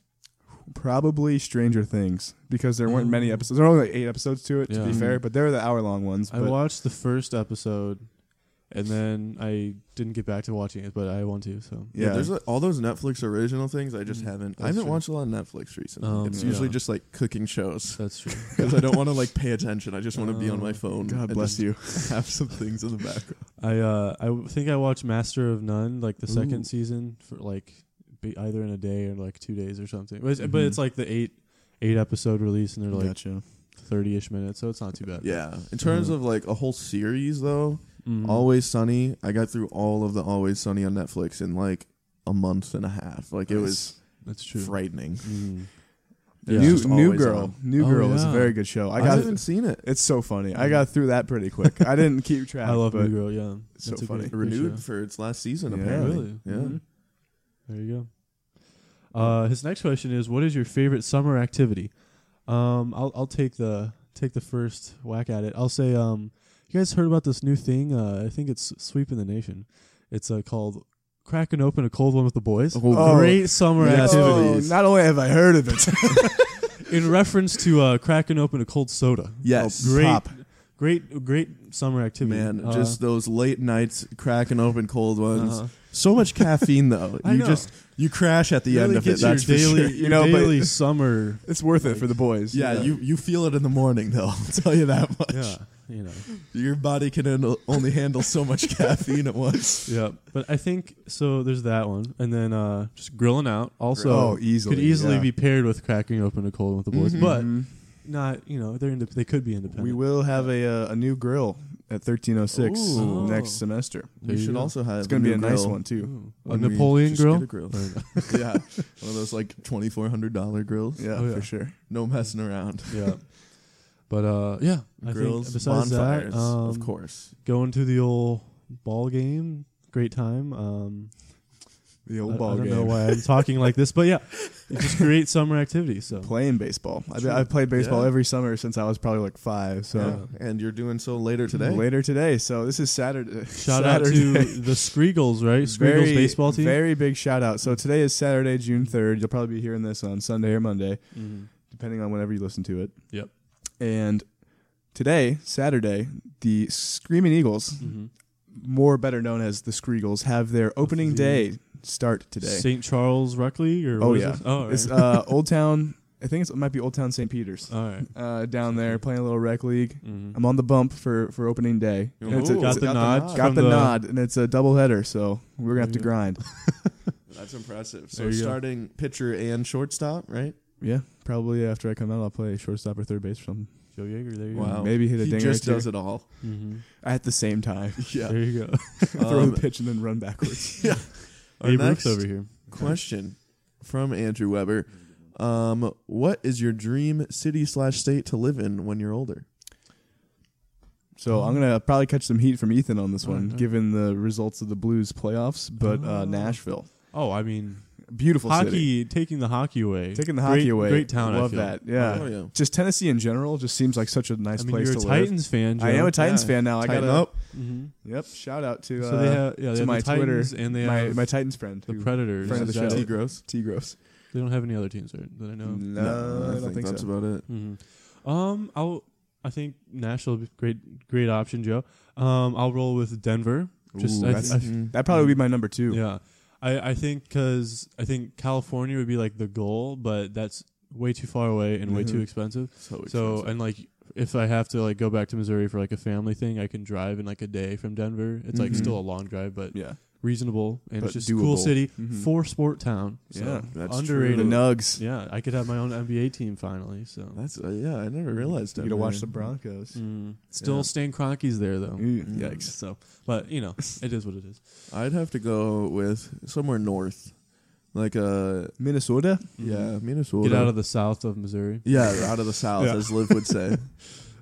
Speaker 4: Probably Stranger Things because there weren't
Speaker 1: Mm.
Speaker 4: many
Speaker 2: Oh.
Speaker 4: episodes. There were only like eight episodes to it, to be
Speaker 2: Yeah.
Speaker 4: fair, but they were the hour long ones.
Speaker 2: I
Speaker 4: but
Speaker 2: watched the first episode, and then I didn't get back to watching it, but I want to. So
Speaker 1: Yeah,
Speaker 4: Yeah.
Speaker 1: there's like, all those Netflix original things. I just
Speaker 2: Mm,
Speaker 1: haven't. I
Speaker 2: that's
Speaker 1: haven't
Speaker 2: true.
Speaker 1: watched a lot of Netflix recently.
Speaker 2: Um,
Speaker 1: it's usually
Speaker 2: yeah.
Speaker 1: just like cooking shows
Speaker 2: that's true.
Speaker 1: because I don't want to like pay attention. I just want to be on my
Speaker 2: Oh,
Speaker 1: phone.
Speaker 4: God
Speaker 1: and
Speaker 4: bless
Speaker 1: just
Speaker 4: you.
Speaker 1: Have some things in the background.
Speaker 2: I uh, I w- think I watched Master of None like the
Speaker 1: Ooh.
Speaker 2: second season for like be either in a day or like two days or something. But it's, but
Speaker 4: Mhm.
Speaker 2: it's like the eight eight episode release, and they're like
Speaker 4: Gotcha.
Speaker 2: thirty ish minutes, so it's not too bad.
Speaker 1: Yeah. In terms
Speaker 2: Mm-hmm.
Speaker 1: of like a whole series though,
Speaker 2: Mhm.
Speaker 1: Always Sunny. I got through all of the Always Sunny on Netflix in like a month and a half. Like it was
Speaker 2: that's true.
Speaker 1: frightening.
Speaker 2: Mm.
Speaker 1: Yeah.
Speaker 4: New
Speaker 1: Just
Speaker 4: New
Speaker 1: always
Speaker 4: Girl.
Speaker 1: on.
Speaker 4: New
Speaker 2: Oh,
Speaker 4: Girl is a
Speaker 2: yeah. Mm.
Speaker 4: very good show. I
Speaker 1: I,
Speaker 4: got
Speaker 1: haven't seen it.
Speaker 4: It's so funny. I got through that pretty quick. I didn't keep track.
Speaker 2: I love
Speaker 4: but
Speaker 2: New Girl. Yeah,
Speaker 4: it's so
Speaker 2: That's a
Speaker 4: funny.
Speaker 2: great- great show.
Speaker 1: Renewed for its last season,
Speaker 4: Yeah.
Speaker 1: apparently.
Speaker 2: Really?
Speaker 1: Yeah.
Speaker 2: Mhm. There you go. Uh, his next question is, "What is your favorite summer activity?" Um, I'll I'll take the take the first whack at it. I'll say, um, you guys heard about this new thing? Uh, I think it's sweeping the nation. It's uh, called cracking open a cold one with the boys.
Speaker 1: Oh,
Speaker 2: Great summer
Speaker 1: yes.
Speaker 2: activity.
Speaker 4: Oh, not only have I heard of it,
Speaker 2: In reference to uh, cracking open a cold soda.
Speaker 1: Yes.
Speaker 2: Great,
Speaker 4: Pop.
Speaker 2: great, great summer activity.
Speaker 1: Man,
Speaker 2: Uh,
Speaker 1: just those late nights cracking open cold ones.
Speaker 2: uh-huh.
Speaker 1: So much caffeine though.
Speaker 2: I
Speaker 1: you
Speaker 2: know.
Speaker 1: just you crash at the
Speaker 2: Really
Speaker 1: end of it.
Speaker 2: gets your
Speaker 1: That's for
Speaker 2: daily,
Speaker 1: sure.
Speaker 2: your
Speaker 4: You know, but-
Speaker 2: daily summer.
Speaker 4: it's worth it for the boys.
Speaker 1: Yeah, you you feel it in the morning though. I'll tell you that much.
Speaker 2: Yeah, you know.
Speaker 1: Your body can handle, only handle so much caffeine at once.
Speaker 2: Yeah, but I think so. There's that one, and then uh, just grilling out also
Speaker 4: Oh, easily,
Speaker 2: could easily
Speaker 4: yeah.
Speaker 2: be paired with cracking open a cold with the boys,
Speaker 1: Mhm.
Speaker 4: Mm-hmm.
Speaker 2: but not. You know, they're ind- they could be independent.
Speaker 4: we will have a uh, a new grill at 1306
Speaker 3: Ooh.
Speaker 4: next semester.
Speaker 2: There
Speaker 1: We
Speaker 2: you
Speaker 1: should
Speaker 2: go.
Speaker 1: also have
Speaker 4: It's going to be a
Speaker 1: new
Speaker 4: nice
Speaker 1: grill
Speaker 4: one too.
Speaker 2: a
Speaker 1: when we
Speaker 2: Napoleon
Speaker 1: just
Speaker 2: grill.
Speaker 1: get a grill. yeah, one of those like twenty four hundred dollar grills.
Speaker 4: Yeah,
Speaker 2: Oh, yeah.
Speaker 4: for sure.
Speaker 1: No messing around.
Speaker 2: yeah, but uh, yeah, I
Speaker 1: Grills,
Speaker 2: think besides
Speaker 1: bonfires,
Speaker 2: that, um,
Speaker 1: of course.
Speaker 2: going to the old ball game, great time. Um,
Speaker 4: The
Speaker 2: I,
Speaker 4: old
Speaker 2: I
Speaker 4: ball
Speaker 2: don't
Speaker 4: game.
Speaker 2: know why I'm talking like this, but yeah, it's just great summer activity. So
Speaker 4: Playing baseball. I've,
Speaker 1: True.
Speaker 4: I've played baseball
Speaker 1: Yeah.
Speaker 4: every summer since I was probably like five. So
Speaker 1: So and you're doing so later today.
Speaker 4: later today. So this is Saturday.
Speaker 2: shout
Speaker 4: Saturday.
Speaker 2: out to the Screagles, right? Screagles
Speaker 4: Very-
Speaker 2: baseball team.
Speaker 4: Very big shout out. So today is Saturday, June 3rd. You'll probably be hearing this on Sunday or Monday.
Speaker 2: Mhm.
Speaker 4: depending on whenever you listen to it.
Speaker 2: Yep.
Speaker 4: And today, Saturday, the Screaming Eagles,
Speaker 2: Mhm.
Speaker 4: more better known as the Screagles, have their opening
Speaker 2: the-
Speaker 4: day start today.
Speaker 2: St. Charles Ruckley or
Speaker 4: Oh,
Speaker 2: what is
Speaker 4: yeah.
Speaker 2: this? Oh, all right.
Speaker 4: It's uh, Old Town. I think it's, it might be Old Town St. Peter's
Speaker 2: all right.
Speaker 4: uh, down there playing a little rec league.
Speaker 2: Mm-hmm.
Speaker 4: I'm on the bump for, for opening day. And it's a-
Speaker 1: Ooh.
Speaker 2: got
Speaker 4: it's a-
Speaker 2: the nod.
Speaker 4: got
Speaker 2: from
Speaker 4: the, nod, and it's a doubleheader, so we're gonna have to
Speaker 2: Yeah.
Speaker 4: grind.
Speaker 1: That's impressive. So
Speaker 2: There you go.
Speaker 1: starting pitcher and shortstop, right?
Speaker 4: Yeah, probably after I come out, I'll play shortstop or third base or something.
Speaker 2: Joe Yeager. There you
Speaker 1: Wow.
Speaker 4: Mm, Maybe hit a
Speaker 1: he
Speaker 4: dinger
Speaker 1: just
Speaker 4: or two.
Speaker 1: does it all.
Speaker 2: go. Mm-hmm.
Speaker 4: at the same time.
Speaker 1: Yeah.
Speaker 2: There you go.
Speaker 4: Throw
Speaker 1: Um,
Speaker 4: the pitch and then run backwards.
Speaker 1: our
Speaker 2: Abe
Speaker 1: next
Speaker 2: Ruth's over here.
Speaker 1: question from Andrew Weber. Um, what is your dream city slash state to live in when you're older?
Speaker 4: So I'm gonna probably catch some heat from Ethan on this one,
Speaker 2: Alright,
Speaker 4: given the results of the Blues playoffs. But uh,
Speaker 2: Oh.
Speaker 4: Nashville,
Speaker 2: Oh, I mean,
Speaker 4: beautiful
Speaker 2: hockey
Speaker 4: city,
Speaker 2: taking the hockey away.
Speaker 4: taking the
Speaker 2: Great-
Speaker 4: hockey away.
Speaker 2: Great town.
Speaker 4: love
Speaker 2: I feel.
Speaker 4: that. Yeah.
Speaker 1: Oh, yeah.
Speaker 4: just Tennessee in general just seems like such a nice
Speaker 2: I mean,
Speaker 4: place
Speaker 2: you're a
Speaker 4: to
Speaker 2: Titans fan.
Speaker 4: live.
Speaker 2: Joe.
Speaker 4: I am a Titans
Speaker 1: Yeah.
Speaker 4: fan now. I
Speaker 1: Tighten
Speaker 4: gotta
Speaker 1: up.
Speaker 2: Mm-hmm.
Speaker 4: Yep. Shout out to uh,
Speaker 2: so they have yeah, they
Speaker 4: to
Speaker 2: have
Speaker 4: my
Speaker 2: the Titans
Speaker 4: Twitter,
Speaker 2: and they
Speaker 4: my
Speaker 2: have
Speaker 4: my Titans friend,
Speaker 2: the
Speaker 4: who-
Speaker 2: Predators.
Speaker 4: friend of
Speaker 2: Is
Speaker 4: the
Speaker 2: that
Speaker 4: show.
Speaker 2: it?
Speaker 1: T Gross?
Speaker 4: T Gross.
Speaker 2: They don't have any other teams right, that I know.
Speaker 4: No,
Speaker 2: of.
Speaker 4: I don't think,
Speaker 1: that's
Speaker 4: so.
Speaker 1: about it.
Speaker 2: Mhm. Um, I'll I think Nashville would be great great option, Joe. Um, I'll roll with Denver. Just
Speaker 1: Ooh,
Speaker 2: I,
Speaker 1: that's-
Speaker 2: I,
Speaker 1: mm.
Speaker 4: That probably would be my number two.
Speaker 2: Yeah, I I think because I think California would be like the goal, but that's way too far away and way
Speaker 4: Mhm.
Speaker 2: too expensive.
Speaker 1: so
Speaker 2: So
Speaker 1: expensive.
Speaker 2: and like if I have to like go back to Missouri for like a family thing, I can drive in like a day from Denver. It's like
Speaker 1: Mhm.
Speaker 2: still a long drive, but
Speaker 4: Yeah.
Speaker 2: reasonable and
Speaker 4: But
Speaker 2: it's just a cool
Speaker 4: doable.
Speaker 2: city
Speaker 4: Mhm.
Speaker 2: for sport town. So
Speaker 4: Yeah,
Speaker 1: that's
Speaker 2: underrated.
Speaker 4: The
Speaker 1: true.
Speaker 4: Nugs.
Speaker 2: Yeah, I could have my own NBA team finally. So
Speaker 1: That's uh, yeah. I never realized.
Speaker 4: You gotta
Speaker 1: Denver-
Speaker 4: watch the Broncos.
Speaker 2: Mm. still
Speaker 1: Yeah.
Speaker 2: Stan Kroenke's there though.
Speaker 4: Ooh,
Speaker 1: Mm.
Speaker 4: yikes.
Speaker 2: So, but you know, it is what it is.
Speaker 1: I'd have to go with somewhere north, like uh,
Speaker 4: Minnesota.
Speaker 1: yeah, Minnesota.
Speaker 2: Get out of the south of Missouri.
Speaker 1: yeah, out of the south,
Speaker 4: Yeah.
Speaker 1: as Liv would say.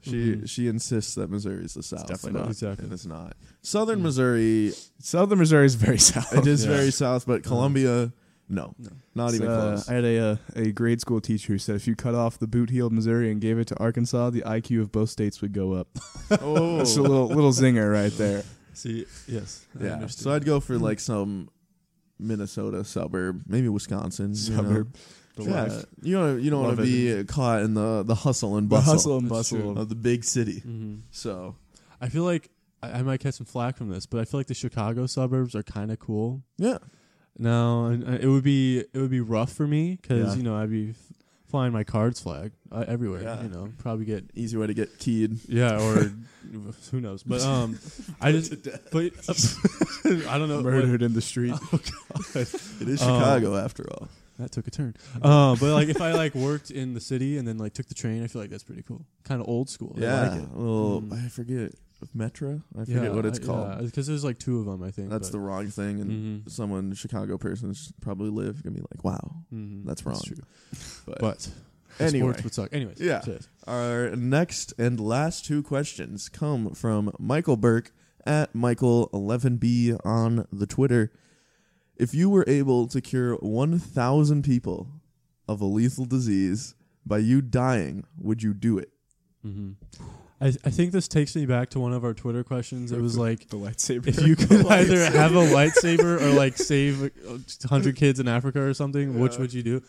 Speaker 1: She
Speaker 2: Mhm.
Speaker 1: she insists that Missouri's the South.
Speaker 4: definitely
Speaker 1: and
Speaker 4: not.
Speaker 1: it-
Speaker 2: Exactly.
Speaker 1: And it's not. Southern
Speaker 2: Mhm.
Speaker 1: Missouri,
Speaker 4: Southern Missouri is very south.
Speaker 1: it is
Speaker 2: yeah.
Speaker 1: very South, but Columbia, no,
Speaker 3: No.
Speaker 1: not even
Speaker 4: Uh,
Speaker 1: close.
Speaker 4: I had a uh, a grade school teacher who said if you cut off the boot heel of Missouri and gave it to Arkansas, the IQ of both states would go up.
Speaker 1: oh,
Speaker 4: That's a little little zinger right there.
Speaker 2: See, yes. I
Speaker 1: yeah.
Speaker 2: understood.
Speaker 1: So I'd go for like some Minnesota suburb, maybe Wisconsin
Speaker 4: Suburb.
Speaker 1: You
Speaker 2: The
Speaker 1: know? Yeah,
Speaker 2: life.
Speaker 1: you don't you don't want
Speaker 4: Love
Speaker 1: to be caught in the the hustle and
Speaker 4: The
Speaker 1: bustle
Speaker 4: hustle and
Speaker 2: That's true.
Speaker 4: bustle. Of,
Speaker 1: of the big city.
Speaker 2: Mhm.
Speaker 1: So
Speaker 2: I feel like I, I might catch some flack from this, but I feel like the Chicago suburbs are kind of cool.
Speaker 1: yeah,
Speaker 2: No, and uh, it would be it would be rough for me because
Speaker 1: Yeah.
Speaker 2: you know I'd be f- flying my cards flag uh, everywhere.
Speaker 1: Yeah.
Speaker 2: You know, probably get
Speaker 1: easy way to get keyed.
Speaker 2: yeah or who knows. But um, I just but I don't know what-
Speaker 4: murdered in the street.
Speaker 1: It is
Speaker 2: Um,
Speaker 1: Chicago after all.
Speaker 2: that took a turn. Uh, but like if I like worked in the city and then like took the train, I feel like that's pretty cool. Kind of old school.
Speaker 1: Yeah,
Speaker 2: I like it.
Speaker 1: well,
Speaker 2: Mm.
Speaker 1: I forget Metro. I forget what it's called.
Speaker 2: because there's like two of them. I think
Speaker 1: That's the wrong thing, and
Speaker 2: Mhm.
Speaker 1: someone Chicago person's probably live gonna be like, "Wow."
Speaker 2: mm
Speaker 1: that's wrong.
Speaker 2: true.
Speaker 1: But,
Speaker 2: But
Speaker 1: anyway,
Speaker 2: sports would suck. Anyways,
Speaker 1: Yeah.
Speaker 2: that's it.
Speaker 1: our next and last two questions come from Michael Burke at Michael Eleven B on the Twitter. If you were able to cure one thousand people of a lethal disease by you dying, would you do it?
Speaker 2: hmm I, I think this takes me back to one of our Twitter questions. It was like,
Speaker 4: the lightsaber.
Speaker 2: if you could either have a lightsaber or like save uh, 100 kids in Africa or something, which would you do?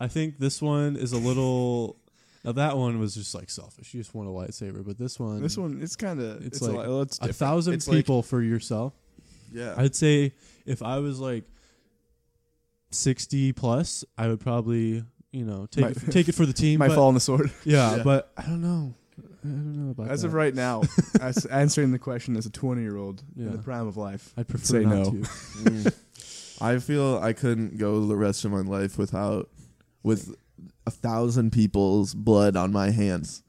Speaker 2: I think this one is a little. Now that one was just like selfish. You just want a lightsaber, but this one,
Speaker 4: this one, it's kind of
Speaker 2: It's
Speaker 4: it's,
Speaker 2: like
Speaker 4: like a, lot- it's
Speaker 2: a
Speaker 4: different.
Speaker 2: thousand
Speaker 4: It's like-
Speaker 2: people for yourself.
Speaker 1: Yeah,
Speaker 2: I'd say if I was like 60 plus, I would probably you know take
Speaker 4: Might-
Speaker 2: it, take it for the team.
Speaker 4: might
Speaker 2: but-
Speaker 4: fall on the sword.
Speaker 2: Yeah,
Speaker 1: Yeah.
Speaker 2: but I don't know. I don't know about
Speaker 4: As
Speaker 2: that.
Speaker 4: of right now, as answering the question as a 20 year old
Speaker 2: Yeah.
Speaker 4: in the prime of life.
Speaker 2: I'd prefer
Speaker 4: Say
Speaker 2: not
Speaker 4: no.
Speaker 2: to.
Speaker 1: Mm. I feel I couldn't go the rest of my life without with a thousand people's blood on my hands.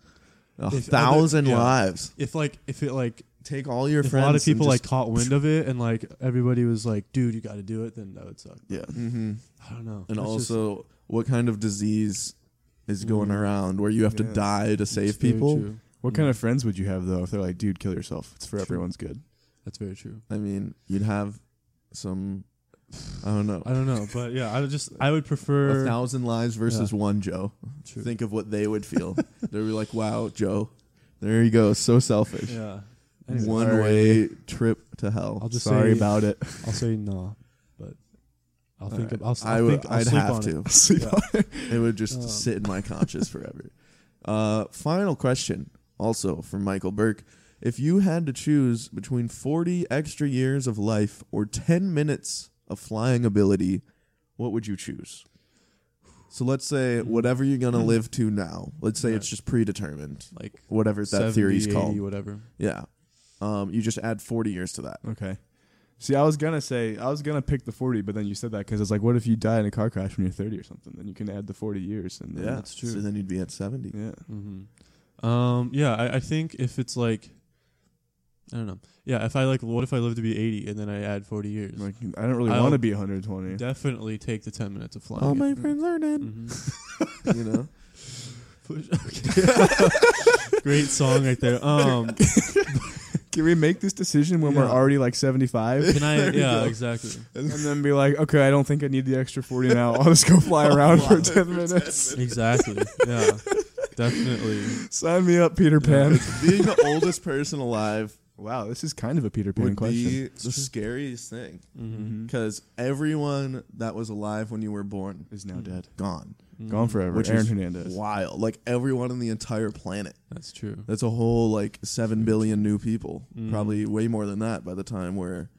Speaker 1: A
Speaker 2: If other-
Speaker 1: thousand
Speaker 2: yeah.
Speaker 1: lives.
Speaker 2: If like if it like
Speaker 1: Take all your
Speaker 2: if a
Speaker 1: friends.
Speaker 2: lot of people
Speaker 1: and
Speaker 2: like
Speaker 1: just-
Speaker 2: caught wind of it and like everybody was like, dude, you got to do it, then that would suck.
Speaker 1: yeah. hmm
Speaker 2: I don't know.
Speaker 1: And
Speaker 2: That's just-
Speaker 1: also, what kind of disease is going
Speaker 2: Mm.
Speaker 1: around where you have to
Speaker 4: Yeah.
Speaker 1: die to
Speaker 2: that's
Speaker 1: save
Speaker 2: very
Speaker 1: people? Mm.
Speaker 2: true.
Speaker 4: What kind of friends would you have though if they're like, dude, kill yourself? It's for
Speaker 2: True.
Speaker 4: everyone's good.
Speaker 2: That's very true.
Speaker 1: I mean, you'd have some. I don't know.
Speaker 2: I don't know, but yeah, I would just I would
Speaker 1: A
Speaker 2: prefer
Speaker 1: thousand lives versus one Joe.
Speaker 2: True.
Speaker 1: Think of what they would feel. They'd be like, "Wow, Joe, there you go, so selfish."
Speaker 2: Yeah. Anyways,
Speaker 1: one
Speaker 4: Sorry.
Speaker 1: way trip to hell.
Speaker 2: I'll just
Speaker 4: Sorry
Speaker 2: say
Speaker 4: about it.
Speaker 2: I'll say no, but I'll think
Speaker 1: Alright.
Speaker 2: of, I'll,
Speaker 1: I
Speaker 2: I'll
Speaker 1: would-
Speaker 2: think I'll
Speaker 1: I'd
Speaker 2: sleep
Speaker 1: have
Speaker 2: on it.
Speaker 1: to.
Speaker 4: Sleep
Speaker 2: Yeah.
Speaker 4: on it.
Speaker 1: It would just
Speaker 2: Um.
Speaker 1: sit in my conscience forever. Uh, final question, also from Michael Burke. If you had to choose between 40 extra years of life or 10 minutes of flying ability, what would you choose? So let's say whatever you're going to live to now, let's say
Speaker 2: Hmm. Right.
Speaker 1: it's just predetermined,
Speaker 2: Like
Speaker 1: whatever that theory's
Speaker 2: 70, 80,
Speaker 1: called.
Speaker 2: whatever.
Speaker 1: Yeah. Um, you just add 40 years to
Speaker 2: Oh,
Speaker 1: that.
Speaker 4: Okay. See, I was gonna say I was gonna pick the forty, but then you said that because it's like, what if you die in a car crash when you're thirty or something? Then you can add the forty years, and then
Speaker 1: yeah.
Speaker 2: that's true.
Speaker 1: So then you'd be at 70.
Speaker 4: yeah.
Speaker 2: Mm-hmm. Um, yeah, I, I think if it's like, I don't know. Yeah, if I like, what if I live to be 80 and then I add 40 years?
Speaker 4: Like, I don't really
Speaker 2: I'll-
Speaker 4: want to be 120.
Speaker 2: Definitely take the 10 minutes of flying.
Speaker 1: All Oh my friends are dead.
Speaker 2: hmm
Speaker 1: you know?
Speaker 2: Great song right there. Um,
Speaker 4: Can we make this decision when we're
Speaker 2: Yeah.
Speaker 4: already like 75?
Speaker 2: can I? Yeah, exactly.
Speaker 4: and then be like, okay, I don't think I need the extra 40 now. I'll just go fly around for 10 minutes.
Speaker 2: Exactly. Yeah, definitely.
Speaker 4: Sign me up, Peter Pan.
Speaker 1: Being the oldest person alive
Speaker 4: wow, this is kind of a Peter Pan
Speaker 1: would
Speaker 4: question.
Speaker 1: be the scariest thing
Speaker 2: Mm-hmm.
Speaker 1: because everyone that was alive when you were born
Speaker 4: Is now dead.
Speaker 1: gone
Speaker 2: Mm-hmm.
Speaker 4: Gone forever.
Speaker 1: Hmm. Which
Speaker 4: Aaron
Speaker 1: is
Speaker 4: Hernandez.
Speaker 1: wild like everyone on the entire planet
Speaker 2: That's true.
Speaker 1: that's a whole like 7 billion new people
Speaker 2: Mhm.
Speaker 1: probably way more than that by the time we're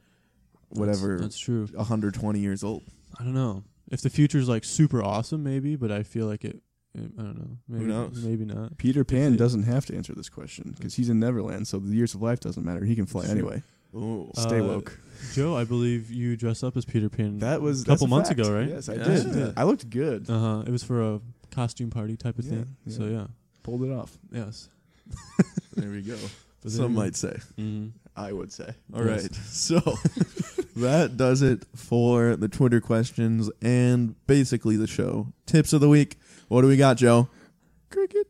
Speaker 1: whatever
Speaker 2: That's, that's true.
Speaker 1: 120 years old
Speaker 2: I don't know if the future's like super awesome, maybe. But I feel like it. it I don't know. Maybe,
Speaker 1: knows?
Speaker 2: Maybe not.
Speaker 4: Peter Pan
Speaker 2: it-
Speaker 4: doesn't have to answer this question because he's in Neverland, so the years of life doesn't matter. He can fly
Speaker 2: That's true.
Speaker 4: anyway.
Speaker 1: Ooh.
Speaker 2: Uh,
Speaker 4: Stay woke.
Speaker 2: Joe, I believe you dressed up as Peter Pan.
Speaker 4: That was
Speaker 2: a couple
Speaker 4: that's
Speaker 2: months
Speaker 4: fact.
Speaker 2: ago, right?
Speaker 4: Yes, I
Speaker 1: Yeah.
Speaker 4: did.
Speaker 2: Yeah.
Speaker 4: I looked good.
Speaker 2: Uh huh. It was for a costume party type of
Speaker 4: Yeah,
Speaker 2: thing.
Speaker 4: yeah.
Speaker 2: So yeah.
Speaker 4: Pulled it off.
Speaker 2: Yes.
Speaker 1: there we go some might say
Speaker 2: Mm-hmm.
Speaker 4: I would say.
Speaker 1: All right,
Speaker 2: Yes.
Speaker 1: So that does it for the Twitter questions and basically the show. Tips of the week. What do we got, Joe?
Speaker 4: Cricket.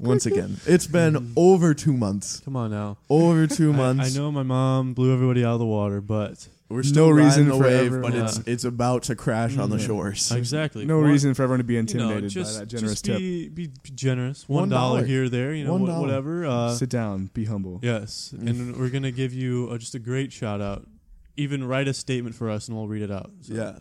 Speaker 1: once again. It's been over two months.
Speaker 2: Come on now.
Speaker 1: Over two
Speaker 2: I-
Speaker 1: months.
Speaker 2: I, know my mom blew everybody out of the water, but
Speaker 1: We're
Speaker 4: No
Speaker 1: still riding
Speaker 4: reason
Speaker 1: the
Speaker 4: for
Speaker 1: wave,
Speaker 4: ever-
Speaker 1: but
Speaker 2: Yeah.
Speaker 1: it's it's about to crash on the
Speaker 2: Mhm.
Speaker 1: shores.
Speaker 2: exactly.
Speaker 4: no
Speaker 2: One-
Speaker 4: reason for everyone to be
Speaker 2: you know,
Speaker 4: intimidated
Speaker 2: just,
Speaker 4: by that generous
Speaker 2: just
Speaker 4: tip.
Speaker 2: be, Be, be generous.
Speaker 1: One
Speaker 2: One dollar
Speaker 1: dollar.
Speaker 2: here, there. You know,
Speaker 1: One
Speaker 2: wha-
Speaker 1: dollar.
Speaker 2: whatever. Uh,
Speaker 4: Sit down. Be humble.
Speaker 2: yes, and we're gonna give you uh, just a great shout out. Even write a statement for us, and we'll read it out. So,
Speaker 1: yeah.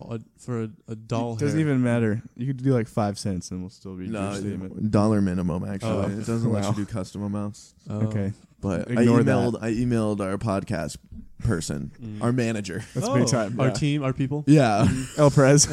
Speaker 2: uh, for a, a doll.
Speaker 4: It doesn't
Speaker 2: hair.
Speaker 4: even matter. You could do like five cents, and we'll still read
Speaker 1: No,
Speaker 4: your statement.
Speaker 1: dollar minimum actually.
Speaker 2: Oh.
Speaker 1: it doesn't let
Speaker 4: Wow.
Speaker 1: you do custom amounts.
Speaker 2: Oh.
Speaker 4: Okay,
Speaker 1: But I
Speaker 4: Ignore that.
Speaker 1: emailed I emailed our podcast person,
Speaker 2: Mm.
Speaker 1: our manager.
Speaker 4: that's
Speaker 2: Oh,
Speaker 4: big time.
Speaker 2: Our
Speaker 4: yeah.
Speaker 2: team, our people.
Speaker 1: Yeah.
Speaker 4: El Perez.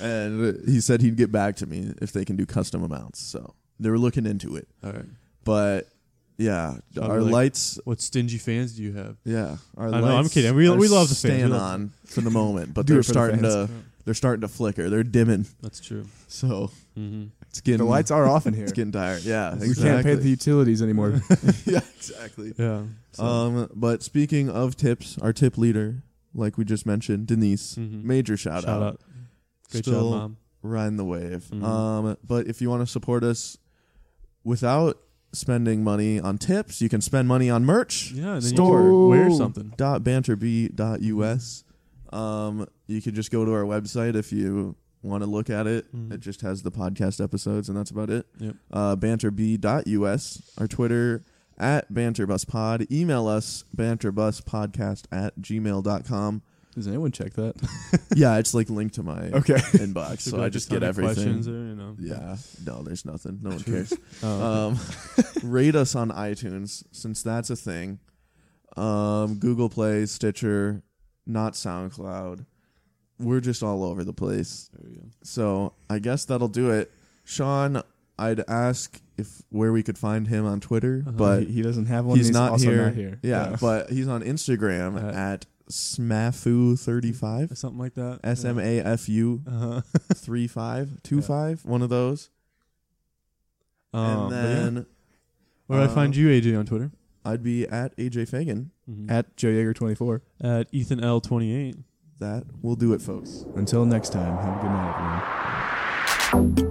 Speaker 1: and he said he'd get back to me if they can do custom amounts. So they were looking into it.
Speaker 2: All right.
Speaker 1: But yeah,
Speaker 2: Probably
Speaker 1: our
Speaker 2: like-
Speaker 1: lights.
Speaker 2: What stingy fans do you have?
Speaker 1: Yeah, our
Speaker 2: know,
Speaker 1: lights.
Speaker 2: I'm kidding. We-
Speaker 1: are
Speaker 2: we love the fans. We
Speaker 1: staying
Speaker 2: love-
Speaker 1: on for the moment, but
Speaker 4: Do
Speaker 1: they're
Speaker 4: it for the
Speaker 1: starting
Speaker 4: fans.
Speaker 1: to they're starting to flicker. They're dimming,
Speaker 2: That's true.
Speaker 1: so
Speaker 2: Mm-hmm.
Speaker 1: it's getting
Speaker 4: the lights are off in here.
Speaker 1: It's getting tired. Yeah,
Speaker 4: We can't pay the utilities anymore.
Speaker 1: the. yeah, exactly.
Speaker 2: Yeah. So,
Speaker 1: Um, but speaking of tips, our tip leader, like we just mentioned, Denise,
Speaker 2: Mhm.
Speaker 1: major shout,
Speaker 2: shout out.
Speaker 1: out.
Speaker 2: Great
Speaker 1: Still-
Speaker 2: job, mom.
Speaker 1: riding the wave.
Speaker 2: Mhm.
Speaker 1: Um, but if you want to support us without spending money on tips, you can spend money on merch.
Speaker 2: Yeah. And then
Speaker 1: store.
Speaker 2: You can wear
Speaker 4: Ooh.
Speaker 2: something.
Speaker 1: Dot banterb.us. Um, you could just go to our website if you want to look at it.
Speaker 2: Mhm.
Speaker 1: It just has the podcast episodes, and that's about it.
Speaker 2: Yep.
Speaker 1: Uh, banterb.us. Our Twitter at banterbuspod. Email us banterbuspodcast at gmail.com.
Speaker 4: Does anyone check that?
Speaker 1: yeah, it's like linked to my
Speaker 4: Okay.
Speaker 1: inbox,
Speaker 2: Should
Speaker 1: so
Speaker 2: be
Speaker 1: I
Speaker 2: like
Speaker 1: just
Speaker 2: a ton
Speaker 1: get
Speaker 2: of
Speaker 1: everything.
Speaker 2: Questions or, you know.
Speaker 1: Yeah, no, there's nothing. No one cares.
Speaker 2: Oh,
Speaker 1: Um, rate us on iTunes since that's a thing. Um, Google Play, Stitcher, not SoundCloud. We're just all over the place.
Speaker 2: there we go.
Speaker 1: So I guess that'll do it. Sean, I'd ask if where we could find him on Twitter,
Speaker 2: Uh-huh.
Speaker 1: but
Speaker 4: he, he doesn't have one.
Speaker 1: he's, not,
Speaker 4: also
Speaker 1: here.
Speaker 4: not here.
Speaker 1: Yeah, but he's on Instagram
Speaker 2: Uh,
Speaker 1: at smafu35.
Speaker 2: Something like that.
Speaker 1: S M A F U
Speaker 2: Uh-huh.
Speaker 1: three five two five one of those,
Speaker 2: Um,
Speaker 1: and
Speaker 2: but yeah.
Speaker 1: then
Speaker 2: Where I
Speaker 1: uh,
Speaker 2: find you, AJ, on Twitter?
Speaker 1: I'd be at AJ Fagan.
Speaker 2: Mhm.
Speaker 4: at Joe Yeager twenty four.
Speaker 2: At Ethan L twenty eight.
Speaker 1: That will do it, folks.
Speaker 4: Until next time, have a good night, everyone.